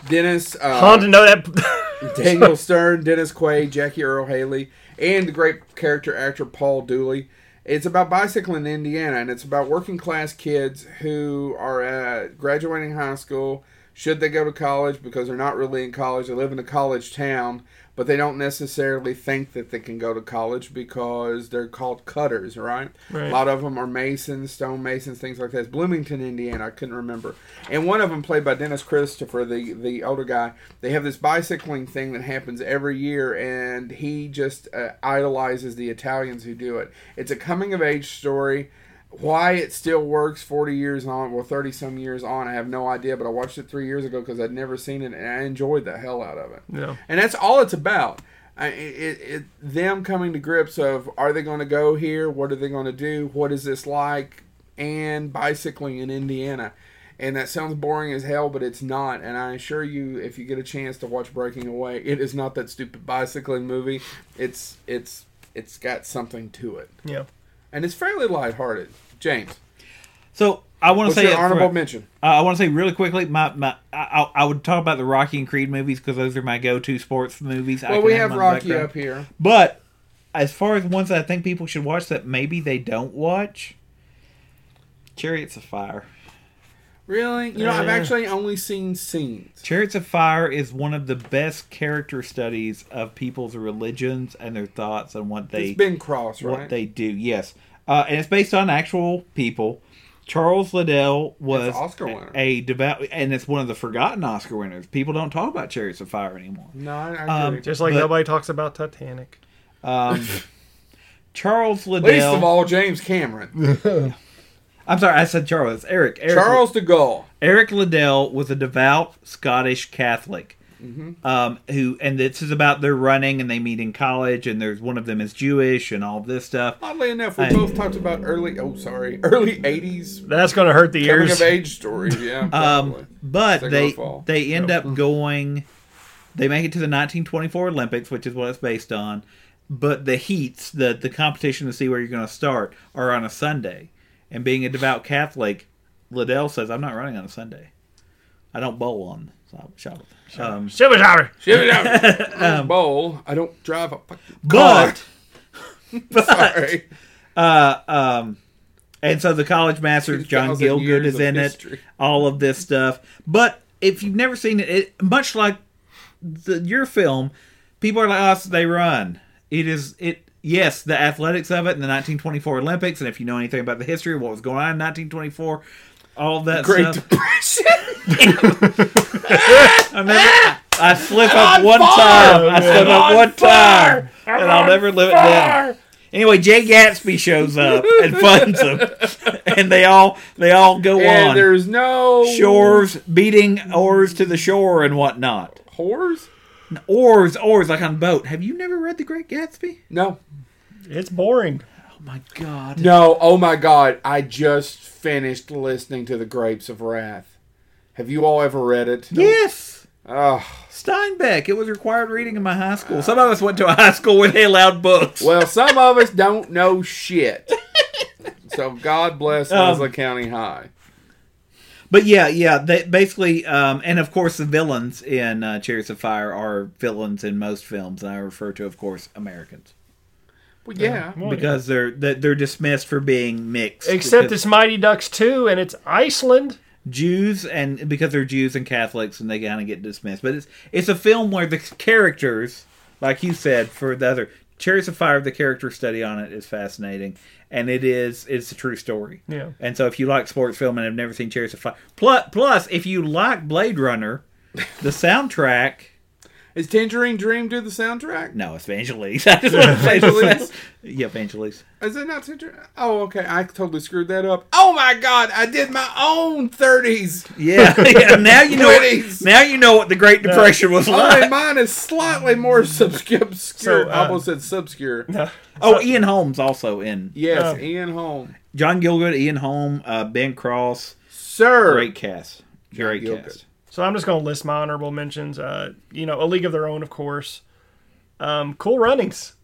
[SPEAKER 2] Dennis uh,
[SPEAKER 1] Hard to know that.
[SPEAKER 2] Daniel Stern, Dennis Quaid, Jackie Earl Haley, and the great character actor Paul Dooley. It's about bicycling in Indiana, and it's about working class kids who are uh, graduating high school. Should they go to college because they're not really in college? They live in a college town, but they don't necessarily think that they can go to college because they're called cutters, right?
[SPEAKER 1] Right.
[SPEAKER 2] A lot of them are masons, stonemasons, things like that. It's Bloomington, Indiana. I couldn't remember. And one of them, played by Dennis Christopher, the the older guy. They have this bicycling thing that happens every year, and he just uh, idolizes the Italians who do it. It's a coming of age story. Why it still works 40 years on, well, 30 some years on, I have no idea, but I watched it three years ago because I'd never seen it, and I enjoyed the hell out of it
[SPEAKER 1] yeah.
[SPEAKER 2] and that's all it's about. I, it, it, them coming to grips of are they going to go here? What are they going to do? What is this like? And bicycling in Indiana, and that sounds boring as hell, but it's not. And I assure you, if you get a chance to watch Breaking Away, it is not that stupid bicycling movie. It's it's it's got something to it,
[SPEAKER 1] Yeah.
[SPEAKER 2] and it's fairly lighthearted. James,
[SPEAKER 3] So I want to
[SPEAKER 2] what's
[SPEAKER 3] say
[SPEAKER 2] your
[SPEAKER 3] up front-
[SPEAKER 2] honorable mention?
[SPEAKER 3] Uh, I want to say really quickly, my, my I, I I would talk about the Rocky and Creed movies because those are my go-to sports movies. I
[SPEAKER 2] Well,
[SPEAKER 3] can
[SPEAKER 2] we
[SPEAKER 3] have
[SPEAKER 2] have
[SPEAKER 3] them on the
[SPEAKER 2] Rocky
[SPEAKER 3] background.
[SPEAKER 2] up here.
[SPEAKER 3] But as far as ones that I think people should watch that maybe they don't watch, Chariots of Fire.
[SPEAKER 2] Really? You know, I've
[SPEAKER 1] Yeah.
[SPEAKER 2] actually only seen scenes.
[SPEAKER 3] Chariots of Fire is one of the best character studies of people's religions and their thoughts and what they
[SPEAKER 2] It's been crossed, right?
[SPEAKER 3] what they do. Yes, uh, and it's based on actual people. Charles Liddell was
[SPEAKER 2] It's Oscar winner.
[SPEAKER 3] a devout, and it's one of the forgotten Oscar winners. People don't talk about Chariots of Fire anymore.
[SPEAKER 2] no, I, I
[SPEAKER 3] Um,
[SPEAKER 2] agree.
[SPEAKER 1] Just like
[SPEAKER 3] But-
[SPEAKER 1] nobody talks about Titanic.
[SPEAKER 3] Um, Charles Liddell.
[SPEAKER 2] Least of all, James Cameron.
[SPEAKER 3] I'm sorry, I said Charles. Eric. Eric
[SPEAKER 2] Charles de Gaulle.
[SPEAKER 3] Eric Liddell was a devout Scottish Catholic. Um, who and this is about their running and they meet in college and there's one of them is Jewish and all this stuff.
[SPEAKER 2] Oddly enough, we
[SPEAKER 3] I-
[SPEAKER 2] both talked about early. Oh, sorry, early '80s
[SPEAKER 1] That's gonna hurt the
[SPEAKER 2] coming
[SPEAKER 1] ears.
[SPEAKER 2] of age stories. Yeah, probably.
[SPEAKER 3] Um, but
[SPEAKER 2] They're
[SPEAKER 3] they
[SPEAKER 2] gonna fall.
[SPEAKER 3] they end up going. They make it to the 1924 Olympics, which is what it's based on. But the heats, the the competition to see where you're going to start, are on a Sunday. And being a devout Catholic, Liddell says, "I'm not running on a Sunday. I don't bowl on Shabbat." Um,
[SPEAKER 1] Shibby jabber.
[SPEAKER 2] Shut it out. bowl. I don't drive a fucking car.
[SPEAKER 3] but
[SPEAKER 2] sorry.
[SPEAKER 3] uh, um, and so the college masters, John
[SPEAKER 2] 2,000
[SPEAKER 3] Gilgood
[SPEAKER 2] years
[SPEAKER 3] is
[SPEAKER 2] of
[SPEAKER 3] in
[SPEAKER 2] history.
[SPEAKER 3] it. All of this stuff, but if you've never seen it, it much like the, your film, people are like us. They run. It is it. Yes, the athletics of it in the 1924 Olympics, and if you know anything about the history of what was going on in 1924, all that
[SPEAKER 2] Great
[SPEAKER 3] stuff.
[SPEAKER 2] Depression.
[SPEAKER 3] I, never, I slip up
[SPEAKER 2] On
[SPEAKER 3] one
[SPEAKER 2] fire,
[SPEAKER 3] time. I
[SPEAKER 2] man.
[SPEAKER 3] slip up
[SPEAKER 2] On
[SPEAKER 3] one
[SPEAKER 2] fire.
[SPEAKER 3] time, and I'll never live it down.
[SPEAKER 2] Fire.
[SPEAKER 3] Anyway, Jay Gatsby shows up and funds them, and they all they all go
[SPEAKER 2] And
[SPEAKER 3] on
[SPEAKER 2] there's no
[SPEAKER 3] shores, beating oars to the shore and whatnot.
[SPEAKER 2] Whores?
[SPEAKER 3] Oars, oars, like on boat. Have you never read The Great Gatsby?
[SPEAKER 2] No.
[SPEAKER 1] It's boring.
[SPEAKER 3] Oh my God!
[SPEAKER 2] No. Oh my God. I just finished listening to The Grapes of Wrath. Have you all ever read it?
[SPEAKER 3] Yes,
[SPEAKER 2] Oh.
[SPEAKER 3] Steinbeck. It was required reading in my high school. Some of us went to a high school where they allowed books.
[SPEAKER 2] Well, some of us don't know shit. So God bless
[SPEAKER 1] Um,
[SPEAKER 2] Leslie County High.
[SPEAKER 3] But yeah, yeah. They basically, um, and of course, the villains in uh, *Chariots of Fire* are villains in most films, and I refer to, of course, Americans
[SPEAKER 2] Well, yeah.
[SPEAKER 1] Well,
[SPEAKER 3] because they're they're they're dismissed for being mixed.
[SPEAKER 1] Except
[SPEAKER 3] because
[SPEAKER 1] it's Mighty Ducks 2 and it's Iceland.
[SPEAKER 3] Jews and because they're Jews and Catholics, and they kind of get dismissed. But it's it's a film where the characters, like you said, for the other *Chariots of Fire*, the character study on it is fascinating, and it is it's a true story.
[SPEAKER 1] Yeah.
[SPEAKER 3] And so, if you like sports film and have never seen *Chariots of Fire*, plus, plus if you like *Blade Runner*, the soundtrack.
[SPEAKER 2] Is Tangerine Dream do the soundtrack?
[SPEAKER 3] No, it's Vangelis. I just want to say
[SPEAKER 2] Vangelis?
[SPEAKER 3] Vangelis. Yeah, Vangelis.
[SPEAKER 2] Is it not Tangerine? Oh, okay. I totally screwed that up. Oh my God! I did my own thirties.
[SPEAKER 3] Yeah, yeah. Now you know.
[SPEAKER 2] Twenties.
[SPEAKER 3] What, now you know what the Great Depression was
[SPEAKER 2] Only
[SPEAKER 3] like.
[SPEAKER 2] mine is slightly more subscure. obscure.
[SPEAKER 1] So, uh,
[SPEAKER 2] I almost said subscure.
[SPEAKER 3] Oh, Ian Holmes also in
[SPEAKER 2] Yes,
[SPEAKER 1] Um,
[SPEAKER 2] Ian Holm,
[SPEAKER 3] John Gilgood, Ian Holm, uh, Ben Cross.
[SPEAKER 2] sir.
[SPEAKER 3] Great cast. Great
[SPEAKER 2] Gilgood.
[SPEAKER 3] cast.
[SPEAKER 1] So I'm just going to list my honorable mentions. Uh, you know, A League of Their Own, of course. Um, cool Runnings.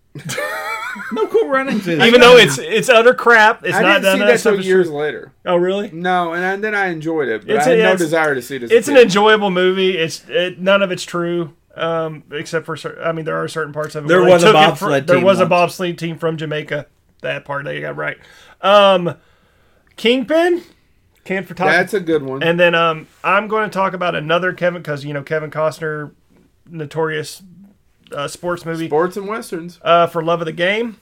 [SPEAKER 3] No cool runnings. in it.
[SPEAKER 1] Even though it's it's utter crap, it's
[SPEAKER 2] I
[SPEAKER 1] not
[SPEAKER 2] didn't
[SPEAKER 1] done
[SPEAKER 2] see
[SPEAKER 1] that
[SPEAKER 2] that
[SPEAKER 1] stuff.
[SPEAKER 2] till
[SPEAKER 1] is
[SPEAKER 2] years
[SPEAKER 1] true.
[SPEAKER 2] later.
[SPEAKER 1] Oh, really?
[SPEAKER 2] No, and, I- then I enjoyed it, but
[SPEAKER 1] It's
[SPEAKER 2] I
[SPEAKER 1] a-
[SPEAKER 2] had no
[SPEAKER 1] it's-
[SPEAKER 2] desire to see this.
[SPEAKER 1] It's an enjoyable movie. It's it, none of it's true, um, except for cer- I mean, there are certain parts of it.
[SPEAKER 3] There
[SPEAKER 1] where they
[SPEAKER 3] was a
[SPEAKER 1] took it
[SPEAKER 3] bobsled
[SPEAKER 1] fr-
[SPEAKER 3] team
[SPEAKER 1] There was a
[SPEAKER 3] once.
[SPEAKER 1] bobsled team from Jamaica. That part they got right. Um, Kingpin, can't for top.
[SPEAKER 2] That's a good one.
[SPEAKER 1] And then um, I'm going to talk about another Kevin because you know Kevin Costner, notorious uh, sports movie
[SPEAKER 2] Sports and westerns.
[SPEAKER 1] uh, for Love of the Game.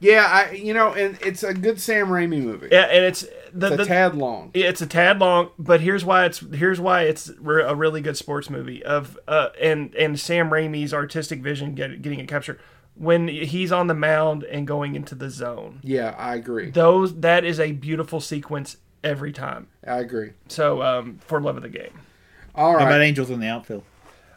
[SPEAKER 2] Yeah, I you know, and it's a good Sam Raimi movie.
[SPEAKER 1] Yeah, and it's the,
[SPEAKER 2] It's
[SPEAKER 1] the
[SPEAKER 2] a tad long.
[SPEAKER 1] Yeah, it's a tad long, but here's why it's here's why it's re- a really good sports movie of uh, and and Sam Raimi's artistic vision get, getting it captured when he's on the mound and going into the zone.
[SPEAKER 2] Yeah, I agree.
[SPEAKER 1] Those that is a beautiful sequence every time.
[SPEAKER 2] I agree.
[SPEAKER 1] So um, for love of the game.
[SPEAKER 2] All
[SPEAKER 3] How about
[SPEAKER 2] right.
[SPEAKER 3] Angels in the Outfield?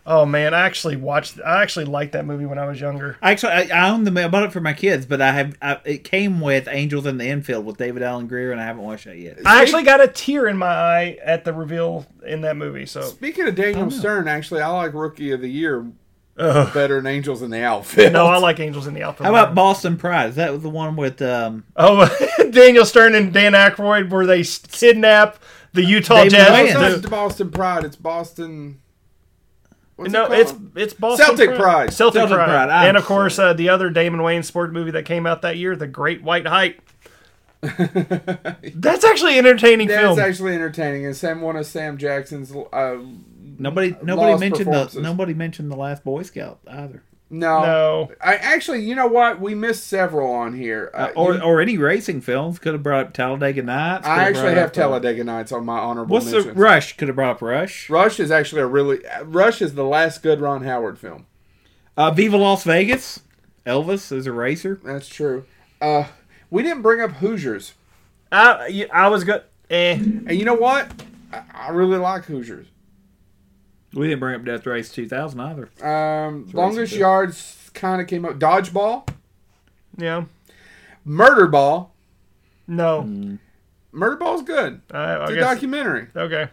[SPEAKER 1] Oh man, I actually watched. I actually liked that movie when I was younger.
[SPEAKER 3] Actually, I, I own the I bought it for my kids, but I have I, it came with Angels in the Infield with David Allen Greer, and I haven't watched that yet.
[SPEAKER 1] I actually got a tear in my eye at the reveal in that movie. So
[SPEAKER 2] Speaking of
[SPEAKER 1] Oh,
[SPEAKER 2] Daniel Stern, actually, I like Rookie of the Year better than Angels in the Outfit.
[SPEAKER 1] no, I like Angels in the Outfield.
[SPEAKER 3] How about Boston Pride? Is that was the one with um,
[SPEAKER 1] Oh, Daniel Stern and Dan Aykroyd, where they s- kidnap the Utah
[SPEAKER 3] They
[SPEAKER 1] Jazz. Uh,
[SPEAKER 3] win.
[SPEAKER 2] It's
[SPEAKER 1] No,
[SPEAKER 2] not Boston Pride. It's Boston. What's
[SPEAKER 1] no,
[SPEAKER 2] it called?
[SPEAKER 1] it's it's Boston
[SPEAKER 2] Celtic Pride.
[SPEAKER 1] Celtic,
[SPEAKER 3] Celtic
[SPEAKER 1] Pride,
[SPEAKER 3] Pride, I'm
[SPEAKER 1] and of course
[SPEAKER 3] sorry.
[SPEAKER 1] uh, the other Damon Wayne sport movie that came out that year, The Great White Height. That's actually an entertaining
[SPEAKER 2] That's
[SPEAKER 1] film.
[SPEAKER 2] actually entertaining. And Sam, one of Sam Jackson's. Uh,
[SPEAKER 3] nobody nobody
[SPEAKER 2] Lost
[SPEAKER 3] mentioned the
[SPEAKER 2] performances.
[SPEAKER 3] nobody mentioned the last Boy Scout either,
[SPEAKER 2] no,
[SPEAKER 1] no,
[SPEAKER 2] I actually, you know what? We missed several on here. Uh,
[SPEAKER 3] or
[SPEAKER 2] you-
[SPEAKER 3] or any racing films. Could have brought up Talladega Nights. could
[SPEAKER 2] I actually
[SPEAKER 3] brought
[SPEAKER 2] have
[SPEAKER 3] up, uh,
[SPEAKER 2] Talladega Nights on my honorable
[SPEAKER 3] What's the
[SPEAKER 2] mentions.
[SPEAKER 3] Rush? Could have brought up Rush.
[SPEAKER 2] Rush is actually a really uh, Rush is the last good Ron Howard film.
[SPEAKER 3] Uh, Viva Las Vegas. Elvis is a racer.
[SPEAKER 2] That's true. Uh, we didn't bring up Hoosiers,
[SPEAKER 1] I you- I was good. Eh.
[SPEAKER 2] and you know what? I, I really like Hoosiers.
[SPEAKER 3] We didn't bring up Death Race 2000 either.
[SPEAKER 2] Um,
[SPEAKER 3] what I
[SPEAKER 2] longest
[SPEAKER 3] said.
[SPEAKER 2] yards kind of came up. Dodgeball,
[SPEAKER 1] Yeah,
[SPEAKER 2] murder ball.
[SPEAKER 1] no.
[SPEAKER 2] Murder ball's good.
[SPEAKER 1] I, I
[SPEAKER 2] It's a
[SPEAKER 1] guess-
[SPEAKER 2] documentary.
[SPEAKER 1] okay.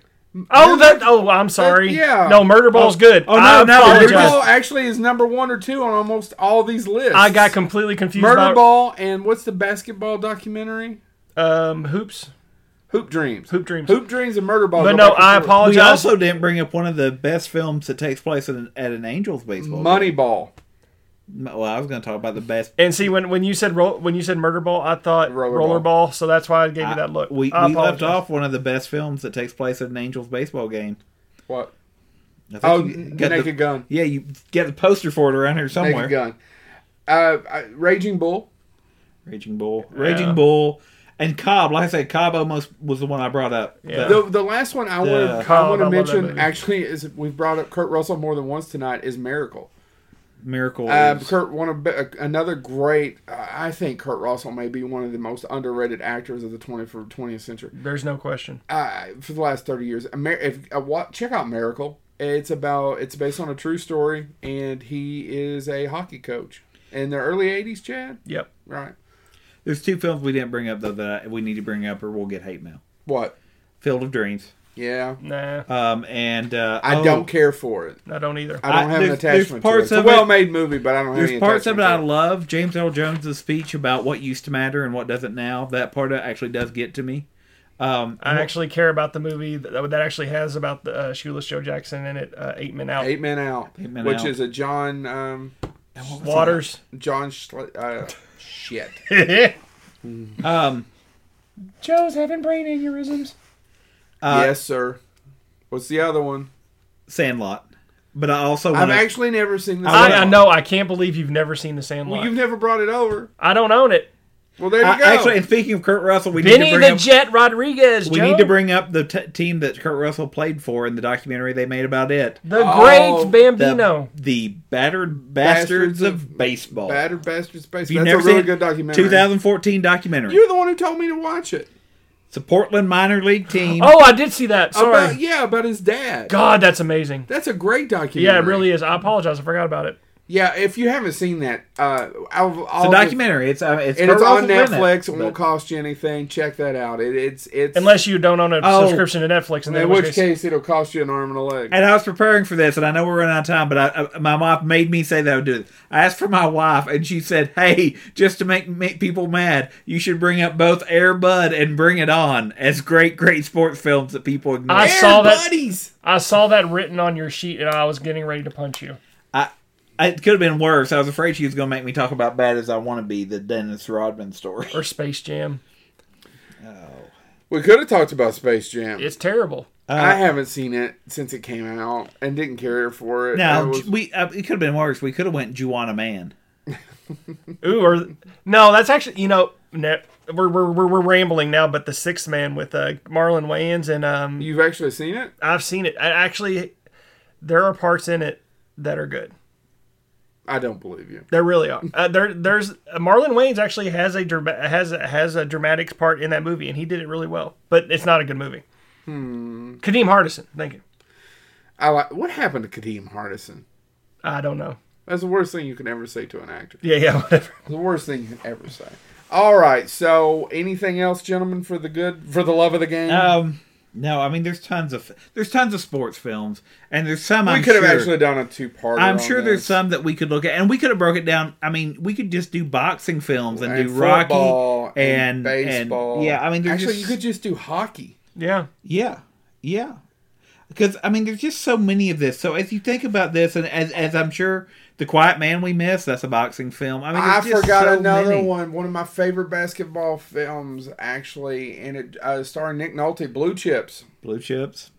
[SPEAKER 1] Oh, that. Oh, I'm sorry.
[SPEAKER 2] yeah.
[SPEAKER 1] No, Murder Ball's good.
[SPEAKER 3] oh, no,
[SPEAKER 1] I
[SPEAKER 3] no, Murder
[SPEAKER 2] Murder
[SPEAKER 1] apologize.
[SPEAKER 2] ball actually is number one or two on almost all these lists.
[SPEAKER 1] I got completely confused.
[SPEAKER 2] murder
[SPEAKER 1] about,
[SPEAKER 2] ball and what's the basketball documentary?
[SPEAKER 1] Um, hoops,
[SPEAKER 2] Hoop dreams.
[SPEAKER 1] hoop dreams.
[SPEAKER 2] Hoop dreams and murder ball.
[SPEAKER 1] But
[SPEAKER 2] go
[SPEAKER 1] no,
[SPEAKER 2] back and
[SPEAKER 1] I
[SPEAKER 2] forth.
[SPEAKER 1] apologize.
[SPEAKER 3] We also didn't bring up one of the best films that takes place at an, at an Angels baseball. game.
[SPEAKER 2] Moneyball.
[SPEAKER 3] Well, I was going to talk about the best.
[SPEAKER 1] And see, when, when you said roll, when you said murder ball, I thought
[SPEAKER 2] Roller
[SPEAKER 1] rollerball, so that's why I gave you that look.
[SPEAKER 3] We,
[SPEAKER 1] I
[SPEAKER 3] we
[SPEAKER 1] apologize.
[SPEAKER 3] left off one of the best films that takes place at an Angels baseball game.
[SPEAKER 2] What?
[SPEAKER 3] I think
[SPEAKER 2] Oh,
[SPEAKER 3] you
[SPEAKER 2] n-
[SPEAKER 3] got the-
[SPEAKER 2] Naked Gun.
[SPEAKER 3] Yeah, you get the poster for it around here somewhere.
[SPEAKER 2] Naked Gun. Uh, I- Raging Bull.
[SPEAKER 3] Raging Bull, Raging
[SPEAKER 4] Yeah.
[SPEAKER 3] Bull, and Cobb. Like I said, Cobb almost was the one I brought up.
[SPEAKER 4] Yeah.
[SPEAKER 3] But-
[SPEAKER 2] The, the last one I
[SPEAKER 3] Yeah.
[SPEAKER 2] want to
[SPEAKER 1] God,
[SPEAKER 2] I want
[SPEAKER 1] I
[SPEAKER 2] to
[SPEAKER 1] love that
[SPEAKER 2] mention
[SPEAKER 1] movie.
[SPEAKER 2] actually is we've brought up Kurt Russell more than once tonight is Miracle.
[SPEAKER 3] Miracle.
[SPEAKER 2] Uh,
[SPEAKER 3] is-
[SPEAKER 2] Kurt, one of uh, another great. Uh, I think Kurt Russell may be one of the most underrated actors of the 20th, 20th century.
[SPEAKER 1] There's no question.
[SPEAKER 2] uh, for the last 30 years. Amer- if, uh, what, check out Miracle. It's about it's based on a true story, and he is a hockey coach in the early 80s. Chad,
[SPEAKER 1] Yep.
[SPEAKER 2] right?
[SPEAKER 3] There's two films we didn't bring up though that I, we need to bring up or we'll get hate mail.
[SPEAKER 2] What?
[SPEAKER 3] Field of Dreams.
[SPEAKER 2] Yeah,
[SPEAKER 1] Nah,
[SPEAKER 3] Um, and uh,
[SPEAKER 2] I
[SPEAKER 3] oh,
[SPEAKER 2] don't care for it.
[SPEAKER 1] I don't either.
[SPEAKER 2] I don't
[SPEAKER 3] I-
[SPEAKER 2] have an
[SPEAKER 3] there's- there's
[SPEAKER 2] attachment to it.
[SPEAKER 3] parts
[SPEAKER 2] It's a
[SPEAKER 3] of it-
[SPEAKER 2] well-made movie, but I don't have any
[SPEAKER 3] There's parts of it I
[SPEAKER 2] attachment
[SPEAKER 3] love. James Earl Jones' speech about what used to matter and what doesn't now. That part of it actually does get to me. Um,
[SPEAKER 1] I actually care about the movie that, that actually has about the uh, shoeless Joe Jackson in it. Uh, Eight Men
[SPEAKER 2] to
[SPEAKER 1] Out.
[SPEAKER 2] it. Eight Men Out,
[SPEAKER 3] Eight Men
[SPEAKER 2] which
[SPEAKER 3] Out.
[SPEAKER 2] is a John um,
[SPEAKER 1] Waters.
[SPEAKER 2] John Schle- uh, shit.
[SPEAKER 3] um,
[SPEAKER 1] Joe's having brain aneurysms.
[SPEAKER 3] uh,
[SPEAKER 2] yes, sir. What's the other one?
[SPEAKER 3] Sandlot. But I also
[SPEAKER 2] I've
[SPEAKER 3] want
[SPEAKER 2] actually never seen this.
[SPEAKER 1] I,
[SPEAKER 2] one.
[SPEAKER 1] I know. I can't believe you've never seen The Sandlot.
[SPEAKER 2] Well, you've never brought it over.
[SPEAKER 1] I don't own it.
[SPEAKER 2] Well, there you
[SPEAKER 3] I,
[SPEAKER 2] go.
[SPEAKER 3] actually. And speaking of Kurt Russell, we need
[SPEAKER 1] Benny
[SPEAKER 3] to
[SPEAKER 1] the
[SPEAKER 3] bring up,
[SPEAKER 1] Jet Rodriguez.
[SPEAKER 3] we
[SPEAKER 1] Joe.
[SPEAKER 3] need to bring up the t- team that Kurt Russell played for in the documentary they made about it.
[SPEAKER 1] the
[SPEAKER 2] Oh,
[SPEAKER 1] Great
[SPEAKER 3] The,
[SPEAKER 1] Bambino.
[SPEAKER 3] the battered bastards,
[SPEAKER 2] Bastards
[SPEAKER 3] of,
[SPEAKER 2] of
[SPEAKER 3] baseball.
[SPEAKER 2] Battered Bastard Space.
[SPEAKER 3] You've
[SPEAKER 2] That's a
[SPEAKER 3] never
[SPEAKER 2] really
[SPEAKER 3] seen
[SPEAKER 2] good documentary.
[SPEAKER 3] 2014 documentary.
[SPEAKER 2] You're the one who told me to watch it.
[SPEAKER 3] It's a Portland minor league team.
[SPEAKER 1] oh, I did see that. Sorry.
[SPEAKER 2] About, yeah, about his dad.
[SPEAKER 1] God, that's amazing.
[SPEAKER 2] That's a great documentary.
[SPEAKER 1] Yeah, it really is. I apologize. I forgot about it.
[SPEAKER 2] Yeah, if you haven't seen that, uh, out of all
[SPEAKER 3] It's a
[SPEAKER 2] the-
[SPEAKER 3] documentary. It's uh, it's,
[SPEAKER 2] and it's
[SPEAKER 3] Kurt
[SPEAKER 2] on
[SPEAKER 3] Russell's in
[SPEAKER 2] Netflix. It,
[SPEAKER 3] but-
[SPEAKER 2] won't cost you anything. Check that out. It, it's it's
[SPEAKER 1] Unless you don't own a
[SPEAKER 3] Oh.
[SPEAKER 1] subscription to Netflix, and then
[SPEAKER 2] in which case it'll cost you an arm and a leg.
[SPEAKER 3] And I was preparing for this, and I know we're running out of time, but I, I, my wife made me say that I would do it. I asked for my wife, and she said, "Hey, just to make, make people mad, you should bring up both Air Bud and Bring It On as great, great sports films that people ignore."
[SPEAKER 1] I
[SPEAKER 3] I,
[SPEAKER 1] saw that.
[SPEAKER 2] buddies.
[SPEAKER 1] I saw that written on your sheet, and I was getting ready to punch you.
[SPEAKER 3] it could have been worse. I was afraid she was going to make me talk about "Bad as I Want to Be," the Dennis Rodman story.
[SPEAKER 1] Or Space Jam.
[SPEAKER 2] We could have talked about Space Jam.
[SPEAKER 1] It's terrible.
[SPEAKER 2] I haven't seen it since it came out and didn't care for it. I
[SPEAKER 3] Now
[SPEAKER 2] was-
[SPEAKER 3] we uh, it could have been worse. We could have went Juana Man.
[SPEAKER 1] Ooh, or no, that's actually you know ne- we're, we're we're we're rambling now, but the Sixth Man with uh, Marlon Wayans and um,
[SPEAKER 2] you've actually seen it.
[SPEAKER 1] I've seen it. I actually, there are parts in it that are good.
[SPEAKER 2] I don't believe you.
[SPEAKER 1] There really are. Uh, there there's Marlon Wayans actually has a drama- has a, has a dramatic part in that movie, and he did it really well. But it's not a good movie. Hmm. Kadeem Hardison, thank you.
[SPEAKER 2] I like. What happened to Kadeem Hardison?
[SPEAKER 1] I don't know.
[SPEAKER 2] That's the worst thing you can ever say to an actor.
[SPEAKER 1] Yeah, yeah, whatever.
[SPEAKER 2] The worst thing you can ever say. All right. So, anything else, gentlemen, for the good, for the love of the game?
[SPEAKER 3] Um, no, I mean there's tons of there's tons of sports films, and there's some
[SPEAKER 2] we
[SPEAKER 3] I'm
[SPEAKER 2] could have
[SPEAKER 3] sure-
[SPEAKER 2] actually done a two-part.
[SPEAKER 3] I'm sure there's some that we could look at, and we could have broke it down. I mean, we could just do boxing films and,
[SPEAKER 2] and
[SPEAKER 3] do Rocky
[SPEAKER 2] football
[SPEAKER 3] and, and
[SPEAKER 2] baseball.
[SPEAKER 3] yeah, I mean, there's
[SPEAKER 2] actually,
[SPEAKER 3] just,
[SPEAKER 2] you could just do hockey.
[SPEAKER 1] Yeah,
[SPEAKER 3] yeah, yeah, because I mean, there's just so many of this. So as you think about this, and as, as I'm sure, The Quiet Man We Missed that's a boxing film. I mean,
[SPEAKER 2] I
[SPEAKER 3] there's just
[SPEAKER 2] forgot
[SPEAKER 3] so
[SPEAKER 2] another
[SPEAKER 3] many.
[SPEAKER 2] one. One of my favorite basketball films, actually, and it uh, starring Nick Nolte, Blue Chips.
[SPEAKER 3] Blue Chips.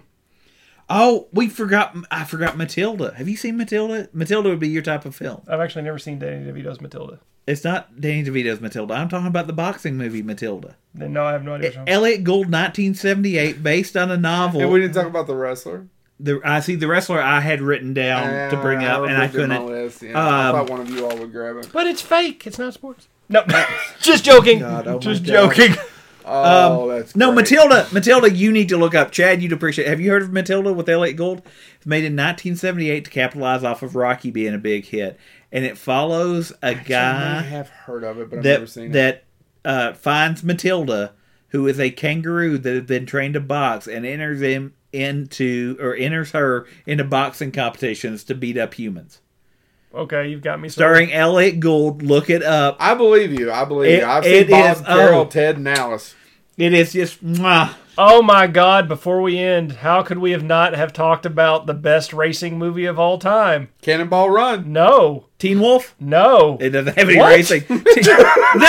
[SPEAKER 3] Hmm. Oh, we forgot. I forgot Matilda. Have you seen Matilda? Matilda would be your type of film.
[SPEAKER 1] I've actually never seen Danny DeVito's Matilda.
[SPEAKER 3] It's not Danny DeVito's Matilda. I'm talking about the boxing movie Matilda.
[SPEAKER 1] Then no, I have no idea. Which one.
[SPEAKER 3] Elliot Gould, 1978, based on a novel.
[SPEAKER 2] And we didn't talk about the wrestler.
[SPEAKER 3] the, I see the wrestler I had written down Um, to bring
[SPEAKER 2] Uh,
[SPEAKER 3] up, and I
[SPEAKER 2] removed it from my
[SPEAKER 3] couldn't.
[SPEAKER 2] list, yeah. I
[SPEAKER 3] Um,
[SPEAKER 2] thought one of you all would grab it.
[SPEAKER 1] But it's fake. It's not sports. No, just joking.
[SPEAKER 3] God, oh my
[SPEAKER 1] just
[SPEAKER 3] God.
[SPEAKER 1] joking.
[SPEAKER 2] Oh, that's
[SPEAKER 3] um, No,
[SPEAKER 2] great.
[SPEAKER 3] Matilda. Matilda, you need to look up. Chad, you'd appreciate. Have you heard of Matilda with Elliot Gould? It's made in 1978 to capitalize off of Rocky being a big hit, and it follows a
[SPEAKER 2] I
[SPEAKER 3] guy
[SPEAKER 2] have heard of it, but I've never
[SPEAKER 3] that
[SPEAKER 2] seen it.
[SPEAKER 3] that uh, finds Matilda, who is a kangaroo that has been trained to box, and enters him into or enters her into boxing competitions to beat up humans.
[SPEAKER 1] Okay, you've got me. started.
[SPEAKER 3] Starring Elliot Gould. Look it up.
[SPEAKER 2] I believe you. I believe
[SPEAKER 3] It-
[SPEAKER 2] you. I've
[SPEAKER 3] it
[SPEAKER 2] seen Bob
[SPEAKER 3] is-
[SPEAKER 2] Carroll,
[SPEAKER 3] oh.
[SPEAKER 2] Ted, and Alice.
[SPEAKER 3] It is just mwah.
[SPEAKER 1] Oh my God! Before we end, how could we have not have talked about the best racing movie of all time?
[SPEAKER 2] Cannonball Run.
[SPEAKER 1] No,
[SPEAKER 3] Teen Wolf.
[SPEAKER 1] no.
[SPEAKER 3] It doesn't have any
[SPEAKER 1] What?
[SPEAKER 3] racing. Teen, no,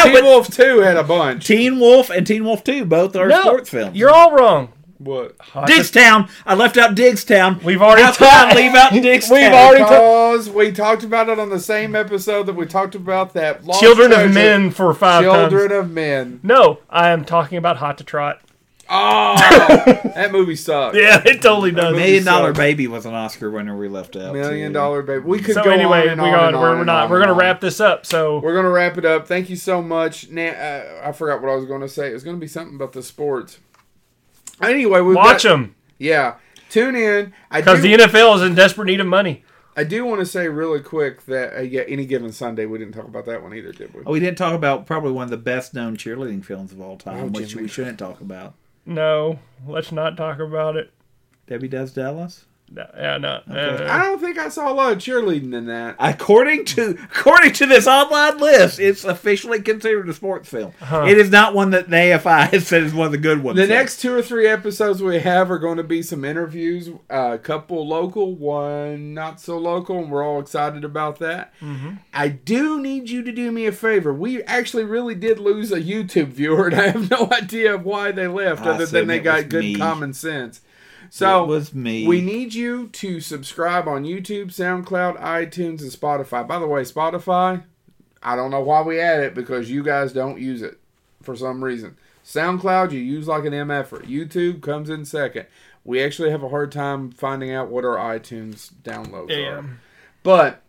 [SPEAKER 2] Teen
[SPEAKER 3] but
[SPEAKER 2] Wolf 2 had a bunch.
[SPEAKER 3] Teen Wolf and Teen Wolf Two both are
[SPEAKER 1] no,
[SPEAKER 3] sports films.
[SPEAKER 1] You're all wrong.
[SPEAKER 2] What?
[SPEAKER 1] Hot
[SPEAKER 4] Digstown. I left out Digstown.
[SPEAKER 1] We've already
[SPEAKER 4] How could I
[SPEAKER 1] talked-
[SPEAKER 4] leave out
[SPEAKER 1] We've
[SPEAKER 4] Digstown?
[SPEAKER 1] already talked.
[SPEAKER 2] Because we talked about it on the same episode that we talked about that lost
[SPEAKER 1] Children of
[SPEAKER 2] treasure,
[SPEAKER 1] Men for five
[SPEAKER 2] Children
[SPEAKER 1] times.
[SPEAKER 2] of Men.
[SPEAKER 1] No, I am talking about Hot to Trot.
[SPEAKER 2] Oh, that movie sucked.
[SPEAKER 1] Yeah, it totally does.
[SPEAKER 3] Million Dollar
[SPEAKER 2] sucks.
[SPEAKER 3] Baby was an Oscar winner we left out.
[SPEAKER 2] Million
[SPEAKER 3] too.
[SPEAKER 2] Dollar Baby. We could
[SPEAKER 1] So
[SPEAKER 2] go
[SPEAKER 1] anyway,
[SPEAKER 2] on
[SPEAKER 1] we
[SPEAKER 2] and on
[SPEAKER 1] got
[SPEAKER 2] and
[SPEAKER 1] we're,
[SPEAKER 2] on
[SPEAKER 1] we're
[SPEAKER 2] and
[SPEAKER 1] not
[SPEAKER 2] on
[SPEAKER 1] we're
[SPEAKER 2] and
[SPEAKER 1] gonna
[SPEAKER 2] on.
[SPEAKER 1] wrap this up. So
[SPEAKER 2] We're gonna wrap it up. Thank you so much. Na uh, I forgot what I was gonna say. It was gonna be something about the sports. Anyway, we
[SPEAKER 1] watch them
[SPEAKER 2] Yeah, tune in. I do.
[SPEAKER 1] because the NFL is in desperate need of money.
[SPEAKER 2] I do want to say really quick that uh, yeah, any given Sunday we didn't talk about that one either, did we?
[SPEAKER 3] Oh, we didn't talk about probably one of the best known cheerleading films of all time,
[SPEAKER 2] Oh,
[SPEAKER 3] which
[SPEAKER 2] Jimmy.
[SPEAKER 3] we shouldn't talk about.
[SPEAKER 1] No, let's not talk about it.
[SPEAKER 3] Debbie Does Dallas.
[SPEAKER 1] No, yeah, no.
[SPEAKER 2] I
[SPEAKER 1] Uh,
[SPEAKER 2] don't think I saw a lot of cheerleading in that.
[SPEAKER 3] According to according to this online list, it's officially considered a sports film. It is not one that the AFI has said is one of the good ones.
[SPEAKER 2] Uh-huh. The
[SPEAKER 3] So-
[SPEAKER 2] next two or three episodes we have are going to be some interviews, a couple local, one not so local, and we're all excited about that.
[SPEAKER 3] Mm-hmm.
[SPEAKER 2] I do need you to do me a favor. We actually really did lose a YouTube viewer, and I have no idea of why they left,
[SPEAKER 3] I
[SPEAKER 2] other than
[SPEAKER 3] assume
[SPEAKER 2] they
[SPEAKER 3] it Ah, was
[SPEAKER 2] got good
[SPEAKER 3] me.
[SPEAKER 2] common sense. So
[SPEAKER 3] It was me.
[SPEAKER 2] We need you to subscribe on YouTube, SoundCloud, iTunes, and Spotify. By the way, Spotify, I don't know why we add it because you guys don't use it for some reason. SoundCloud, you use like an MFer. YouTube comes in second. We actually have a hard time finding out what our iTunes downloads
[SPEAKER 1] Yeah.
[SPEAKER 2] are. But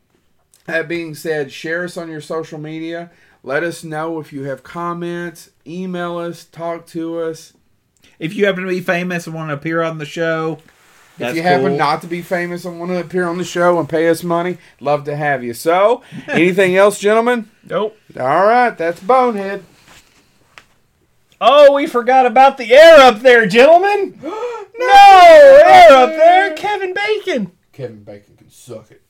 [SPEAKER 2] that being said, share us on your social media. Let us know if you have comments. Email us. Talk to us.
[SPEAKER 3] if you happen to be famous and want to appear on the show,
[SPEAKER 2] if you happen
[SPEAKER 3] cool.
[SPEAKER 2] not to be famous and want to appear on the show and pay us money, love to have you. So, anything else, gentlemen?
[SPEAKER 1] nope.
[SPEAKER 2] All right, that's Bonehead.
[SPEAKER 1] Oh, we forgot about the air up there, gentlemen. no air up there, Kevin Bacon.
[SPEAKER 2] Kevin Bacon can suck it.